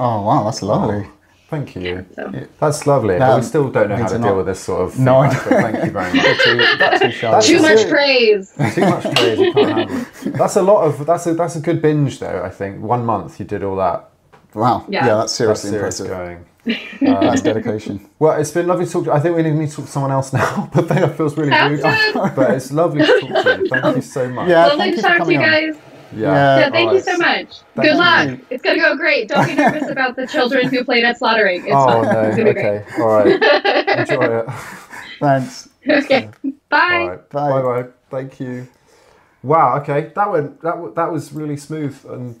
B: Oh wow, that's lovely.
A: Thank you.
G: So.
A: That's lovely. but
B: Um,
A: we still don't know how
B: means
A: to
B: not-
A: deal with this sort of.
B: No, I
A: feedback, but thank you very much.
B: That's too shy.
A: That's
G: Too
A: just
G: much
A: it.
B: [LAUGHS]
G: praise.
A: Too much praise. You can't handle it. That's a lot of. That's a that's a good binge though. I think one month you did all that.
B: Wow. Yeah,
G: Yeah.
B: that's
A: That's
B: seriously
A: serious
B: impressive.
A: going. [LAUGHS]
B: that's dedication.
A: Well, it's been lovely to talk to I think we need to talk to someone else now, [LAUGHS] but that feels really rude.
G: Absolutely.
A: [LAUGHS] But it's lovely to talk to you. Thank you so much.
B: Yeah,
G: Lovely
B: thank
G: to
B: you for
G: talk to
B: coming
G: you
B: on.
G: guys.
A: Yeah.
G: Yeah, thank you
B: alright.
G: so much.
B: Thank
G: Good
B: you.
G: luck. It's gonna go great. Don't
A: [LAUGHS]
G: be nervous about the children who played at slaughtering. It's
A: Oh,
G: fine. It's
A: no.
G: gonna be great.
A: Okay. All right. Enjoy
G: [LAUGHS]
A: it.
B: Thanks.
G: Okay. Bye.
A: All right. Bye bye. Thank you. Wow. Okay. That went. That wa- that was really smooth and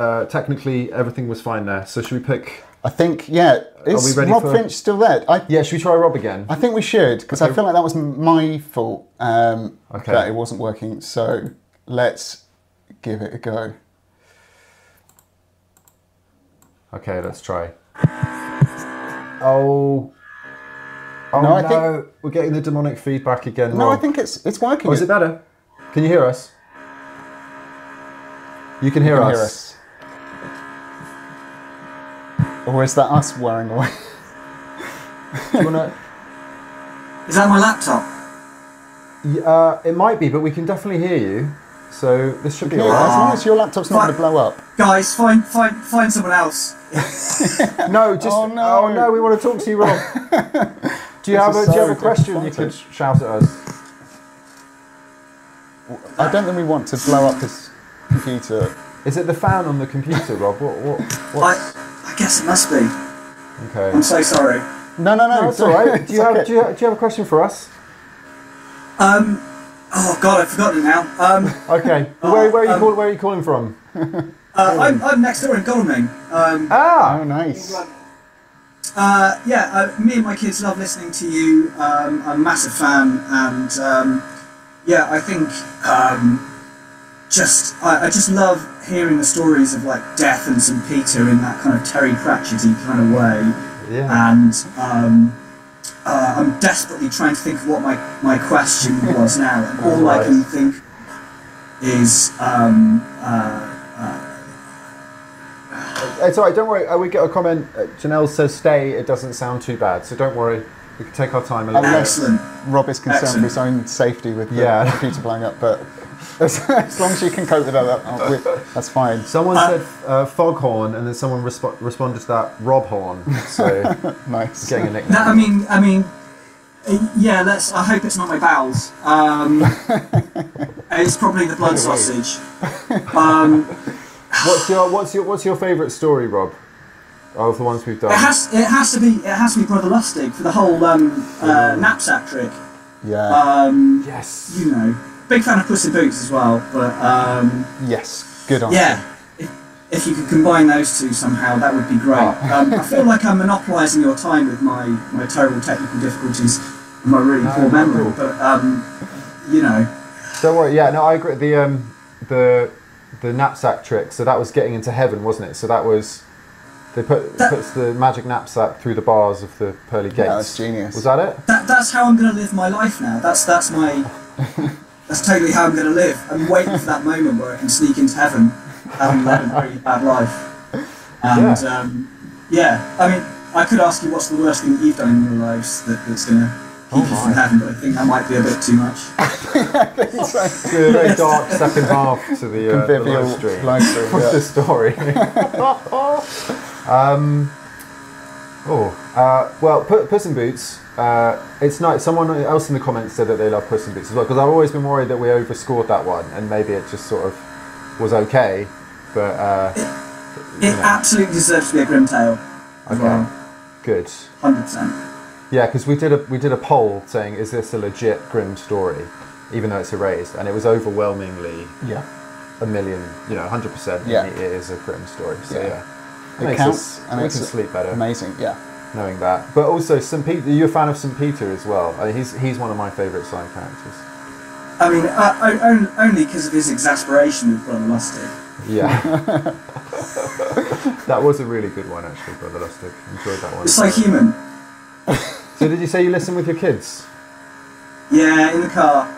A: uh, technically everything was fine there. So should we pick?
B: I think yeah. Is
A: we ready
B: Rob
A: for-
B: Finch still there? I
A: Yeah. Should we try Rob again?
B: I think we should because I feel like that was my fault um,
A: Okay.
B: that it wasn't working. So let's give it a go.
A: Okay. Let's try. Oh. Oh
B: No,
A: no!
B: I think-
A: We're getting the demonic feedback again.
B: No, I
A: Rob.
B: think it's it's working.
A: Oh, is it better? Can you hear us? You can hear,
B: You can
A: us.
B: hear us. Or is that us wearing [LAUGHS] away?
A: Do you wanna-
C: Is that my laptop?
A: Y- uh, it might be, but we can definitely hear you. So this should be
B: Yeah,
A: all
B: as
A: right.
B: long as your laptop's not going to
C: Fuck.
B: blow up.
C: Guys, find find find someone else.
A: No, just
B: Oh, no.
A: oh no, we want to talk to you,
B: [LAUGHS]
A: Rob. do you have
B: is
A: a, do you
B: so
A: have a question? You could
B: disappointing.
A: shout at us.
B: I don't think we want to blow up this computer.
A: Is it the fan on the computer, Rob? What what?
C: I
A: What's,
C: I guess it must be.
A: okay.
C: I'm so sorry.
B: No, no, no.
A: That's all right.
B: [LAUGHS] it's
A: Do you have
B: okay.
A: do you have, do you have a question for us?
C: Um. Oh God, I've forgotten it now. Um.
A: Okay. Where, where are you
C: um,
A: call, Where are you calling from?
C: Uh, I'm, I'm next door in Godalming. Um.
B: Oh,
A: Ah.
B: nice.
C: Uh, yeah, uh, me and my kids love listening to you. Um, I'm a massive fan, and um, yeah, I think um, just I, I just love hearing the stories of like death and St. Peter in that kind of Terry Pratchett-y kind of way.
A: Yeah.
C: And um, uh, I'm desperately trying to think of what my, my question was now, and all I can think is um, uh,
A: It's all right. Don't worry. Uh, we get a comment. Uh, Janelle says stay. It doesn't sound too bad, so don't worry. We can take our time a little bit.
B: Unless
C: excellent.
B: Rob is concerned for his own safety with the
A: Yeah.
B: computer blowing up, but [LAUGHS] As, as long as you can cope with that, that- with- that's fine.
A: Someone said uh, foghorn, and then someone resp- responded to that Rob Horn. So
B: Nice.
A: getting a nickname.
C: That, um, I mean, I mean, uh, yeah. Let's. I hope it's not my bowels. Um, it's probably the blood sausage. Um,
A: What's your what's your what's your favourite story, Rob? Of the ones we've done.
C: it has. It has to be. It has to be Brother Lustig for the whole um, uh, knapsack trick.
B: Yeah.
C: Um,
A: yes.
C: you know, big fan of Puss in Boots as well. But um,
B: Yes. Good answer.
C: yeah, if, if you could combine those two somehow, that would be great. Um, I feel like I'm monopolising your time with my my terrible technical difficulties, and my really poor memory. But um, you know.
A: Don't worry. Yeah. No, I agree. The um the the knapsack trick. So that was getting into heaven, wasn't it? So that was they put
C: That-
A: puts the magic knapsack through the bars of the pearly gates.
B: that's genius.
A: Was that it?
C: that, that's how I'm going to live my life now. That's that's my that's totally how I'm going to live. I'm waiting for that moment where I can sneak into heaven, having led a really bad life. And yeah. Um, yeah, I mean, I could ask you what's the worst thing that you've done in your lives that, that's going to keep you from heaven, but I think that might be a bit too much.
A: It's a very dark second half to the, uh, the
B: Convivial
A: live stream.
B: [LAUGHS] live stream,
A: What's
B: yeah.
A: the story? [LAUGHS] um, oh, uh, well, Pu- Puss in Boots. Uh, it's nice. Someone else in the comments said that they love Puss in Boots as well because I've always been worried that we overscored that one and maybe it just sort of was okay. But uh,
C: It absolutely deserves to be a grim tale. as
A: okay,
C: Well,
A: good.
C: hundred percent.
A: Yeah, because we did a we did a poll saying is this a legit grim story, even though it's erased, and it was overwhelmingly
B: Yeah.
A: a million, you know, 100%.
B: Yeah.
A: Yeah. It is a grim story. So,
B: Yeah.
A: yeah.
B: It
A: Makes
B: counts,
A: us-
B: and
A: we
B: it's
A: can sleep better
B: Amazing. Yeah.
A: knowing that. But also, St. Peter, you're a fan of St. Peter as well. I mean, he's, he's one of my favourite side characters.
C: I mean, uh, o- on- only because of his exasperation with Brother Lustig.
B: [LAUGHS]
A: Yeah. [LAUGHS] that was a really good one, actually, Brother Lustig. Enjoyed that one.
C: It's so human.
A: So, did you say you listen with your kids?
C: Yeah, in the car,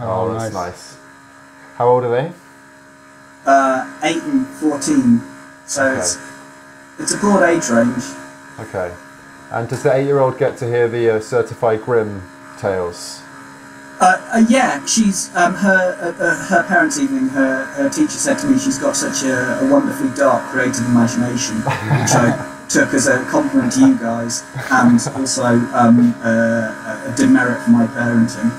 A: Oh, that's nice. How old are they?
C: uh, eight and fourteen. So it's It's a broad age range.
A: Okay. And does the eight year old get to hear the uh, certified grim tales?
C: Uh, uh, yeah, she's um, her uh, uh, her parents' evening. Her, her teacher said to me she's got such a, a wonderfully dark creative imagination, which I took as a compliment to you guys, and also um, uh, a demerit for my parenting.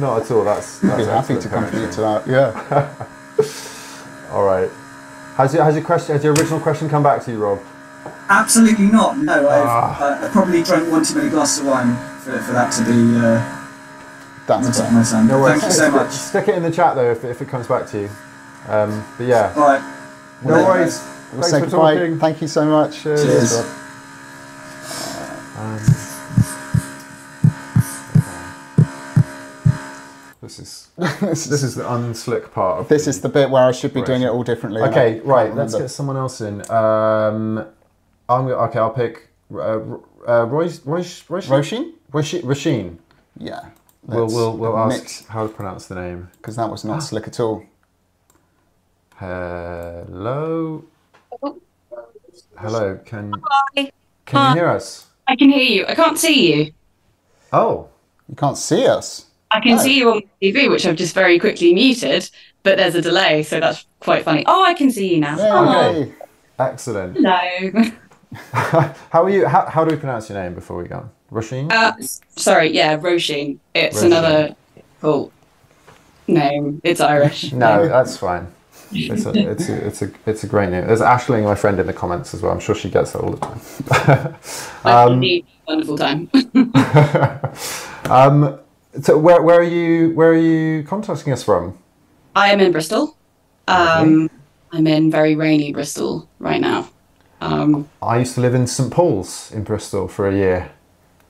A: Not at all. That's, that's
B: Be happy
A: excellent
B: to
A: parenting.
B: contribute to that. Yeah.
A: All right. Has your, has your question? Has your original question come back to you, Rob?
C: Absolutely not. No,
A: Ah.
C: I've, uh, I've probably drunk one too many glasses of wine for, for that to be uh, on
B: [LAUGHS]
C: the
B: That's
C: top of
B: fair.
C: my son.
A: No worries.
C: Thank you so much.
A: Stick it in the chat though if, if it comes back to you. Um, but yeah,
C: All right.
A: no worries.
B: We'll
A: Thanks
B: say
A: for
B: goodbye.
A: talking.
B: Thank you so much.
A: Cheers. Um,
C: Cheers.
B: Rob.
A: This
B: [LAUGHS]
A: is this is the unslick part. Of
B: This is the bit where I should be doing it all differently. and I
A: okay.
B: can't
A: Right, let's
B: remember.
A: get someone else in. Um, I'm go- okay. I'll pick uh, R- uh, Royce, Royce, Royce,
B: Roisin?
A: Roisin, Roisin.
B: Yeah.
A: We'll
B: Let's
A: we'll, we'll
B: mix.
A: ask Ah. how to pronounce the name.
B: because that was not slick at all.
A: Hello. Hello. Can
H: Hi.
A: can
H: Hi.
A: you hear us?
H: I can hear you. I can't see you.
A: Oh,
B: You can't see us.
H: I can
B: Oh.
H: see you on the TV, which I've just very quickly muted, but there's a delay, so that's quite funny. Oh, I can see you now. Oh,
B: Yay.
A: Okay. excellent. [LAUGHS]
H: Hello.
A: How are you? How, how do we pronounce your name before we go? on? Roisin.
H: Uh, s- [LAUGHS] sorry, yeah, Roisin. It's
A: Roisin.
H: another cool name. It's
A: [LAUGHS]
H: Irish.
A: no, that's fine. It's a, it's a, it's a, it's a great name. There's Ashling, my friend, in the comments as well. I'm sure she gets that all the time. [LAUGHS]
H: I've
A: um,
H: had a wonderful time. [LAUGHS]
A: So where, where are you? Where are you contacting us from?
H: I am in Bristol. Um, I'm in very rainy Bristol right now. Um,
A: I used to live in St Paul's in Bristol for a year.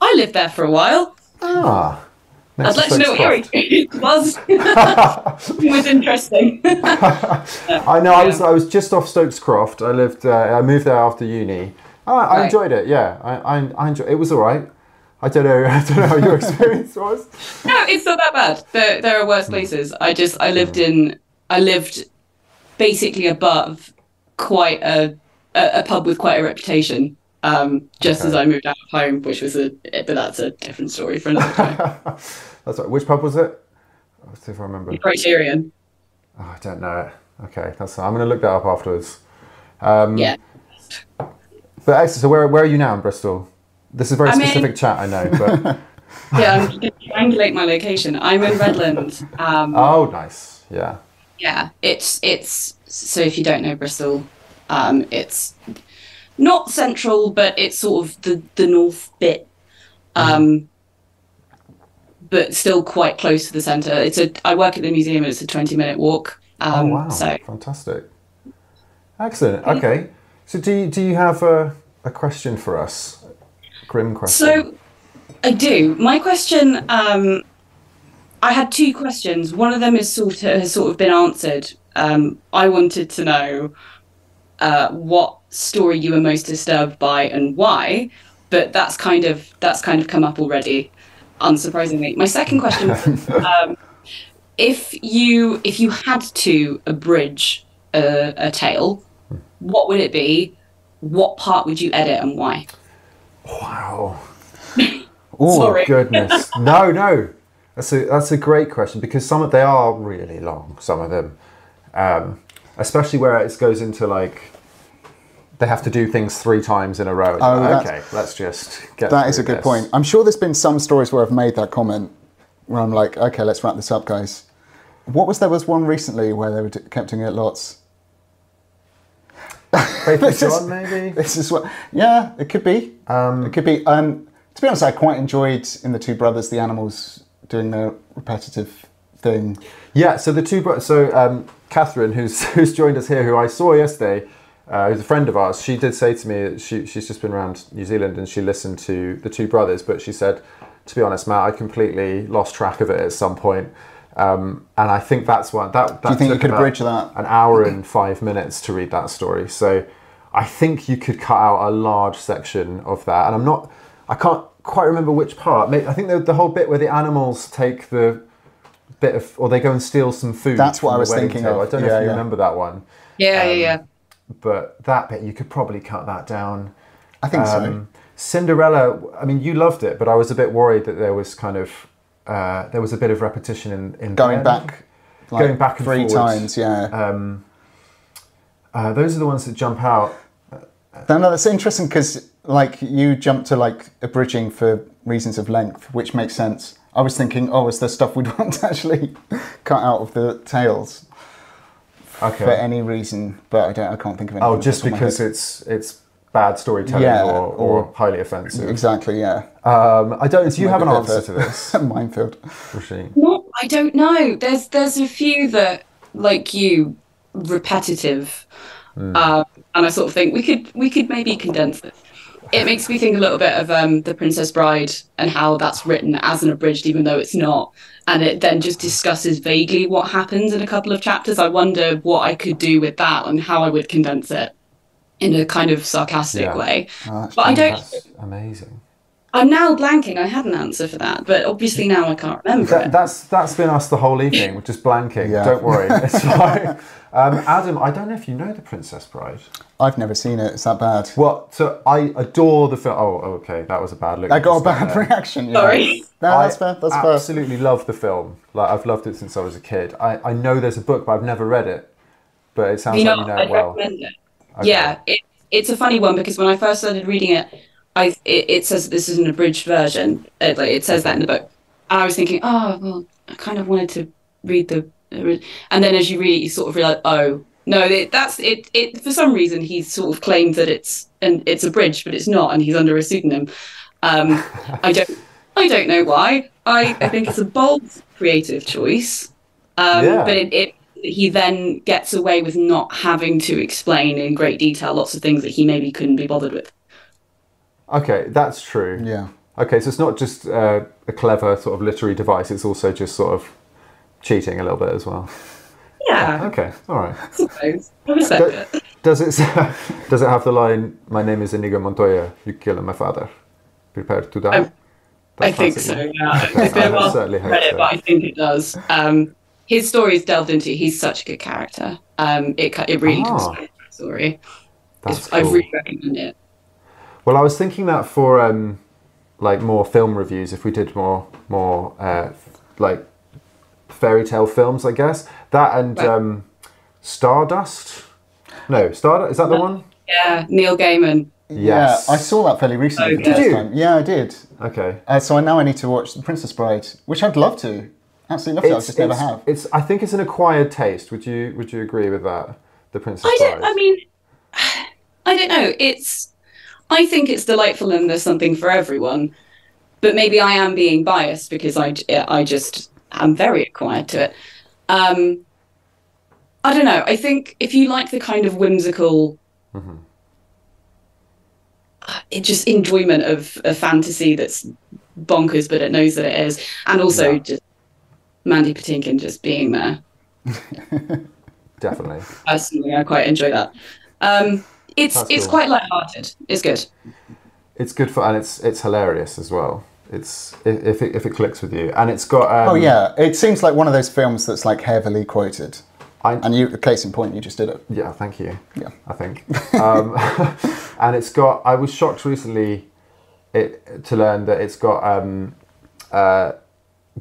H: I lived there for a while.
A: Ah,
H: I'd like to know what your experience was. it
A: [LAUGHS]
H: was [LAUGHS] interesting.
A: I know. I was I was just off Stokes Croft. I lived. Uh, I moved there after uni. I, I
H: Right.
A: enjoyed it. Yeah, I I, I enjoy, It was all right. I don't know. [LAUGHS] I don't know how your experience was.
H: no, it's not that bad. There, there are worse places. I just, I lived in, I lived basically above quite a, a, a pub with quite a reputation. Um, just as I moved out of home, which was a, but that's a different story for another time.
A: That's right. Which pub was it? Let's see if I remember.
H: Criterion.
A: Oh, I don't know it. Okay, that's. I'm going to look that up afterwards. Um,
H: Yeah.
A: But actually, so where, where are you now in Bristol? This is very
H: I'm in-
A: specific chat, I know. But [LAUGHS]
H: Yeah, I'm going to triangulate my location. I'm in Redlands. Um,
A: oh, nice. Yeah.
H: yeah it's it's so if you don't know bristol um it's not central but it's sort of the the north bit um but still quite close to the center it's a i work at the museum and it's a 20 minute walk
A: Oh
H: um
A: wow!
H: so
A: Fantastic. Excellent. Okay. So do you, do you have a, a question for us? Grim question.
H: so i do my question um i had two questions one of them is sort of has sort of been answered um i wanted to know uh, what story you were most disturbed by and why, but that's kind of that's kind of come up already, unsurprisingly. My second question: was, um, if you if you had to abridge a, a tale, what would it be? What part would you edit and why? [LAUGHS]
A: wow. Oh
H: Sorry. [LAUGHS]
A: goodness! No, no. That's a that's a great question because some of they are really long. Some of them, um, especially where it goes into like they have to do things three times in a row.
B: Oh, that's-
A: okay, let's just get.
B: That is a
A: through
B: good
A: this.
B: point. I'm sure there's been some stories where I've made that comment where I'm like, okay, let's wrap this up, guys. What was there was one recently where they were d- kept doing it lots. [LAUGHS]
A: Faithful
B: This is-
A: John, maybe.
B: This is what, yeah, it could be. Um, it could be. Um, to be honest, I quite enjoyed in the Two Brothers the animals doing their repetitive thing.
A: Yeah, so the two brothers. So um, Catherine, who's [LAUGHS] who's joined us here, who I saw yesterday, uh, who's a friend of ours, she did say to me that she she's just been around New Zealand and she listened to the two brothers, but she said, to be honest, Matt, I completely lost track of it at some point. Um, and I think that's one that. that
B: you think you
A: took
B: could
A: about
B: bridge that?
A: An hour and five minutes to read that story. So I think you could cut out a large section of that. And I'm not. I can't quite remember which part. May- I think the, the whole bit where the animals take the bit of, or they go and steal some food.
B: That's what
A: from
B: I
A: the
B: was
A: wedding
B: thinking
A: table.
B: of.
A: I don't know
B: Yeah,
A: if you
B: yeah.
A: remember that one,
H: Yeah, yeah, yeah.
A: but that bit you could probably cut that down.
B: I think so.
A: Um, Cinderella. I mean, you loved it, but I was a bit worried that there was kind of uh, there was a bit of repetition in, in
B: Going
A: there.
B: back, like,
A: going back and
B: three
A: forwards.
B: times, yeah.
A: Uh, those are the ones that jump out.
B: No, no, that's interesting because like you jump to like abridging for reasons of length, which makes sense. I was thinking, oh, is there stuff we'd [LAUGHS] want to actually cut out of the tales
A: Okay.
B: for any reason? But I don't, I can't think of anything.
A: oh,
B: off
A: just
B: the top of my
A: because
B: head.
A: it's it's bad storytelling
B: Yeah,
A: or, or,
B: or- Mm-hmm.
A: highly offensive.
B: exactly, yeah.
A: Um, I don't. Do you have an
B: Maybe a bit
A: answer to
B: of a-
A: this?
B: [LAUGHS] minefield.
A: Rasheen?
H: Well, I don't know. There's there's a few that like you repetitive,
A: Hmm.
H: um, and I sort of think we could we could maybe condense it. It makes me think a little bit of um, the Princess Bride and how that's written as an abridged, even though it's not, and it then just discusses vaguely what happens in a couple of chapters. I wonder what I could do with that and how I would condense it in a kind of sarcastic
A: Yeah. Oh,
H: way. but I don't.
A: That's amazing.
H: I'm now blanking. I had an answer for that, but obviously now I can't remember.
A: That,
H: it.
A: that's that's been us the whole evening, we're just blanking.
B: Yeah.
A: Don't
B: [LAUGHS]
A: worry, it's fine. Um, Adam, I don't know if you know the Princess Bride.
B: I've never seen it. It's that bad.
A: Well, so I adore the film. Oh, okay, that was a bad look. uh,
B: I got a bad reaction. yeah.
H: Sorry.
B: No, that's
A: I
B: fair. That's fair.
A: absolutely love the film. Like I've loved it since I was a kid. I, I know there's a book, but I've never read it. But it sounds
H: you know,
A: like you know
H: I'd
A: it well.
H: recommend it. Yeah, it, it's a funny one because when I first started reading it, I it, it says this is an abridged version. It, like, it says that in the book, and I was thinking, oh well, I kind of wanted to read the, and then as you read, it, you sort of realize, oh no, it, that's it. It for some reason he's sort of claimed that it's and it's abridged, but it's not, and he's under a pseudonym. Um, I don't, I don't know why. I, I think it's a bold creative choice, um,
A: Yeah.
H: but it, it he then gets away with not having to explain in great detail lots of things that he maybe couldn't be bothered with.
A: Okay, that's true.
B: Yeah.
A: Okay, so it's not just uh, a clever sort of literary device. It's also just sort of cheating a little bit as well.
H: Yeah,
A: Okay, all right.
H: I suppose. I respect it.
A: Does it [LAUGHS] does it have the line "My name is Inigo Montoya. You killed my father. Prepare to die."
H: I- I
A: That
H: think
A: sounds
H: so.
A: like-
H: Yeah,
A: I
H: it's been a while
A: certainly
H: since
A: hope
H: I've read it,
A: so.
H: but I think it does. Um, his story is delved into. He's such a good character. Um, it cu- it really does
A: Ah.
H: fit the story.
A: That's
H: I
A: cool.
H: really recommend it.
A: Well, I was thinking that for um, like more film reviews, if we did more more uh, like fairy tale films, I guess. That and um, Stardust. No, Stardust is that the one?
H: Yeah, Neil Gaiman.
A: Yes.
B: Yeah, I saw that fairly recently. for the
A: Did
B: first
A: you?
B: Time. Yeah, I did.
A: Okay.
B: Uh, so I now I need to watch The Princess Bride, which I'd love to. Absolutely love to. I just never
A: it's-
B: have.
A: It's. I think it's an acquired taste. Would you Would you agree with that? The Princess
H: I don't.
A: Bride?
H: I mean, [SIGHS] I don't know. It's. I think it's delightful and there's something for everyone, but maybe I am being biased because I j- I just am very acquired to it. Um, I don't know. I think if you like the kind of whimsical, Uh, it just enjoyment of a fantasy that's bonkers, but it knows that it is, and also just Mandy Patinkin just being there
A: Definitely.
H: personally i quite enjoy that um it's
A: That's
H: it's
A: cool.
H: quite light-hearted it's good
A: It's good for and it's it's hilarious as well. It's i- if it, if it clicks with you and it's got. Um,
B: Oh yeah, it seems like one of those films that's like heavily quoted.
A: I-
B: and you, case in point, you just did it.
A: Yeah, thank you.
B: Yeah.
A: I think. Um, [LAUGHS] and it's got. I was shocked recently, it, to learn that it's got um, uh,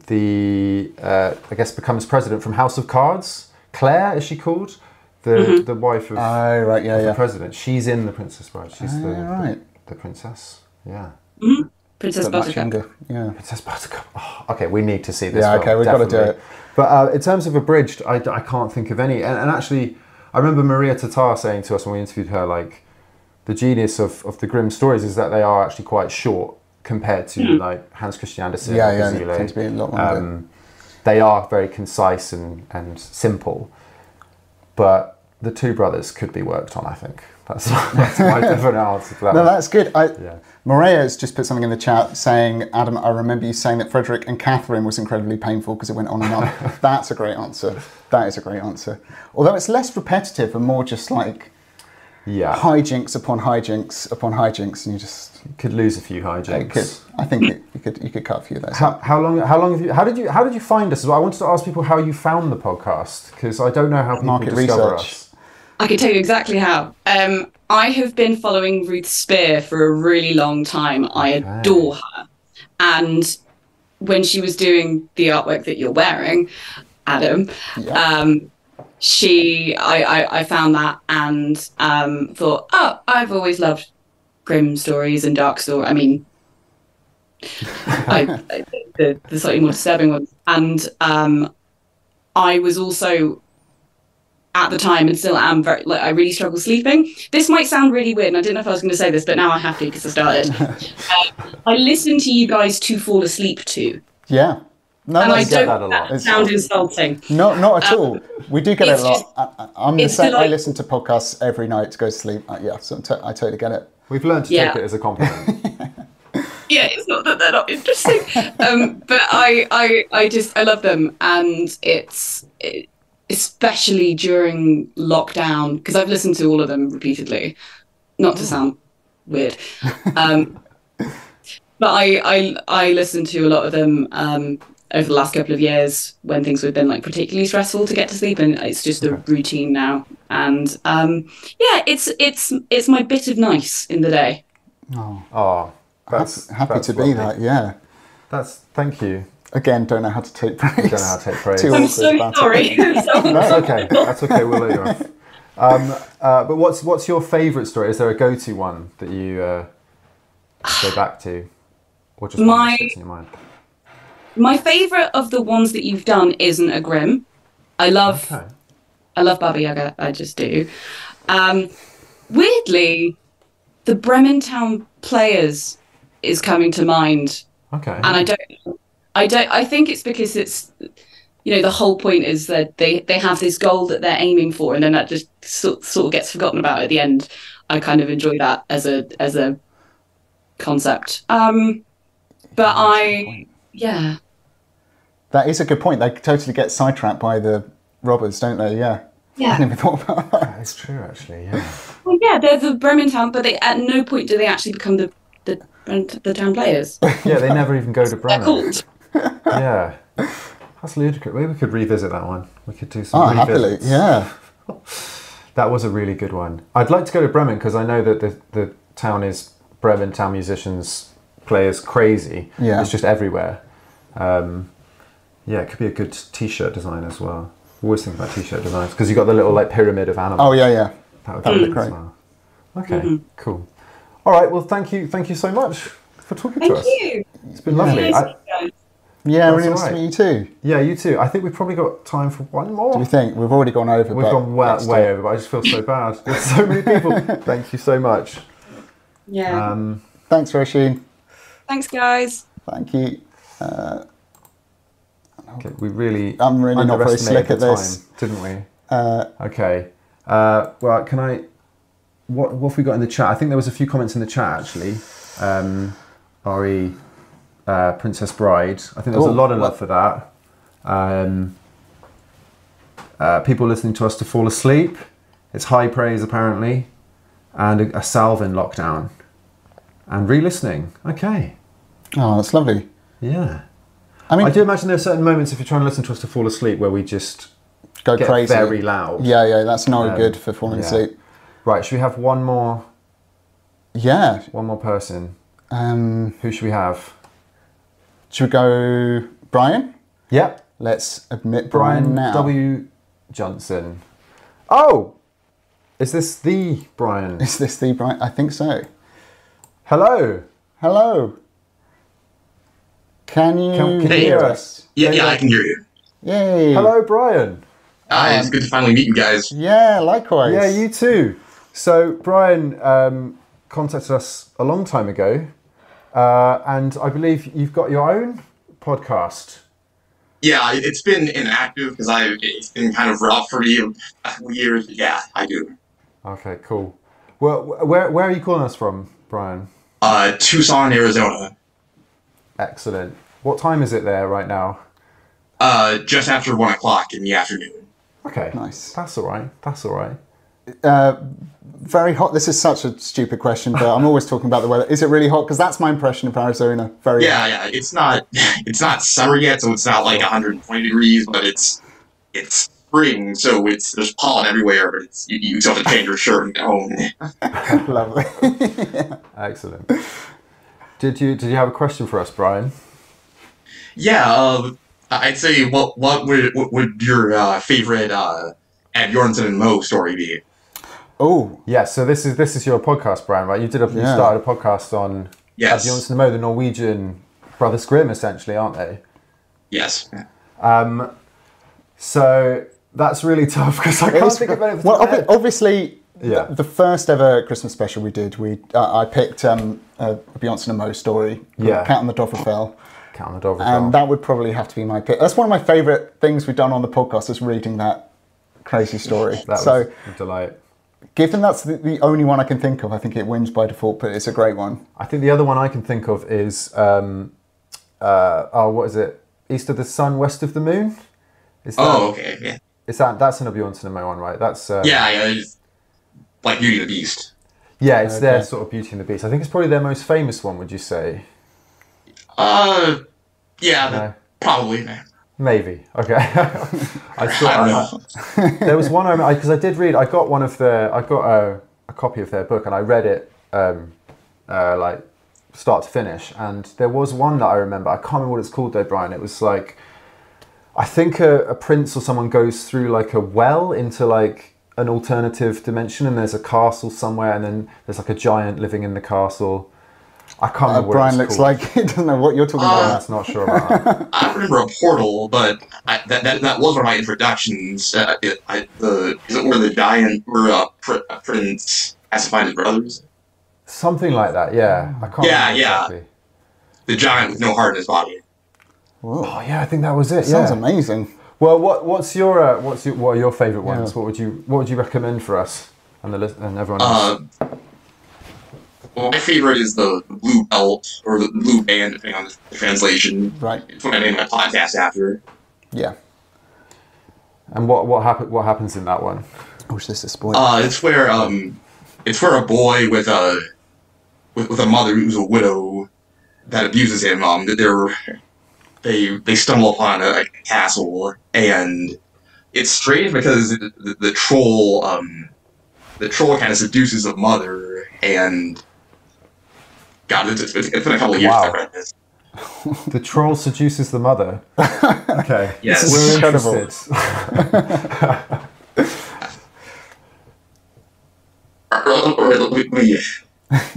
A: the uh, I guess becomes president from House of Cards. Claire is she called? The the wife of
B: Oh right, Mm-hmm. yeah,
A: the
B: yeah.
A: president. She's in the Princess Bride. She's the, the-
B: right.
A: the princess. Yeah.
H: princess
B: But much
H: buttercup
B: younger. Yeah.
A: Princess Buttercup. Oh, okay, we need to see this.
B: Yeah,
A: film,
B: okay, we've gotta do
A: definitely.
B: it.
A: But uh, in terms of abridged, I, I can't think of any. And, and actually, I remember Maria Tatar saying to us when we interviewed her, like, the genius of, of the Grimm stories is that they are actually quite short compared to like Hans Christian Andersen.
B: Yeah,
A: or
B: yeah, they
A: Bazile.
B: tend to be a lot longer.
A: Um, they are very concise and, and simple, but the two brothers could be worked on. I think that's, [LAUGHS] that's
B: [LAUGHS]
A: my definite answer to that.
B: No,
A: one.
B: that's good. I,
A: Yeah.
B: Morea's just put something in the chat saying, Adam, I remember you saying that Frederick and Catherine was incredibly painful because it went on and on. that's a great answer. That is a great answer. Although it's less repetitive and more just like
A: yeah,
B: hijinks upon hijinks upon hijinks, and you just
A: could lose a few hijinks.
B: it could. I think it, you could you could cut a few of those.
A: How, how long? How long have you? How did you? How did you find us? Well, I wanted to ask people how you found the podcast because I don't know how people
B: Market
A: discover
B: research.
A: us.
H: i can tell you exactly how um i have been following ruth spear for a really long time i adore her and when she was doing the artwork that you're wearing adam um she I, I i found that and um thought oh i've always loved grim stories and dark story i mean I, I think the, the slightly more disturbing ones. And um, I was also at the time and still am very like I really struggle sleeping. This might sound really weird, and I didn't know if I was going to say this, but now I have to because I
A: [LAUGHS]
H: started. um, I listen to you guys to fall asleep to,
B: Yeah. No,
H: and I
B: that's-
A: get
H: don't
A: that a lot.
H: that
B: It's-
H: sound insulting.
B: No, not at all. We do get it
H: it's
B: a lot.
H: just-
B: I, I, am the
H: it's
B: same. I
H: delightful.
B: listen to podcasts every night to go to sleep. Uh, yeah, so I'm to- I totally get it.
A: We've learned to
H: Yeah.
A: take it as a
B: [LAUGHS]
A: compliment.
H: yeah, it's not that they're not interesting, um, but I, I, I just I love them, and it's it, especially during lockdown because I've listened to all of them repeatedly, not to sound weird, um, [LAUGHS] but I, I, I listened to a lot of them um, over the last couple of years when things have been like particularly stressful to get to sleep, and it's just a routine now, and um, yeah, it's it's it's my bit of nice in the day.
A: oh, that's
B: Happy
A: that's
B: to be
A: lovely.
B: that. Yeah.
A: That's thank you.
B: Again, don't know how to take praise.
A: Don't know how to take praise.
B: Too
H: I'm
B: awkward
H: so
B: about it.
H: sorry. I'm so
A: That's okay. That's okay. We'll let you off. Um, uh, but what's what's your favourite story? Is there a go-to one that you uh, go back to, or just one
H: My-
A: that sticks in your mind?
H: My favorite of the ones that you've done isn't a grim. I love
A: Okay.
H: I love Baba Yaga. I just do. Um, weirdly, the Bremen Town Players is coming to mind,
A: Okay.
H: and I don't. I don't. I think it's because it's, you know, the whole point is that they they have this goal that they're aiming for, and then that just sort, sort of gets forgotten about at the end. I kind of enjoy that as a as a concept. Um, but I, yeah.
B: That is a good point. They totally get sidetracked by the robbers, don't they? Yeah. Yeah. I never thought about that.
A: That's true, actually. Yeah.
H: Well, yeah, they're the Bremen town, but they at no point do they actually become the the, the town players.
A: [LAUGHS]
H: [LAUGHS] They're
A: yeah, they never even go to Bremen.
H: called.
A: Yeah. That's ludicrous. Maybe we could revisit that one. We could do some.
B: Oh, happily.
A: revisits.
B: Yeah.
A: That was a really good one. I'd like to go to Bremen because I know that the, the town is Bremen town musicians players crazy.
B: Yeah.
A: It's just everywhere. Um, Yeah, it could be a good t-shirt design as well. Always think about t-shirt designs because you got the little like pyramid of animals.
B: Oh, yeah, yeah.
A: That would, that would be great. Okay,
I: Mm-hmm.
A: cool. All right. Well, thank you. Thank you so much for talking to
I: Thank
A: us.
I: you.
A: It's been lovely.
I: Nice
A: I-
I: to meet you guys.
B: Yeah,
A: That's
B: really nice
A: all
B: to
A: right.
B: meet you too.
A: yeah, you too. I think we've probably got time for one more.
B: Do you think? We've already gone over.
A: We've
B: but
A: gone way,
B: let's do
A: way
B: it.
A: over, but I just feel so bad. There's so many
B: [LAUGHS]
A: people. Thank you so much.
H: Yeah.
A: Um,
B: Thanks, Roisin.
H: Thanks, guys.
B: Thank you.
A: okay, we really.
B: I'm really not very
A: underestimated
B: slick at
A: the time,
B: this.
A: didn't we? okay. Uh, well, can I? What what have we got in the chat? I think there was a few comments in the chat actually. Um, Re, uh, Princess Bride. I think there was a
B: Oh,
A: lot of love for that. Um, uh, people listening to us to fall asleep. It's high praise apparently, and a, a salve in lockdown, and re-listening. Okay,
B: Oh, that's lovely.
A: yeah.
B: I mean,
A: I do imagine there are certain moments if you're trying to listen to us to fall asleep where we just
B: go
A: get
B: crazy.
A: very loud.
B: Yeah, yeah, that's not
A: Um,
B: good for falling
A: yeah.
B: asleep.
A: Right, should we have one more
B: Yeah.
A: one more person?
B: Um,
A: Who should we have?
B: should we go Brian?
A: Yep.
B: Let's admit Brian,
A: Brian
B: now.
A: W. Johnson. Oh! Is this the Brian?
B: [LAUGHS] Is this the Brian? I think so.
A: Hello!
B: Hello. Can you,
A: Can, can you
J: Hey.
A: hear us?
J: Yeah, yeah, I can hear you.
B: Yay.
A: Hello, Brian!
J: Hi, it's good to finally meet you guys.
B: Yeah, likewise.
A: Yeah, you too. So, Brian um, contacted us a long time ago, uh, and I believe you've got your own podcast.
J: Yeah, it's been inactive because I it's been kind of rough for me the couple years. But yeah, I do.
A: Okay, cool. Well, where, where are you calling us from, Brian?
J: Uh, Tucson, Arizona.
A: Excellent. What time is it there right now?
J: Uh, just after one o'clock in the afternoon.
A: Okay.
B: Nice.
A: That's all right. That's all right.
B: Uh, very hot. This is such a stupid question, but I'm always talking about the weather. Is it really hot? Because that's my impression of Arizona. Very
J: Yeah, yeah, it's not [LAUGHS] it's not summer yet, so it's not like 120 degrees, but it's it's spring, so it's there's pollen everywhere. But it's you, you still have to change your shirt and get home. [LAUGHS]
B: lovely.
A: [LAUGHS] Excellent. Did you did you have a question for us, Brian?
J: Yeah, uh, I'd say what what would what would your uh, favorite uh, Ed Jorgensen and Moe story be?
B: oh,
A: Yeah. So this is this is your podcast, Brian, right? You did a, you
B: Yeah.
A: started a podcast on
J: Yes.
A: Ad Jonsen Mo, the Norwegian brothers Grimm, essentially, aren't they?
J: Yes.
A: So that's really [LAUGHS] tough because I
B: It
A: can't
B: was-
A: think of anything.
B: well, obvi- obviously,
A: Yeah.
B: the, the first ever Christmas special we did, we uh, I picked um, a Beyonce and Mo story,
A: Yeah.
B: Cat on the Dofferfell,
A: Count the dog as well.
B: and that would probably have to be my pick. That's one of my favourite things we've done on the podcast is reading that crazy story.
A: That was
B: so,
A: a delight.
B: given that's the, the only one I can think of, I think it wins by default, but it's a great one.
A: I think the other one I can think of is um, uh, oh, what is it? East of the Sun, West of the Moon. Is that,
J: Oh, okay. Yeah,
A: Is that that's an Beyonce and Mo one, right? That's uh,
J: yeah, yeah it's like Beauty and the Beast.
A: Yeah, it's their
B: Okay.
A: sort of Beauty and the Beast. I think it's probably their most famous one. Would you say?
J: Uh, yeah,
A: No.
J: probably.
A: Maybe. Okay. [LAUGHS] I
J: I don't
A: saw.
J: know.
A: there was one I because I did read. I got one of their. I got a, a copy of their book and I read it, um, uh, like start to finish. And there was one that I remember. I can't remember what it's called though, Brian. It was like, I think a, a prince or someone goes through like a well into like an alternative dimension, and there's a castle somewhere, and then there's like a giant living in the castle. I can't
B: Uh,
A: remember. what
B: Brian
A: it's called.
B: looks like [LAUGHS] he doesn't know what you're talking
J: Uh,
B: about.
A: That's not sure about. That.
J: I remember a portal, but I, that, that that was one of my introductions. Uh, it, I, the is it where the giant where uh, pr- uh, Prince has to find his brothers?
A: Something like that, yeah. I can't
J: Yeah,
A: remember
J: yeah.
A: exactly.
J: The giant with no heart in his body.
A: Oh yeah, I think that was it. yeah.
B: Sounds amazing.
A: Well, what what's your uh, what's your what are your favourite ones?
B: Yeah.
A: What would you what would you recommend for us and the lis- and everyone else?
J: Uh, well, my favorite is the blue belt or the blue band, depending on the translation.
B: Right.
J: It's what I named my podcast after.
B: Yeah.
A: and what what happen, what happens in that one?
B: I wish this is spoiled.
J: Uh, it's where um, it's where a boy with a with, with a mother who's a widow that abuses him. Um, that they're they they stumble upon a, a castle, and it's strange because the, the, the troll um, the troll kind of seduces the mother, and God, it's, it's, it's been a couple of years
A: Wow.
J: since I read this.
A: the troll seduces the mother. Okay.
J: Yes. This
A: We're
J: is incredible.
A: interested.
J: [LAUGHS]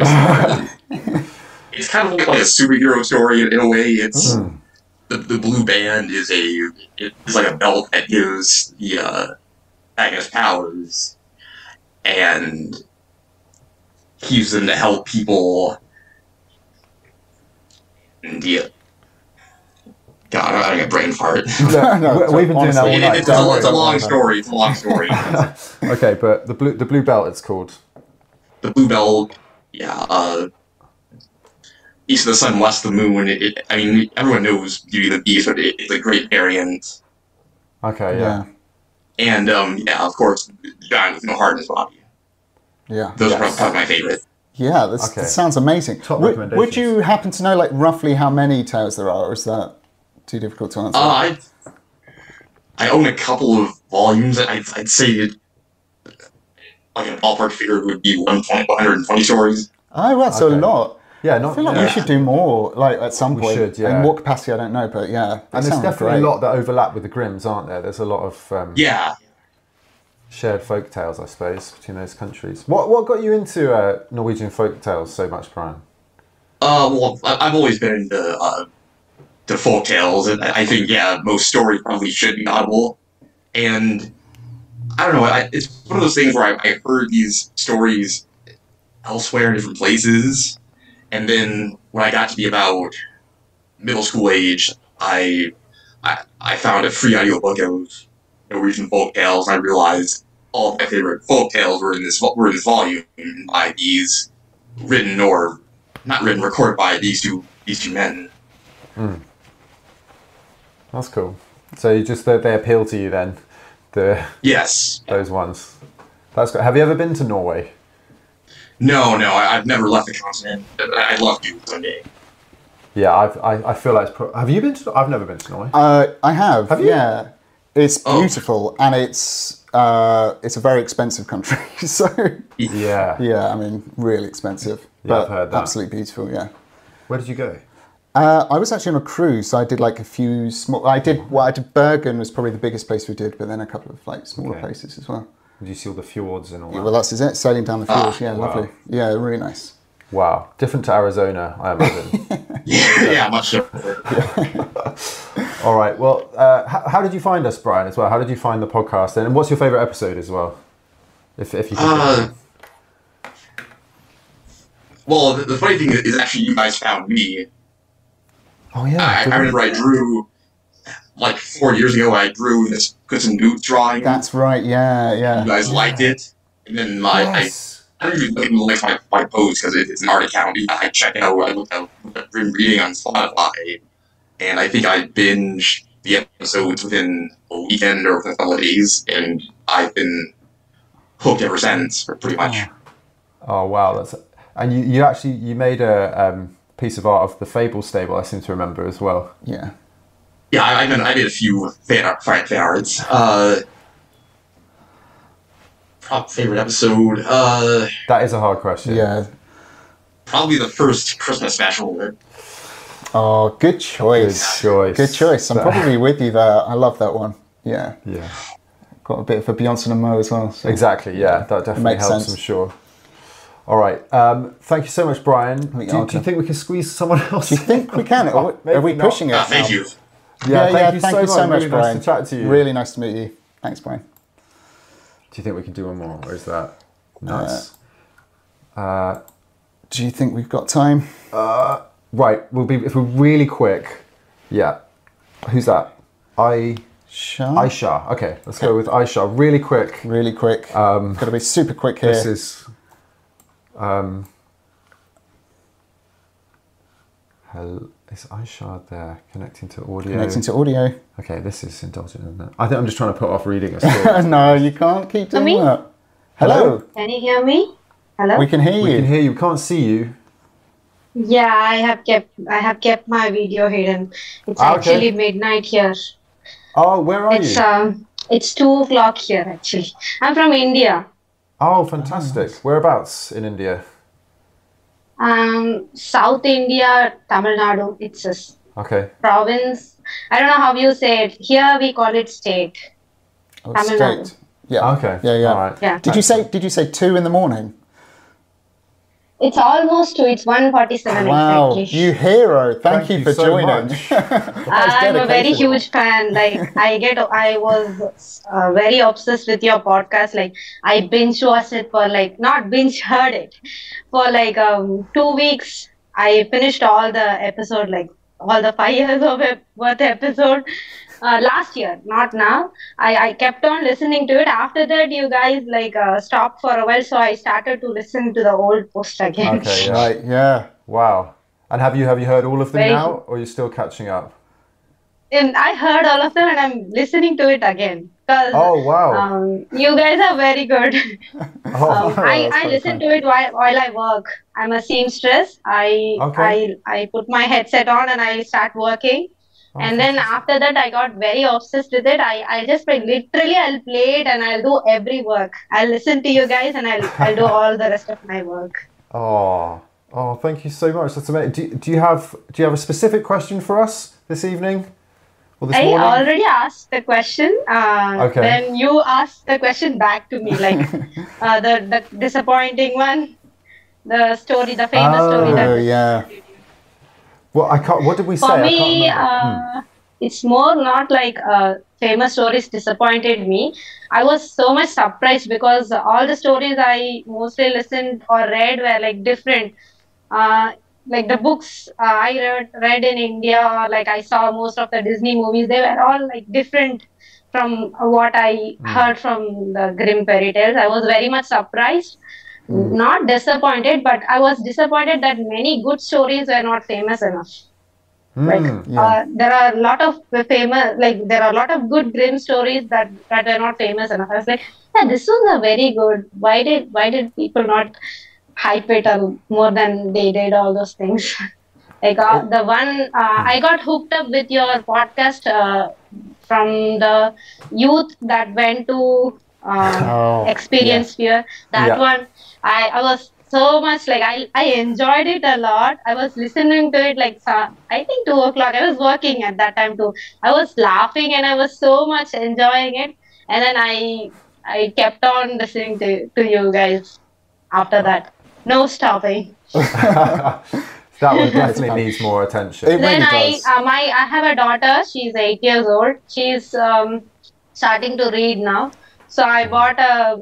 J: it's kind of like, like a superhero story in, in a way. It's
A: Hmm.
J: the, the blue band is a it's like a belt that gives the uh, protagonist powers, and he uses them to help people. And yeah, God, I'm having a
A: [LAUGHS]
J: brain fart.
A: No, we- we've been doing that all
J: It-
A: night.
J: it's,
A: don't
J: a,
A: worry
J: it's a
A: about
J: long
A: that.
J: story. It's a long story.
A: [LAUGHS] okay, but the blue the blue belt it's called.
J: the blue bell, yeah, uh, east of the sun, west of the moon. It, it, I mean, everyone knows Beauty and the Beast, but it, it's a great variant.
A: Okay, yeah.
J: And um, yeah, of course, John with no heart in his body.
B: Yeah.
J: Those are probably my favorite.
B: Yeah, this,
A: Okay.
B: that sounds amazing.
A: Top
B: Would- would,
A: recommendations.
B: you happen to know, like, roughly how many tales there are, or is that too difficult to answer?
J: Uh, I I own a couple of volumes. and I'd, I'd say it, like a ballpark figure would be one point one hundred and twenty stories.
B: oh, that's
A: okay.
B: a lot.
A: Yeah,
B: I
A: not
B: feel like
A: yeah.
B: we should do more, like, at some
A: We
B: point.
A: should, yeah.
B: In what capacity, I don't know, but yeah. that
A: And there's
B: sounds
A: definitely
B: great.
A: a lot that overlap with the Grims, aren't there? There's a lot of um,
J: Yeah,
A: shared folk tales, I suppose, between those countries. What what got you into uh, Norwegian folk tales so much, Brian?
J: Uh, well, I- I've always been into uh, to folk tales, and I I think yeah, most stories probably should be audible. And I don't know, I, it's one of those things where I, I heard these stories elsewhere in different places, and then when I got to be about middle school age, I I, I found a free audiobook of Norwegian folk tales, and I realized all of my favorite folk tales were in this vo- were in this volume by these written or not written, recorded by these two these two men.
A: That's cool. So you just they, they appeal to you then, the
J: Yes.
A: those ones. That's good. Have you ever been to Norway?
J: No, no, I, I've never left the continent. I- I'd love to someday.
A: Yeah, I've, I I feel like it's pro- have you been to? I've never been to Norway.
J: Um,
B: Uh, I have.
A: Have you?
B: Yeah, it's
J: Oh.
B: beautiful, and it's uh, it's a very expensive country. [LAUGHS] so
A: yeah.
B: yeah, I mean, really expensive,
A: Yeah, I've
B: but
A: heard that.
B: absolutely beautiful. Yeah.
A: Where did you go?
B: Uh, I was actually on a cruise, so I did like a few small. I did well. I did Bergen was probably the biggest place we did, but then a couple of like smaller
A: Okay.
B: places as well.
A: Did you see all the fjords and all
B: Yeah,
A: that?
B: well, that's is it. Sailing down the fjords. yeah,
A: wow.
B: lovely. Yeah, really nice.
A: wow, different to Arizona, I imagine.
J: [LAUGHS] Yeah, yeah, much different.
A: all right. Well, uh, how, how did you find us, Brian? As well, how did you find the podcast? And what's your favorite episode as well? If if you can. think of
J: Uh,
A: one.
J: well, the, the funny thing is, actually, you guys found me.
A: oh yeah.
J: I, I
A: didn't-
J: remember I drew like four years ago. I drew this Puss in Boots drawing.
B: That's right. Yeah, yeah.
J: you guys liked it, and then my
A: Yes.
J: I, I don't even look at like my, my post because it, it's an art account. I check out. I look at Grim Reading on Spotify, and I think I binged the episodes within a weekend or within a couple of days, and I've been hooked ever since, pretty much.
A: Oh wow, that's and you, you actually you made a um, piece of art of the Fable stable. I seem to remember as well.
B: Yeah.
J: Yeah, I, I, did, I did a few fan, art, fan, fan arts. Uh, prob- favorite episode? Uh,
A: That is a hard question.
B: Yeah.
J: probably the first Christmas special. Uh,
B: Oh, good
A: Good
B: choice.
A: choice.
B: Good choice. I'm [LAUGHS] probably with you there. I love that one. Yeah.
A: yeah.
B: Got a bit for Beyonce and Mo as well. So.
A: Exactly. Yeah, that definitely
B: makes
A: helps.
B: sense.
A: I'm sure. All right. Um, thank you so much, Brian. Do,
B: you're
A: you- do you
B: welcome.
A: think we can squeeze someone else?
B: Do you think we [LAUGHS] can? Are we,
A: Maybe
B: are we
A: not.
B: pushing it?
J: Uh, thank
B: now?
J: you.
B: Oh, Yeah, yeah. Thank, you, so much,
A: really
B: Brian.
A: Nice to chat to you.
B: Really nice to meet you. Thanks, Brian.
A: Do you think we can do one more? Or is that nice?
B: Do you think we've got time?
A: right. We'll be if we're really quick. Yeah. Who's that? I.
B: Sure.
A: Aisha. Okay, let's go with Aisha. Really quick.
B: really quick. Um, Got to be super quick here.
A: This is. Um, hel- is iShard there connecting to audio?
B: Connecting to audio.
A: okay, this is indulgent, isn't it? I think I'm just trying to put off
B: [LAUGHS]
A: reading a story.
B: no, you can't keep doing
G: Mummy?
B: that. Hello.
G: Can you hear me? Hello.
B: We can hear you.
A: we can hear you. We can't see you.
G: Yeah, I have kept I have kept my video hidden. It's
A: Ah, okay.
G: actually midnight here.
A: Oh, where are
G: It's
A: you?
G: um it's two o'clock here actually. I'm from India.
A: oh, fantastic. Whereabouts in India?
K: Um, South India, Tamil Nadu. It's a s-
L: Okay.
K: province. I don't know how you say it. Here we call it state.
B: Oh,
K: Tamil Nadu.
B: Yeah.
L: Okay.
B: Yeah, yeah.
K: Yeah.
B: Did you say did you say two in the morning?
K: It's almost two. It's one forty-seven
B: Wow,
K: exactly.
B: you hero! Thank, you
L: you
B: for
L: so
B: joining. [LAUGHS]
K: I'm a very
B: dedication.
K: huge fan. Like I get, I was uh, very obsessed with your podcast. Like I binge watched it for like not binge [LAUGHS] heard it for like um, two weeks. I finished all the episode, like all the five [LAUGHS] years of ep- worth episode uh, last year, not now. I I kept on listening to it. After that, you guys like uh, stopped for a while, so I started to listen to the old post
B: [LAUGHS]
K: again.
L: Okay. Yeah.
B: Right, yeah.
L: Wow. And have you have you heard all of them
K: Very
L: now, or are you still catching up?
K: [LAUGHS] and I heard all of them and I'm listening to it again. 'Cause,
L: Oh, wow.
K: Um, you guys are very good. [LAUGHS]
A: Oh, [LAUGHS]
L: Oh,
K: um, I, I listen to it while, while I work. I'm a seamstress. I,
L: Okay.
K: I I put my headset on and I start working.
L: Oh,
K: and then after that, I got very obsessed with it. I, I just play, literally I'll play it and I'll do every work. I'll listen to you guys and I'll I'll do all the rest of my work.
L: Oh, oh, thank you so much. That's amazing. Do, do you have do you have a specific question for us this evening or [LAUGHS] this
K: I
L: morning?
K: already asked the question. Uh,
L: Okay.
K: Then you asked the question back to me, like
L: [LAUGHS]
K: uh, the the disappointing one, the story, the famous story.
L: Oh,
K: That,
B: yeah.
L: Well, I can't. What did we say?
K: for
L: I Hmm. can't
K: me,
L: remember.
K: uh, it's more not like uh, famous stories disappointed me. I was so much surprised because all the stories I mostly listened or read were like different. Uh, like the books uh, I read, read in India, or like I saw most of the Disney movies, they were all like different from what I
L: Hmm.
K: heard from the Grimm fairy tales. I was very much surprised.
L: Hmm.
K: Not disappointed, but I was disappointed that many good stories were not famous enough.
L: Mm, yeah.
K: Uh, there are a lot of famous, like there are a lot of good grim stories that that are not famous enough. I was like, yeah, this was a very good. Why did why did people not hype it up more than they did all those things? [LAUGHS] like uh, the one uh, I got hooked up with your podcast uh, from the youth that went to uh,
B: [LAUGHS] Oh,
K: experience fear. That
B: Yeah.
K: one, I, I was so much like I, I enjoyed it a lot. I was listening to it like so, I think two o'clock. I was working at that time too. I was laughing and I was so much enjoying it. And then I I kept on listening to, to you guys after that. No stopping.
L: [LAUGHS] that one definitely needs more attention.
K: then I uh, my I have a daughter. She's eight years old. She's um, starting to read now. So I bought a,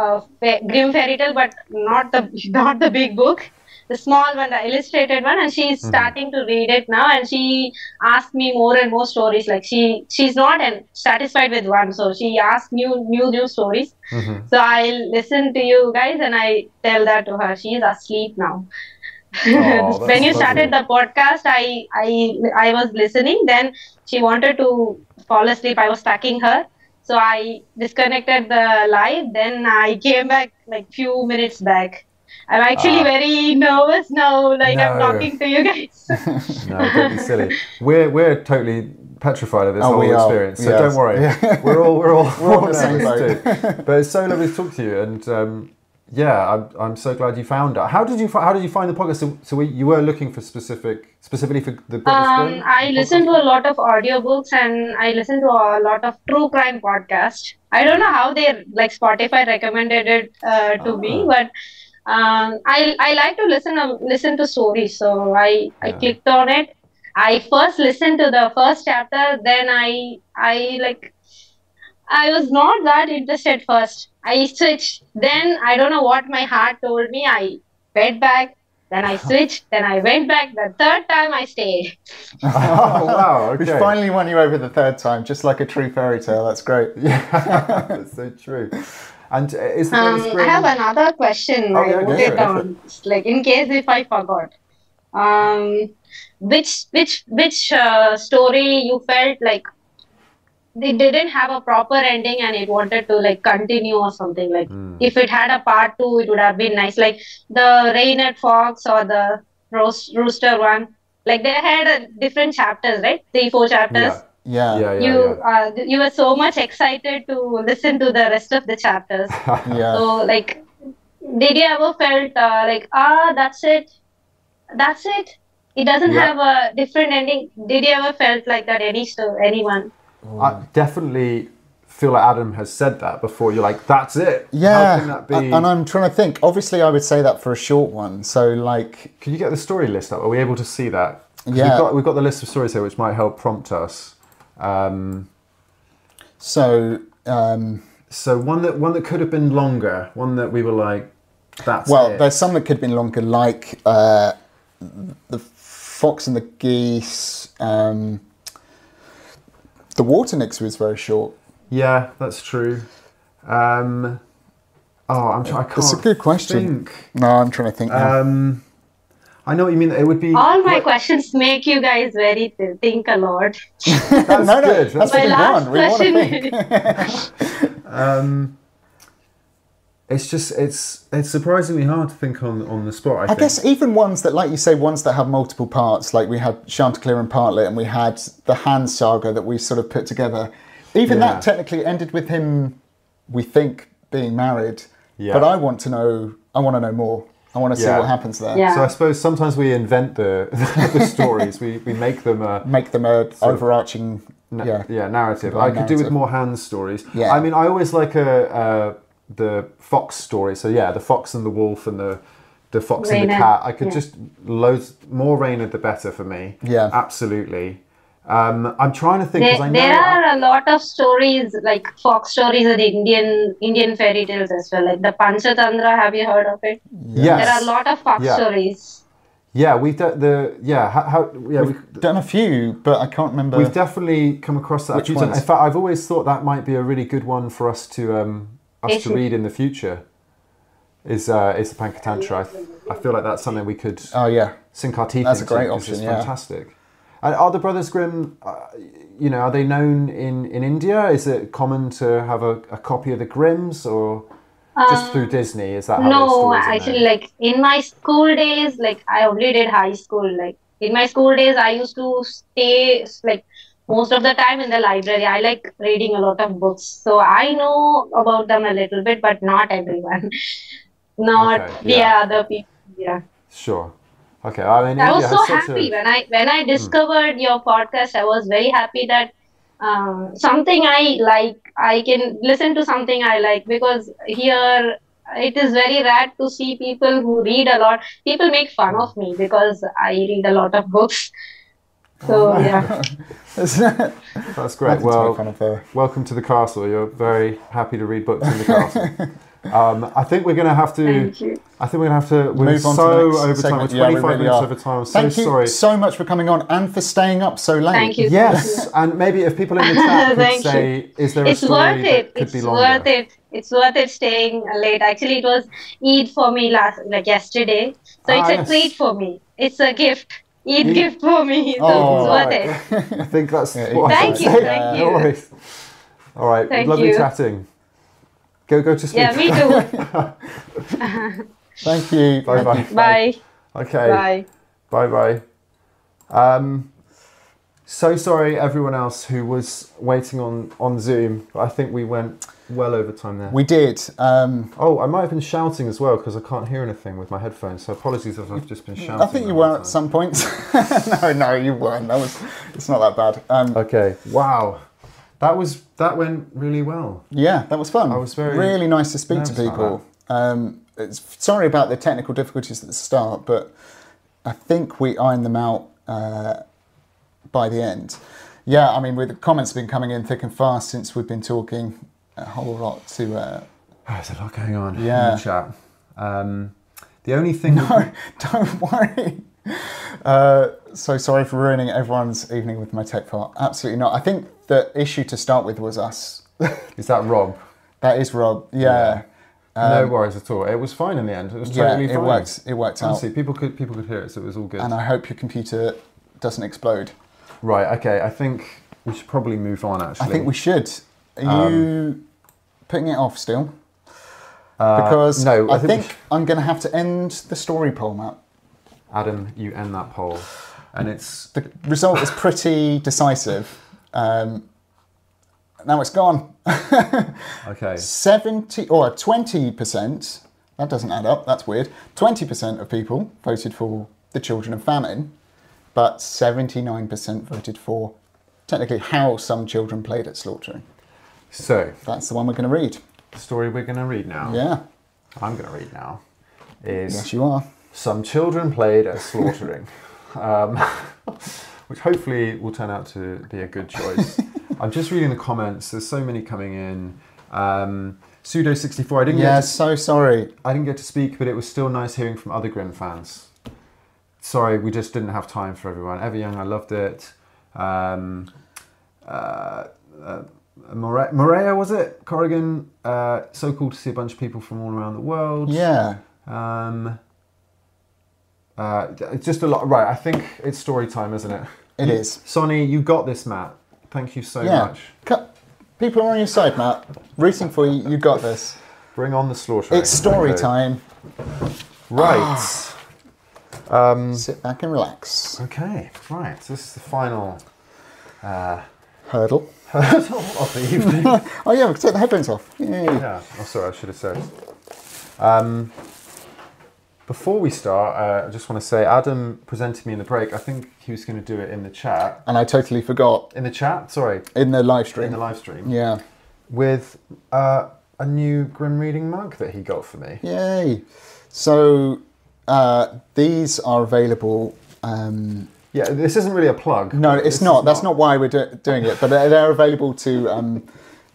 K: a fa- Grim Fairy Tale, but not the [LAUGHS] not the big book, the small one, the illustrated one, and she's
L: Mm-hmm.
K: starting to read it now. And she asked me more and more stories. Like she she's not an, satisfied with one, so she asked new new new stories.
L: Mm-hmm.
K: So I listen to you guys and I tell that to her. She's asleep now. [LAUGHS]
L: Oh,
K: when you
L: that's
K: started the podcast, I, I I was listening. Then she wanted to fall asleep. I was packing her, so I disconnected the live. Then I came back like few minutes back. I'm actually
L: Ah.
K: very nervous now. Like I'm
L: No.
K: talking to you guys.
L: No, don't be silly. We're we're totally petrified of this
B: Oh,
L: whole
B: we are.
L: experience. So
B: Yes.
L: don't worry.
B: [LAUGHS] Yeah.
L: We're all [LAUGHS] we're all
B: We're all in the same
L: nervous
B: [LAUGHS]
L: too. But it's so lovely to talk to you, and um, yeah, I'm, I'm so glad you found out. How did you fi- how did you find the podcast? So, so we, you were looking for specific specifically for the British
K: Um,
L: film?
K: I listen to a lot of audiobooks and I listen to a lot of true crime podcasts. I don't know how they like Spotify recommended it uh, to me, but um, I I like to listen um, listen to stories. So I I clicked on it. I first listened to the first chapter, then I I like I was not that interested first. I switched. Then I don't know what my heart told me. I went back. Then I switched. Then I went back. The third time I stayed.
L: Oh wow!
B: We
L: Okay.
B: finally won you over the third time, just like a true fairy tale. That's great.
L: Yeah, that's so true. And uh, is the
K: Um,
L: British
K: I
L: Grim-
K: have another question.
L: Oh,
K: I
L: yeah,
K: wrote
L: yeah,
K: it
L: go
K: down, It's like in case if I forgot. Um, which which which uh, story you felt like they didn't have a proper ending and it wanted to like continue or something like
L: Hmm.
K: if it had a part two, it would have been nice. Like the Rain at Fox or the Roos- Rooster one. Like they had uh, different chapters, right? Three four chapters.
L: Yeah.
B: Yeah.
L: Yeah, yeah,
K: You uh, you were so much excited to listen to the rest of the chapters.
L: yeah.
B: Yeah.
K: So, like, did you ever felt uh, like, ah, that's it? That's it. It doesn't
A: Yeah.
K: have a different ending. Did you ever felt like that? Any story, anyone?
A: [LAUGHS] I definitely feel like Adam has said that before. You're like, that's it.
B: Yeah,
A: How can that be?
B: a- and I'm trying to think. Obviously, I would say that for a short one. So, like,
A: can you get the story list up? Are we able to see that? 'Cause
B: Yeah.
A: We've got, we've got the list of stories here, which might help prompt us. Um,
B: so, um,
A: so one that one that could have been longer, one that we were like, that's
B: well,
A: it.
B: there's some that could have been longer, like uh, the Fox and the Geese. Um, the Water Nix was very short.
A: Yeah, that's true. Um, oh, I'm trying. I can't.
B: It's a good question.
A: think.
B: No, I'm trying to think. now.
A: Um, I know what you mean. It would be.
K: All my questions make you guys very think a lot.
A: [LAUGHS] That's
B: [LAUGHS] no, no,
A: good.
B: that's
K: my
B: the
K: last
B: one. We want to
K: question.
B: think.
A: [LAUGHS] Um, it's just it's it's surprisingly hard to think on on the spot. I,
B: I
A: think.
B: guess even ones that, like you say, ones that have multiple parts, like we had Chanticleer and Partlet, and we had the Hand Saga that we sort of put together. Even
A: Yeah.
B: that technically ended with him, we think, being married.
A: Yeah.
B: But I want to know. I want to know more. I want to see
A: Yeah.
B: what happens there.
K: Yeah.
A: So I suppose sometimes we invent the [LAUGHS] the stories. We we make them a
B: Make them a
A: Sort of-
B: overarching.
A: na-
B: yeah.
A: yeah narrative. I
B: Combined
A: could do with
B: narrative.
A: more hands stories.
B: Yeah.
A: I mean, I always like a uh, the fox story. So yeah, the fox and the wolf and the the fox and the
K: Reynard,
A: cat. I could
K: yeah.
A: just loads more Rainer the better for me.
B: Yeah.
A: absolutely. Um, I'm trying to think because I
K: There,
A: know
K: there are a lot of stories like fox stories and Indian Indian fairy tales as well. Like the Panchatantra, have you heard of it?
A: yes.
K: There are a lot of fox
A: Yeah.
K: stories.
A: Yeah, we've done the yeah. How, how yeah we,
B: Done a few, but I can't remember.
A: we've definitely come across that. a
B: uh, Which
A: few times.
B: ones?
A: In fact, I've always thought that might be a really good one for us to um us to
K: Issue.
A: read in the future. Is uh is the Pankatantra? I, th- I feel like that's something we could
B: oh yeah. [LAUGHS]
A: sink our teeth
B: That's a
A: into.
B: great
A: 'cause It's
B: option, yeah.
A: fantastic. And are the Brothers Grimm? Uh, you know, are they known in in India? Is it common to have a, a copy of the Grimms or? Just through Disney, is that how their
K: Um, No,
A: stories are
K: actually,
A: known?
K: like in my school days, like I only did high school. Like in my school days, I used to stay like most of the time in the library. I like reading a lot of books, so I know about them a little bit, but not everyone, [LAUGHS] not
A: Okay,
K: the
A: yeah.
K: other people. Yeah,
A: sure. Okay, I Hmm. mean,
K: I
A: India
K: was
A: has
K: so
A: such a-
K: happy when I when I discovered your podcast. I was very happy that. Um, something I like, I can listen to something I like because here it is very rare to see people who read a lot. People make fun of me because I read a lot of
A: [LAUGHS]
K: books. So yeah,
B: Nothing
A: That's great.
B: to
A: Well,
B: make fun of there.
A: Welcome to the castle. You're very happy to read books in the castle.
B: [LAUGHS]
A: um, I think we're going to have to.
K: thank you.
A: I think we're going to have to. We're
B: Move on
A: so
B: to the next
A: over time.
B: segment.
A: We're
B: Yeah, we
A: 25
B: really
A: minutes
B: are.
A: over time. I'm so
B: Thank you
A: sorry.
B: so much for coming on and for staying up so late.
K: Thank
B: [LAUGHS]
K: you.
A: yes, and maybe if people in
K: [LAUGHS]
A: the chat could
K: Thank you.
A: say, "Is there
K: It's
A: a story
K: worth it.
A: that could
K: It's
A: be longer?"
K: worth it. It's worth it staying late. Actually, it was Eid for me last like yesterday. So
A: Ah,
K: it's
A: yes.
K: a treat for me. It's a gift. Eid
A: Eid.
K: gift for me. So
B: Oh,
K: it's worth it.
A: I think that's
B: Yeah,
A: what I
K: Thank
A: should
K: you,
A: say.
K: thank
A: No
K: you.
A: worries. All right,
K: Thank
A: lovely
K: you.
A: chatting. Go, go to sleep.
K: Yeah, me
A: [LAUGHS]
K: too.
B: Thank you.
A: Bye bye.
K: Bye.
A: Okay.
K: Bye.
A: Bye bye. Um, so sorry everyone else who was waiting on on Zoom. I think we went well over time there.
B: We did. Um,
A: oh, I might have been shouting as well because I can't hear anything with my headphones. So apologies if I've just been shouting.
B: I think
A: the
B: you
A: whole
B: were
A: time.
B: at some point. [LAUGHS] no, no, you weren't. That was. It's not that bad. Um,
A: Okay. Wow. That was that went really well. [SIGHS]
B: Yeah, that was fun.
A: I was very
B: really nice to speak
A: nervous
B: to
A: about
B: people. Um, it's, sorry about the technical difficulties at the start, but I think we ironed them out uh, by the end. Yeah, I mean, with the comments have been coming in thick and fast since we've been talking a whole lot to. Uh, [LAUGHS]
A: There's a lot going on in
B: Yeah.
A: the chat. Um, the only thing
B: no, don't worry. Uh, so sorry for ruining everyone's evening with my tech part. Absolutely not. I think the issue to start with was us.
A: is that Rob.
B: That is Rob. Yeah.
A: no worries at all. It was fine in the end. It was
B: Um, Yeah,
A: totally
B: it
A: fine.
B: worked- it worked out.
A: Honestly, people could people could hear it, so it was all good.
B: And uh, I hope your computer doesn't explode.
A: Right, okay, I think we should probably move on actually.
B: I think we should. Are
A: Um,
B: you putting it off still? because
A: Uh, no, I
B: I,
A: think we
B: think, I'm going to have to end the story poll, Matt.
A: Adam, you end that poll. And it's
B: The result is pretty decisive. Um, now it's gone. [LAUGHS]
A: okay.
B: 70 or 20%, that doesn't add up, that's weird. 20% of people voted for the children of famine, but 79% voted for technically how some children played at slaughtering.
A: So
B: that's the one we're going to read.
A: The story we're going to read now.
B: Yeah.
A: I'm going to read now. Is
B: Yes, you are.
A: Some children played at slaughtering, [LAUGHS] um, which hopefully will turn out to be a good choice. I'm just reading the comments. There's so many coming in. Um, Pseudo 64. I didn't.
B: Yeah,
A: get to,
B: so sorry.
A: I didn't get to speak, but it was still nice hearing from other Grim fans. Sorry, we just didn't have time for everyone. Ever Young, I loved it. Um, uh, uh, Morea, Morea, was it? Corrigan. Uh, so cool to see a bunch of people from all around the world.
B: Yeah.
A: Um, uh, it's just a lot. Right, I think it's story time, isn't it?
B: It
A: You-
B: is.
A: Sonny, you got this, Matt. Thank you so
B: yeah.
A: much.
B: Cu- People are on your side, Matt. Rooting for you. You got this.
A: Bring on the slaughter.
B: It's story
A: Okay.
B: time. Ah.
A: Right. Um,
B: Sit back and relax.
A: Okay, right. This is the final [LAUGHS] uh,
B: Hurdle.
A: hurdle of the evening.
B: [LAUGHS] oh yeah, we can take the headphones off. Yay.
A: yeah. Oh, sorry, I should have said. Um, before we start, uh, I just want to say Adam presented me in the break. I think he was going to do it in the chat.
B: And I totally forgot
A: In the chat, sorry,
B: in the live stream.
A: in the live stream.
B: Yeah.
A: With uh, a new Grim Reading mug that he got for me.
B: Yay. So uh, these are available. Um,
A: Yeah, this isn't really a plug.
B: no, it's
A: This is
B: not. That's not why we're do- doing it. But they're, they're available to um,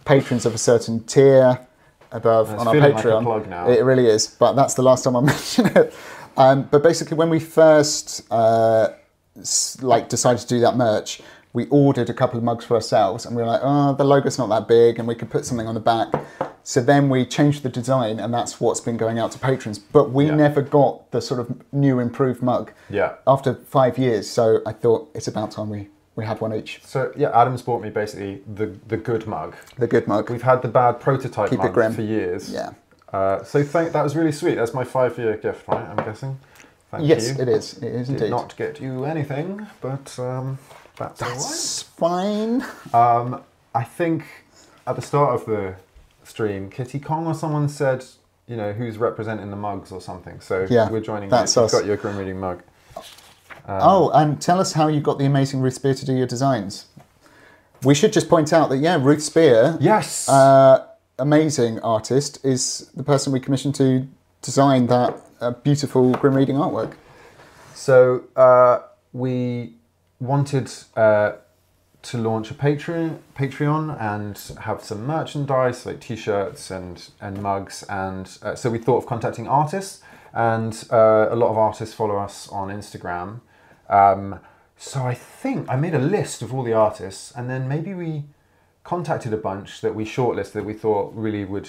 B: patrons of a certain tier above
A: It's
B: on our
A: feeling like a
B: Patreon.
A: plug now.
B: It really is. But that's the last time I [LAUGHS] mention it. Um, but basically, when we first uh, s- like decided to do that merch, we ordered a couple of mugs for ourselves, and we were like, "Oh, the logo's not that big, and we could put something on the back." So then we changed the design, and that's what's been going out to patrons. But we
A: Yeah.
B: never got the sort of new improved mug
A: Yeah.
B: after five years. So I thought it's about time we we had one each.
A: So yeah, Adam's bought me basically the the good mug.
B: The good mug.
A: We've had the bad prototype
B: Keep it
A: mug
B: grim.
A: for years.
B: Yeah.
A: Uh, so thank that was really sweet. That's my five year gift, right? I'm guessing. Thank
B: yes,
A: you.
B: it is. It is
A: Did
B: indeed.
A: not get you anything, but um, that's,
B: That's fine.
A: all right. Um, I think at the start of the stream, Kitty Kong or someone said, you know, who's representing the mugs or something. So
B: Yeah,
A: we're joining.
B: that's
A: you.
B: us. Uh,
A: You've got your grim reading mug.
B: oh, and tell us how you got the amazing Ruth Spear to do your designs. We should just point out that yeah, Ruth Spear,
A: Yes.
B: uh, amazing artist, is the person we commissioned to design that uh, beautiful grim reading artwork.
A: So uh, we wanted uh, to launch a Patreon, Patreon, and have some merchandise like T-shirts and and mugs, and uh, so we thought of contacting artists, and uh, a lot of artists follow us on Instagram. Um, so I think I made a list of all the artists, and then maybe we contacted a bunch that we shortlisted that we thought really would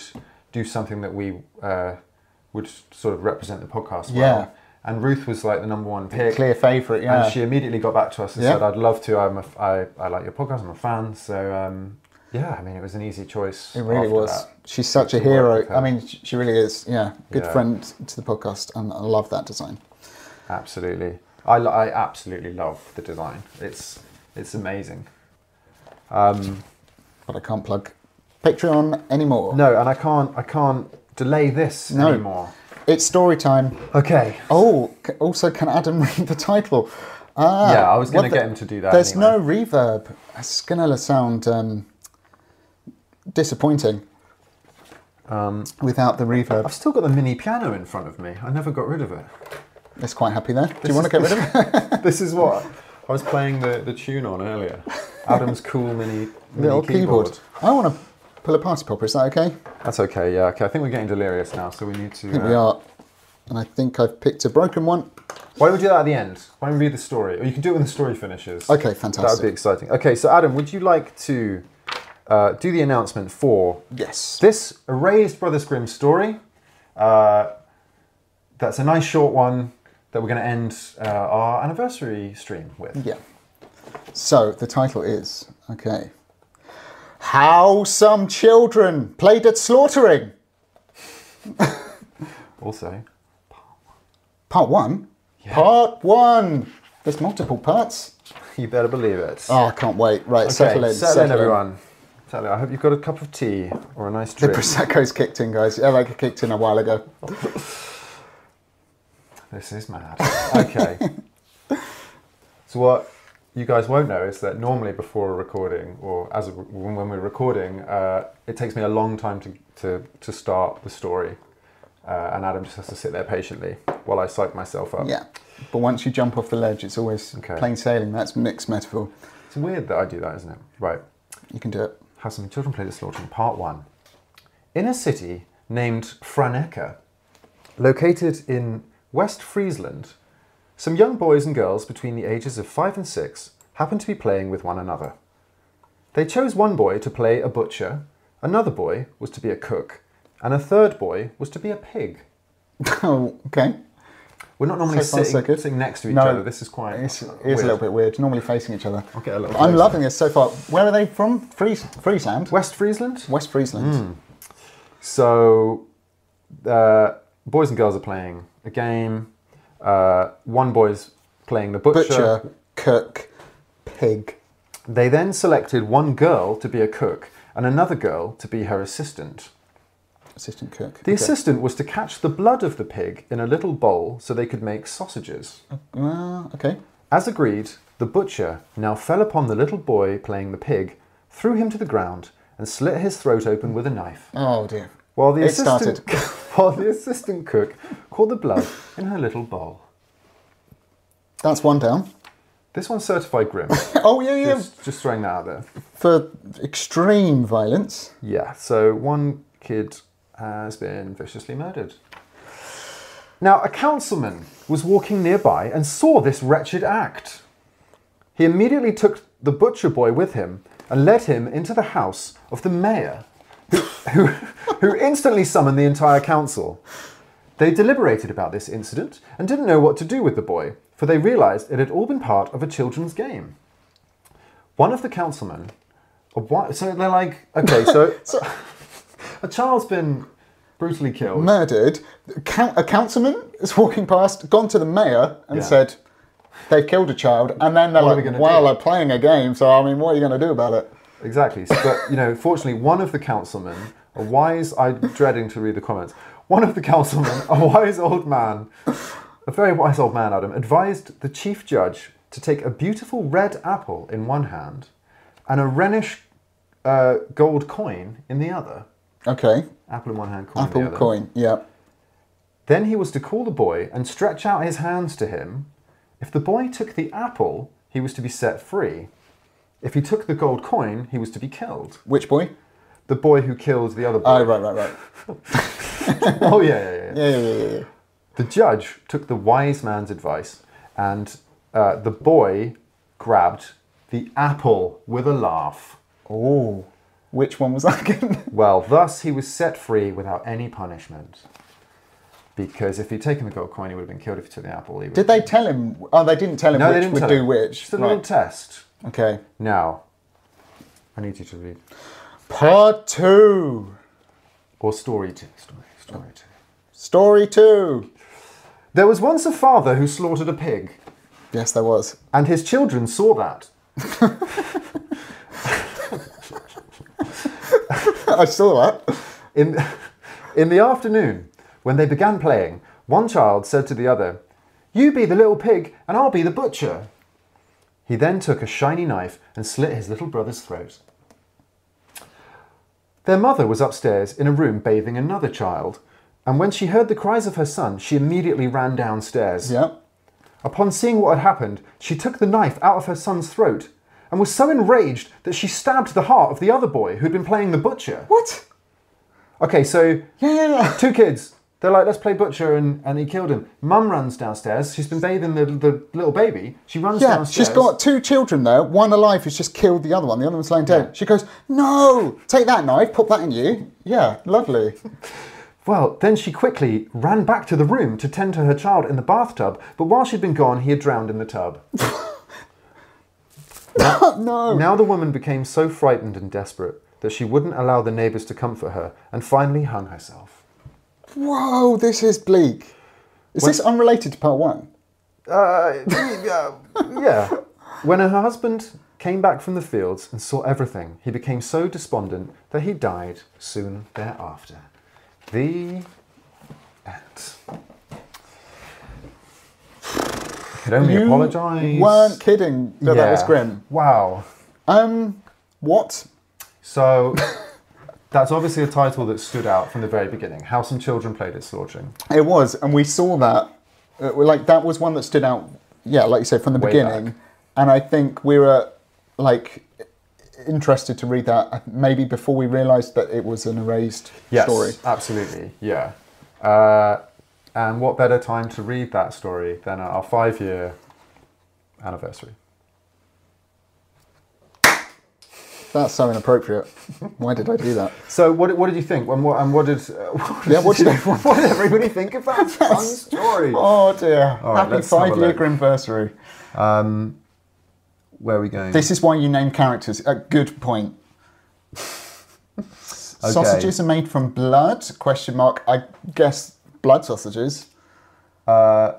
A: do something that we uh, would sort of represent the podcast well.
B: Yeah.
A: And Ruth was like the number one pick.
B: Clear favourite, yeah.
A: And she immediately got back to us and
B: Yeah.
A: said, "I'd love to. I'm a f- I, I like your podcast. I'm a fan." So um, yeah, I mean, it was an easy choice.
B: It really
A: after
B: was.
A: that.
B: She's such a
A: to work
B: hero.
A: with her.
B: I mean, sh- she really is. Yeah, good
A: Yeah.
B: friend to the podcast, and I love that design.
A: Absolutely. I, lo- I absolutely love the design. It's it's amazing. Um,
B: But I can't plug Patreon anymore.
A: no, and I can't I can't delay this
B: No.
A: anymore.
B: It's story time.
A: Okay.
B: Oh, c- also, can Adam [LAUGHS] read the title? Ah,
A: Yeah, I was
B: what
A: gonna get him to do that
B: There's
A: anyway.
B: no reverb. It's gonna sound um, disappointing
A: Um,
B: without the reverb.
A: I've still got the mini piano in front of me. I never got rid of it. [LAUGHS]
B: It's quite happy there. Do you want to get rid [LAUGHS] of it?
A: This is what I was playing the, the tune on
B: [LAUGHS]
A: earlier. Adam's cool mini, mini
B: Little keyboard.
A: keyboard.
B: I want to pull a party popper. Is that okay?
A: That's okay, yeah. Okay, I think we're getting delirious now, so we need to.
B: I think we
A: uh,
B: are. And I think I've picked a broken one.
A: Why don't we do that at the end? Why don't we read the story? Or you can do it when the story finishes.
B: Okay,
A: That would
B: fantastic.
A: be exciting. Okay, so Adam, would you like to uh, do the announcement for
B: Yes.
A: this erased Brothers Grimm story? Uh, that's a nice short one that we're going to end uh, our anniversary stream with.
B: Yeah. So the title is okay. How some children played at slaughtering.
A: Also,
B: Part one. Part one. There's multiple parts.
A: you better believe it.
B: Oh, I can't wait. Right,
A: okay,
B: settle in.
A: settle in, everyone. Settle in. I hope you've got a cup of tea or a nice
B: The
A: drink.
B: prosecco's kicked in, guys. Yeah, like it kicked in a while ago.
A: This is mad. Okay. so what you guys won't know is that normally before a recording or as a, when when we're recording, uh, it takes me a long time to to, to start the story, uh, and Adam just has to sit there patiently while I psych myself up.
B: Yeah. But once you jump off the ledge, it's always plain sailing. That's mixed metaphor.
A: It's weird that I do that, isn't it? Right.
B: You can do it. [LAUGHS]
A: How some children play the slaughtering, part one. In a city named Franeker, located in West Friesland, some young boys and girls between the ages of five and six happened to be playing with one another. They chose one boy to play a butcher, another boy was to be a cook, and a third boy was to be a pig.
B: Oh, okay.
A: We're not normally
B: So far, so
A: sitting,
B: good.
A: sitting next to each
B: No,
A: other. This is quite.
B: It's, it's
A: weird.
B: a little bit weird. Normally facing each other.
A: I'll get a little
B: I'm
A: closer.
B: loving this so far. Where are they from? Fries- Friesland?
A: West Hmm, Friesland?
B: West Friesland.
A: So, uh, boys and girls are playing a game. Uh, one boy's playing the butcher.
B: Butcher, cook, pig.
A: They then selected one girl to be a cook and another girl to be her assistant.
B: Assistant cook.
A: The
B: Okay.
A: assistant was to catch the blood of the pig in a little bowl so they could make sausages.
B: Well, okay.
A: As agreed, the butcher now fell upon the little boy playing the pig, threw him to the ground, and slit his throat open with a knife.
B: Oh dear.
A: While the
B: It
A: assistant,
B: started.
A: [LAUGHS] while the assistant cook caught the blood in her little bowl.
B: That's
A: [LAUGHS]
B: one down.
A: This one's certified grim.
B: Oh yeah, yeah.
A: just, just throwing that out there.
B: For extreme violence.
A: Yeah. So one kid has been viciously murdered. Now, a councilman was walking nearby and saw this wretched act. He immediately took the butcher boy with him and led him into the house of the mayor, who, who, who instantly summoned the entire council. They deliberated about this incident and didn't know what to do with the boy, for they realized it had all been part of a children's game. One of the councilmen. a wi- So they're like, okay, so, a child's been brutally killed.
B: Murdered. Coun- A councilman is walking past, gone to the mayor and
A: Yeah.
B: said, they've killed a child. And then they're
A: What are we
B: like,
A: gonna
B: well,
A: do?"
B: they're playing a game, so I mean, what are you going to do about it?
A: Exactly. So, but, you know, fortunately, one of the councilmen, a wise, I'm dreading to read the comments, one of the councilmen, a wise old man, a very wise old man, Adam, advised the chief judge to take a beautiful red apple in one hand and a Rhenish uh, gold coin in the other.
B: Okay.
A: Apple in one hand, coin in
B: Apple
A: the other.
B: coin. Yeah.
A: Then he was to call the boy and stretch out his hands to him. If the boy took the apple, he was to be set free. If he took the gold coin, he was to be killed.
B: Which boy?
A: The boy who killed the other boy.
B: Oh, right, right, right.
A: oh [LAUGHS] yeah, yeah, yeah, yeah.
B: Yeah, yeah, yeah, yeah, yeah.
A: The judge took the wise man's advice, and uh, the boy grabbed the apple with a laugh.
B: Oh, which one was that again? [LAUGHS]
A: Well, thus he was set free without any punishment. Because if he'd taken the gold coin, he would have been killed. If he took the apple, he would.
B: Did they tell him? Oh, they didn't tell him
A: No,
B: which
A: they didn't
B: would
A: tell
B: do
A: him.
B: which.
A: Just a little
B: Right.
A: test.
B: Okay.
A: Now, I need you to read.
B: Part two.
A: Or story two. Story,
B: Oh.
A: story two.
B: Story two.
A: There was once a father who slaughtered a pig,
B: Yes, there was.
A: and his children saw that.
B: I saw that.
A: In, [LAUGHS] in the afternoon, when they began playing, one child said to the other, You be the little pig, and I'll be the butcher. He then took a shiny knife and slit his little brother's throat. Their mother was upstairs in a room bathing another child, and when she heard the cries of her son, she immediately ran downstairs.
B: Yep.
A: Upon seeing what had happened, she took the knife out of her son's throat and was so enraged that she stabbed the heart of the other boy who'd been playing the butcher.
B: What?
A: Okay, so
B: Yeah, yeah, yeah.
A: two kids. They're like, let's play butcher, and, and he killed him. Mum runs downstairs. She's been bathing the, the little baby. She runs
B: Yeah,
A: downstairs.
B: she's got two children there. One alive who's just killed the other one. The other one's laying dead. She goes, "No, take that knife. Pop that in you." Yeah, lovely.
A: Well, then she quickly ran back to the room to tend to her child in the bathtub. But while she'd been gone, he had drowned in the tub.
B: no.
A: Now the woman became so frightened and desperate that she wouldn't allow the neighbours to comfort her, and finally hung herself.
B: Whoa, this is bleak. Is this unrelated to part one?
A: Yeah. When her husband came back from the fields and saw everything, he became so despondent that he died soon thereafter. The end. could only
B: You
A: apologise.
B: weren't kidding. No, that was
A: Yeah.
B: grim.
A: Wow.
B: Um, what?
A: So [LAUGHS] that's obviously a title that stood out from the very beginning. How some children played at Slaughtering.
B: It was, and we saw that. Uh, we're like that was one that stood out. Yeah, like you said from the
A: Way
B: beginning, and I think we were like interested to read that uh, maybe before we realised that it was an erased
A: Yes,
B: story.
A: absolutely. Yeah. Uh, and what better time to read that story than at our five-year anniversary?
B: That's so inappropriate. Why did I
A: [LAUGHS]
B: do that?
A: So what, what did you think? And what, and what did [LAUGHS] uh,
B: Yeah, what did everyone
A: what did everybody think of
B: [LAUGHS]
A: that fun story?
B: Oh dear!
A: All right,
B: Happy
A: let's have a
B: five-year
A: look.
B: grimversary.
A: Um, where are we going?
B: This is why you name characters. A good
A: [LAUGHS]
B: point. Sausages are made from blood? Question mark. I guess blood sausages.
A: Uh,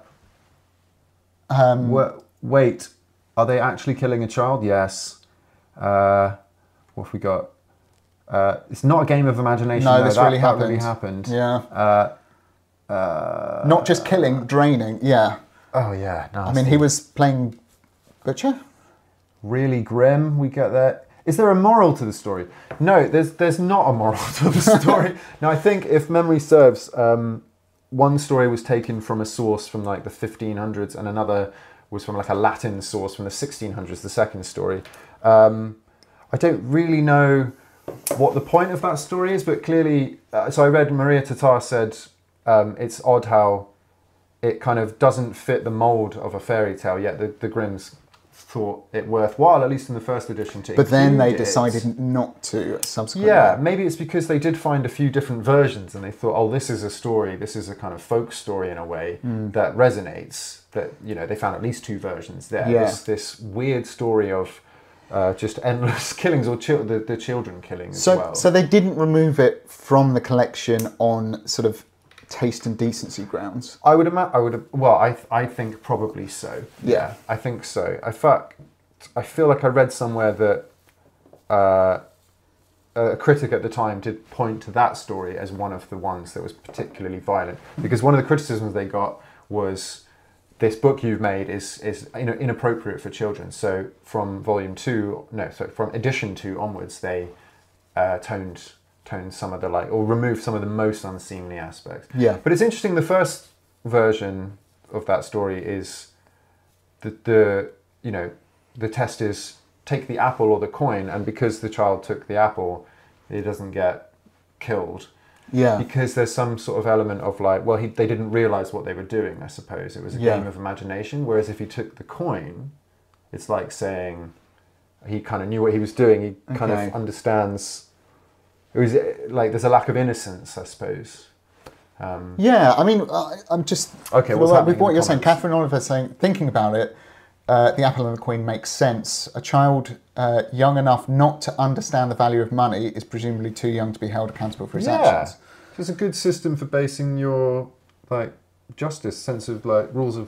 B: Um,
A: Wa- wait, are they actually killing a child? Yes. Uh, what have we got? Uh, it's not a game of imagination.
B: No,
A: though.
B: this
A: That-
B: really
A: that
B: happened.
A: really happened.
B: Yeah.
A: Uh, uh,
B: Not just killing, draining. Yeah.
A: Oh yeah.
B: I mean, he was playing butcher.
A: really grim. We get that. Is there a moral to the story? No, there's there's not a moral [LAUGHS] to the story. now I think if memory serves, um, one story was taken from a source from like the 1500s, and another was from like a Latin source from the 1600s. The second story. Um, I don't really know what the point of that story is, but clearly, uh, so I read Maria Tatar said um, it's odd how it kind of doesn't fit the mold of a fairy tale yet the, the Grimms thought it worthwhile, at least in the first edition, to
B: But then they
A: include it.
B: decided not to subsequently.
A: Yeah, maybe it's because they did find a few different versions and they thought, oh, this is a story, this is a kind of folk story in a way
B: Mm.
A: that resonates. That, you know, they found at least two versions there.
B: Yeah.
A: This, this weird story of uh, just endless [LAUGHS] killings or chil- the, the children killing as
B: So,
A: well.
B: so they didn't remove it from the collection on sort of taste and decency grounds.
A: I would imagine. I would. Well, I I think probably so.
B: Yeah.
A: I think so. I fuck. I feel like I read somewhere that uh, a critic at the time did point to that story as one of the ones that was particularly violent because one of the criticisms they got was this book you've made is is you know inappropriate for children. So from volume two, no, so from edition two onwards, they uh, toned toned some of the like or removed some of the most unseemly aspects.
B: Yeah.
A: But it's interesting. The first version of that story is the the you know the test is take the apple or the coin, and because the child took the apple, he doesn't get killed.
B: Yeah.
A: Because there's some sort of element of like, well, he, they didn't realize what they were doing. I suppose it was a
B: Yeah.
A: game of imagination. Whereas if he took the coin, it's like saying he kind of knew what he was doing. He kind
B: Okay.
A: of understands. It was eh, like there's a lack of innocence, I suppose. Um,
B: Yeah, I mean, I, I'm just
A: Okay,
B: Well,
A: what's
B: like,
A: happening
B: with what
A: in the
B: you're saying, Catherine Oliver saying, thinking about it, uh, the apple and the queen makes sense. A child uh, young enough not to understand the value of money is presumably too young to be held accountable for his actions.
A: So it's a good system for basing your like justice, sense of like rules of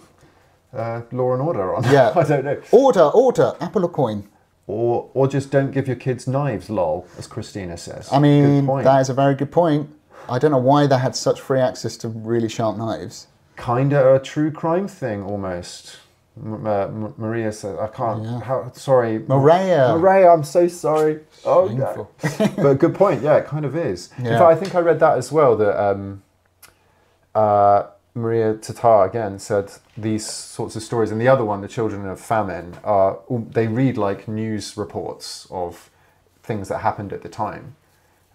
A: uh, law and order on.
B: Yeah.
A: [LAUGHS] I don't know.
B: Order, order, apple or coin.
A: Or or just don't give your kids knives, lol, as Christina says. Good
B: I mean,
A: point.
B: that is a very good point. I don't know why they had such free access to really sharp knives.
A: kinda a true crime thing almost. M- uh, M- Maria says, "I can't." How, sorry,
B: Maria.
A: Maria, I'm so sorry. Oh, no. [LAUGHS] but good point. Yeah, it kind of is. In
B: Yeah.
A: fact, I think I read that as well. That um, uh, Maria Tatar again said these sorts of stories, and the other one, the children of famine, are they read like news reports of things that happened at the time,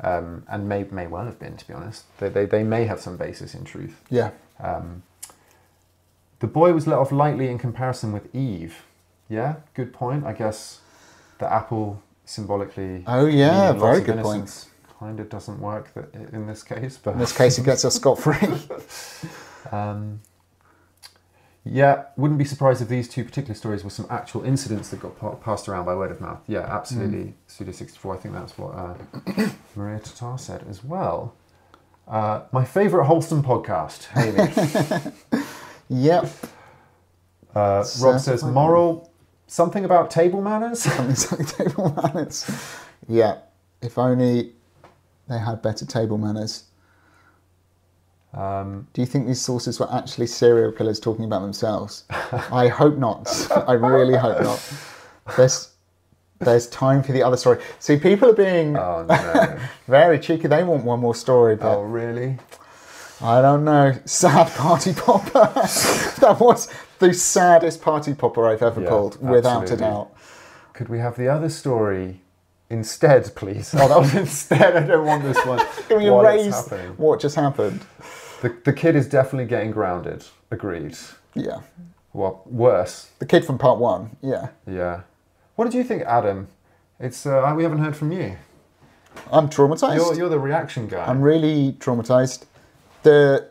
A: um, and may may well have been, to be honest. They they, they may have some basis in truth.
B: Yeah.
A: Um, the boy was let off lightly in comparison with Eve. Yeah, good point. I guess the apple symbolically.
B: Oh, yeah,
A: meaning lots
B: very
A: of
B: good point.
A: innocence Kind of doesn't work that, in this case, but
B: In this case, it gets us scot free.
A: um, yeah, wouldn't be surprised if these two particular stories were some actual incidents that got pa- passed around by word of mouth. Yeah,
B: Mm.
A: absolutely. Pseudo 64, I think that's what uh, [COUGHS] Maria Tatar said as well. Uh, my favourite wholesome podcast,
B: [LAUGHS]
A: Amy.
B: [LAUGHS] yep.
A: Uh, Rob says
B: Certified
A: moral, something about table manners. [LAUGHS]
B: Something [LAUGHS] table manners. Yeah. If only they had better table manners.
A: Um,
B: Do you think these sources were actually serial killers talking about themselves? I hope not. I really hope not. There's there's time for the other story. See, people are being [LAUGHS] very cheeky. They want one more story. But
A: oh, really?
B: I don't know. Sad party popper. [LAUGHS] that was the saddest party popper I've ever
A: Yeah,
B: pulled, without a
A: absolutely.
B: doubt. [LAUGHS]
A: Could we have the other story instead, please? [LAUGHS] Oh, that was instead. I don't want this one. [LAUGHS]
B: Can we
A: While it's
B: erase
A: happening.
B: what just happened?
A: The, the kid is definitely getting grounded. Agreed.
B: Yeah.
A: Well, worse.
B: The kid from part one. Yeah.
A: Yeah. What did you think, Adam? It's uh, we haven't heard from you.
B: I'm traumatized.
A: You're, you're the reaction guy.
B: I'm really traumatized. The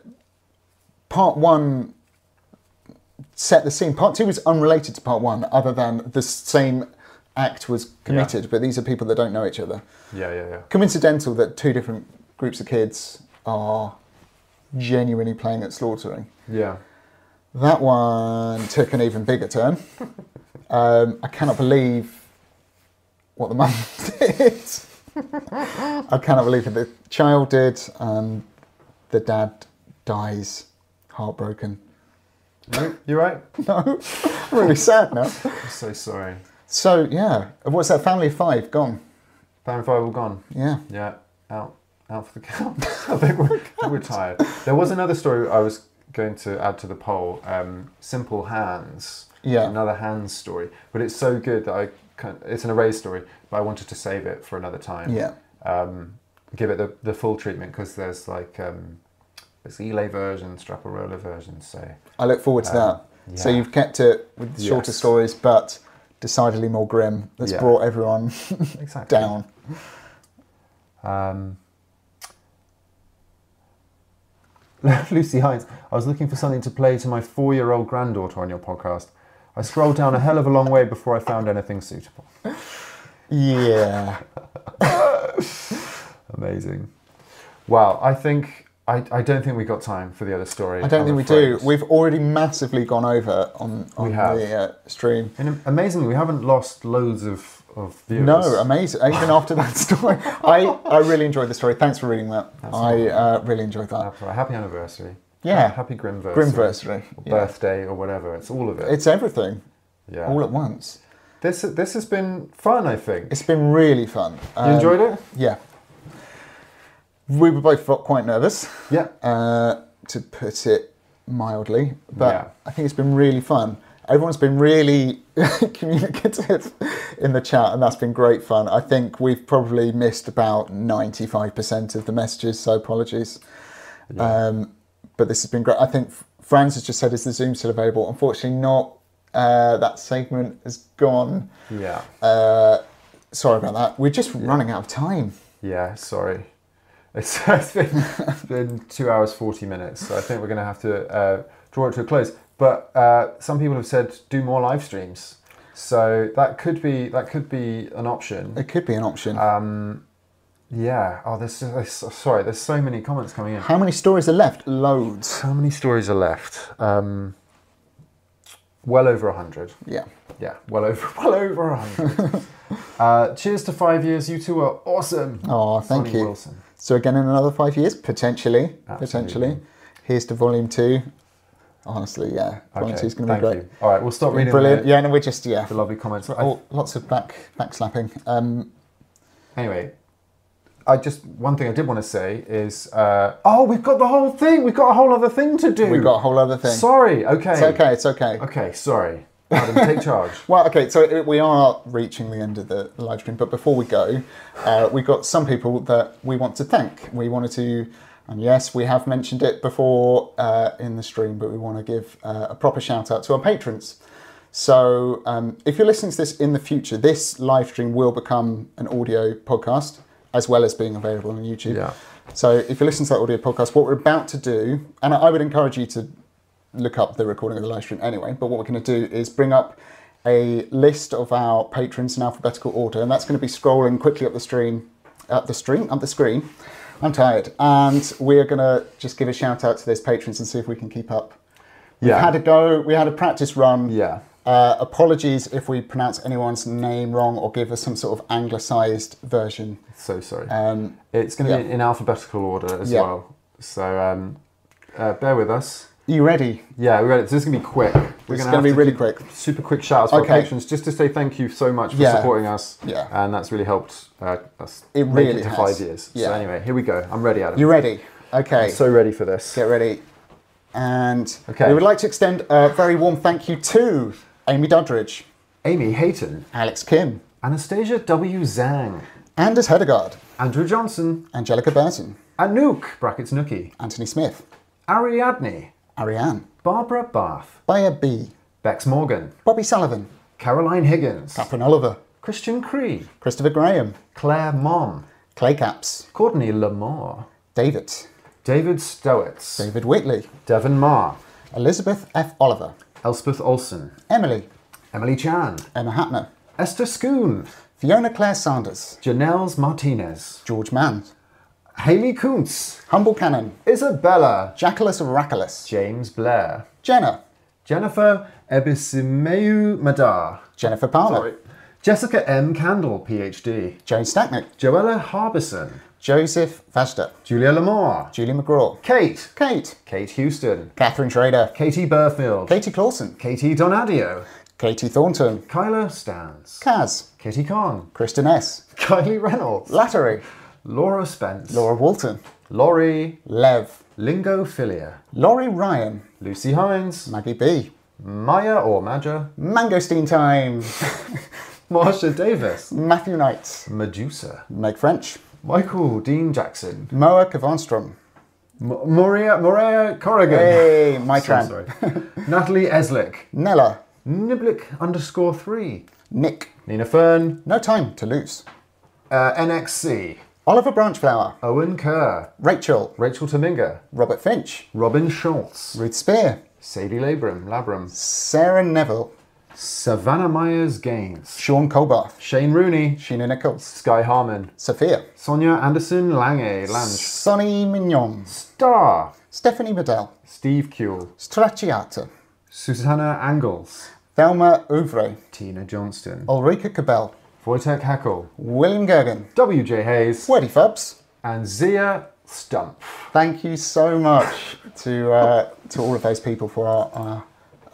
B: part one set the scene. Part two was unrelated to part one, other than the same act was committed, but these are people that don't know each other.
A: yeah, yeah, yeah.
B: Coincidental that two different groups of kids are genuinely playing at slaughtering.
A: Yeah.
B: That one took an even
A: [LAUGHS]
B: bigger turn. Um, I cannot believe what the mum [LAUGHS] did. I cannot believe what the child did, and the dad dies heartbroken.
A: No, you're right.
B: No, I'm really sad now.
A: I'm so sorry.
B: So yeah, what's that? Family of five gone.
A: Fan five all gone.
B: Yeah.
A: Yeah, out, out for the count. [LAUGHS] I think we're, we're tired. There was another story I was going to add to the poll. Um, Simple hands.
B: Yeah.
A: Another hands story, but it's so good that I can It's an array story, but I wanted to save it for another time.
B: Yeah.
A: Um, give it the, the full treatment because there's like um, there's Elay version, Straparola version. So
B: I look forward to
A: Um,
B: that. So
A: yeah.
B: you've kept it with shorter
A: Yes.
B: stories, but decidedly more grim. That's
A: Yeah.
B: brought everyone [LAUGHS]
A: Exactly.
B: down.
A: Um, [LAUGHS] Lucy Hines, I was looking for something to play to my four year old granddaughter on your podcast. I scrolled down a hell of a long way before I found anything suitable.
B: Yeah.
A: Amazing. Wow, I think, I, I don't think we got time for the other story.
B: I don't
A: I'm
B: think we
A: afraid.
B: do. We've already massively gone over on, on
A: We have.
B: the uh, stream.
A: And amazingly, we haven't lost loads of, of viewers.
B: No, amazing. Even
A: [LAUGHS]
B: after that story, I, I really enjoyed the story. Thanks for reading that. I uh, really enjoyed that.
A: Happy- Happy anniversary.
B: Yeah.
A: Happy Grimversary.
B: Grimversary,
A: Or
B: yeah.
A: Birthday or whatever. It's all of it.
B: It's everything
A: yeah.
B: all at once.
A: This this has been fun, I think.
B: It's been really fun. Uh,
A: You enjoyed it?
B: Yeah. We were both quite nervous,
A: Yeah.
B: uh, to put it mildly, but
A: Yeah.
B: I think it's been really fun. Everyone's been really [LAUGHS] communicative in the chat, and that's been great fun. I think we've probably missed about 95% of the messages, so apologies. Um, but this has been great. I think F- Franz has just said, Is the Zoom still available? Unfortunately, not. Uh, that segment is gone.
A: Yeah.
B: Uh, sorry about that. We're just running out of time.
A: Yeah, sorry. [LAUGHS] It's, it's been, it's been two hours, 40 minutes, so I think we're going to have to uh, draw it to a close. But uh, some people have said do more live streams. So that could be that could be an option.
B: It could be an option.
A: Yeah. Oh, there's, there's sorry. There's so many comments coming in.
B: How many stories are left? Loads.
A: How many stories are left? Um, well over a hundred.
B: Yeah.
A: Yeah, well over, [LAUGHS] well over a
B: [LAUGHS]
A: hundred. uh, cheers to five years. You two are awesome.
B: Oh, thank
A: Sonny
B: you.
A: Wilson.
B: So again, in another five years, potentially,
A: Absolutely.
B: potentially. Here's to volume two. Honestly, yeah, volume
A: Okay,
B: two's going to be
A: thank
B: great.
A: you. All right, we'll stop reading
B: Brilliant.
A: the-
B: Yeah, no, we're just yeah.
A: The lovely comments. I-
B: Oh, lots of back back slapping. Um,
A: Anyway, I just one thing I did want to say is, uh, oh, we've got the whole thing. We've got a whole other thing to do.
B: we got a whole other thing.
A: Sorry. Okay.
B: It's okay. It's okay.
A: Okay. Sorry. Adam,
B: [LAUGHS]
A: take charge.
B: Well, okay, so it- we are reaching the end of the live stream, but before we go, uh, we've got some people that we want to thank. We wanted to, and yes, we have mentioned it before uh, in the stream, but we want to give uh, a proper shout out to our patrons. So um, if you're listening to this in the future, this live stream will become an audio podcast as well as being available on YouTube.
A: Yeah.
B: So if you're listening to that audio podcast, what we're about to do, and I I would encourage you to look up the recording of the live stream anyway, but what we're going to do is bring up a list of our patrons in alphabetical order, and that's going to be scrolling quickly up the stream, up the stream, up the screen. I'm tired, and we're going to just give a shout out to those patrons and see if we can keep up.
A: Yeah.
B: We had a go. We had a practice run.
A: Yeah.
B: Uh, apologies if we pronounce anyone's name wrong or give us some sort of anglicised version.
A: So sorry.
B: Um,
A: it's going to
B: yeah.
A: be in alphabetical order as
B: Yeah.
A: well. So um, uh, bear with us.
B: You ready?
A: Yeah, we're ready. So this is gonna be quick. We're
B: It's
A: gonna
B: gonna
A: have
B: be
A: to
B: really
A: do
B: quick.
A: Super quick shout outs for
B: Okay.
A: our patrons, just to say thank you so much for
B: Yeah.
A: supporting us.
B: Yeah.
A: and that's really helped uh, us.
B: It
A: make
B: really
A: to
B: has.
A: five years.
B: Yeah.
A: So anyway, here we go. I'm ready, Adam.
B: You ready? Okay.
A: I'm so ready for this.
B: Get ready. And
A: Okay.
B: we would like to extend a very warm thank you to Amy Doddridge,
A: Amy Hayton,
B: Alex Kim,
A: Anastasia W. Zhang,
B: Anders Hedegaard,
A: Andrew Johnson,
B: Angelica Burton,
A: Anouk brackets Nookie,
B: Anthony Smith,
A: Ariadne,
B: Ariane,
A: Barbara Bath,
B: Bayer B,
A: Bex Morgan,
B: Bobby Sullivan,
A: Caroline Higgins,
B: Catherine Oliver,
A: Christian Cree,
B: Christopher Graham,
A: Claire Mom,
B: Clay Caps,
A: Courtney Lamar,
B: David,
A: David Stowitz,
B: David Whitley,
A: Devon Marr,
B: Elizabeth F. Oliver,
A: Elspeth Olson,
B: Emily,
A: Emily Chan,
B: Emma Hatner,
A: Esther Schoon,
B: Fiona Claire Sanders,
A: Janelles Martinez,
B: George Mann,
A: Haley Kuntz,
B: Humble Cannon,
A: Isabella,
B: Jackalus Arakalus,
A: James Blair,
B: Jenna,
A: Jennifer Ebisimeu Madar,
B: Jennifer Palmer,
A: Sorry. Jessica M. Candle, PhD,
B: Jane Stacknick,
A: Joella Harbison,
B: Joseph Vajda,
A: Julia Lamar,
B: Julie McGraw,
A: Kate,
B: Kate,
A: Kate Houston,
B: Catherine Schrader,
A: Katie Burfield,
B: Katie Clausen,
A: Katie Donadio,
B: Katie Thornton,
A: Kyla Stans,
B: Kaz,
A: Katie Kong,
B: Kristen S,
A: Kylie Reynolds,
B: Lattery,
A: Laura Spence,
B: Laura Walton,
A: Laurie,
B: Lev,
A: Lingophilia,
B: Laurie Ryan,
A: Lucy Hines,
B: Maggie B,
A: Maya or Maja,
B: Mangosteen Time, [LAUGHS]
A: Marsha Davis,
B: Matthew Knight,
A: Medusa,
B: Meg French,
A: Michael Dean Jackson,
B: Moa Kavanstrom,
A: M- Maria Maria Corrigan,
B: Hey, my
A: So [LAUGHS]
B: tran.
A: sorry. [LAUGHS] Natalie Eslick,
B: Nella,
A: Niblick underscore three,
B: Nick,
A: Nina Fern,
B: No Time to Lose,
A: uh, NXC,
B: Oliver Branchflower,
A: Owen Kerr,
B: Rachel,
A: Rachel Tominga,
B: Robert Finch,
A: Robin Schultz,
B: Ruth Spear,
A: Sadie Labram, Labram,
B: Sarah Neville,
A: Savannah Myers Gaines,
B: Sean Colbath,
A: Shane Rooney,
B: Sheena Nichols,
A: Sky Harmon,
B: Sophia,
A: Sonia Anderson Lange, Lange,
B: Sonny Mignon,
A: Star,
B: Stephanie Bedell,
A: Steve Kuehl,
B: Stracciata,
A: Susanna Angles,
B: Thelma Ouvre,
A: Tina Johnston,
B: Ulrika Cabell,
A: Wojtek Heckel,
B: William Gergen,
A: W.J. Hayes,
B: Weddy Fubs.
A: and Zia Stump.
B: Thank you so much to uh, to all of those people for our, our,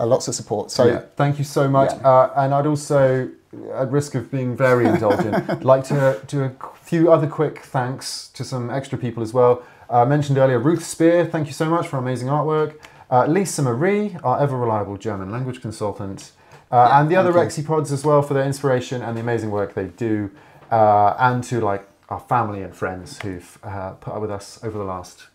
B: our lots of support. So
A: Yeah, thank you so much.
B: Yeah.
A: Uh, and I'd also, at risk of being very
B: [LAUGHS]
A: indulgent, like to do a few other quick thanks to some extra people as well. Uh, I mentioned earlier Ruth Spear, thank you so much for amazing artwork. Uh, Lisa Marie, our ever reliable German language consultant. Uh, and the other Rexy Pods as well for their inspiration and the amazing work they do. Uh, and to like our family and friends who've uh, put up with us over the last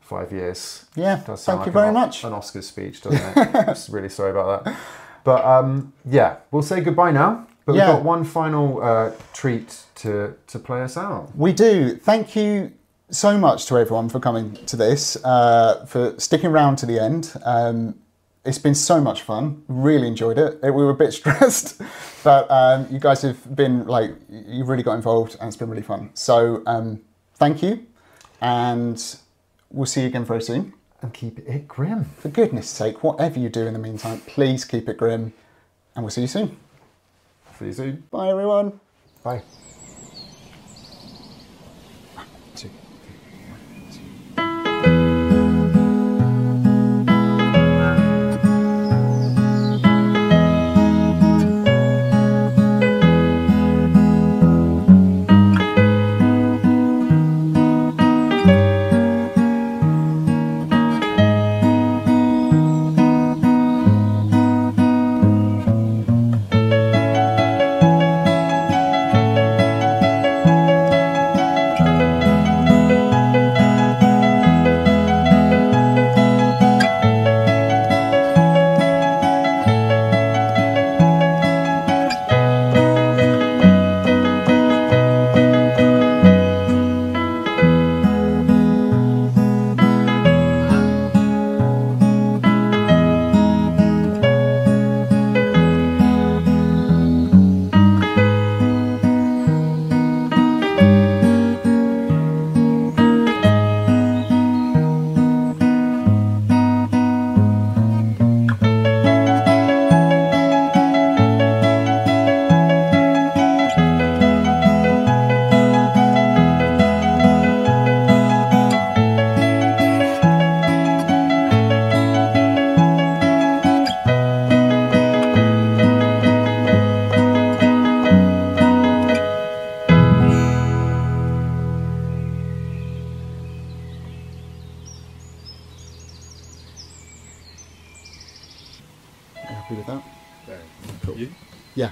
A: five years.
B: Yeah,
A: Does
B: thank
A: sound
B: you
A: an
B: very
A: O-
B: much.
A: An Oscars speech, doesn't it?
B: [LAUGHS]
A: I'm just really sorry about that. But um, yeah, we'll say goodbye now. But
B: Yeah.
A: we've got one final uh, treat to to play us out.
B: we do. Thank you so much to everyone for coming to this, uh, for sticking around to the end. Um, it's been so much fun. Really enjoyed it. It- we were a bit [LAUGHS] stressed, but um, you guys have been like you've really got involved, and it's been really fun. So um, thank you, and we'll see you again very soon.
A: And keep it grim.
B: For goodness sake, whatever you do in the meantime, please keep it grim, and we'll see you soon.
A: See you soon.
B: Bye, everyone.
A: Bye.
B: Who did that?
M: Very
B: Cool.
M: You?
B: Yeah,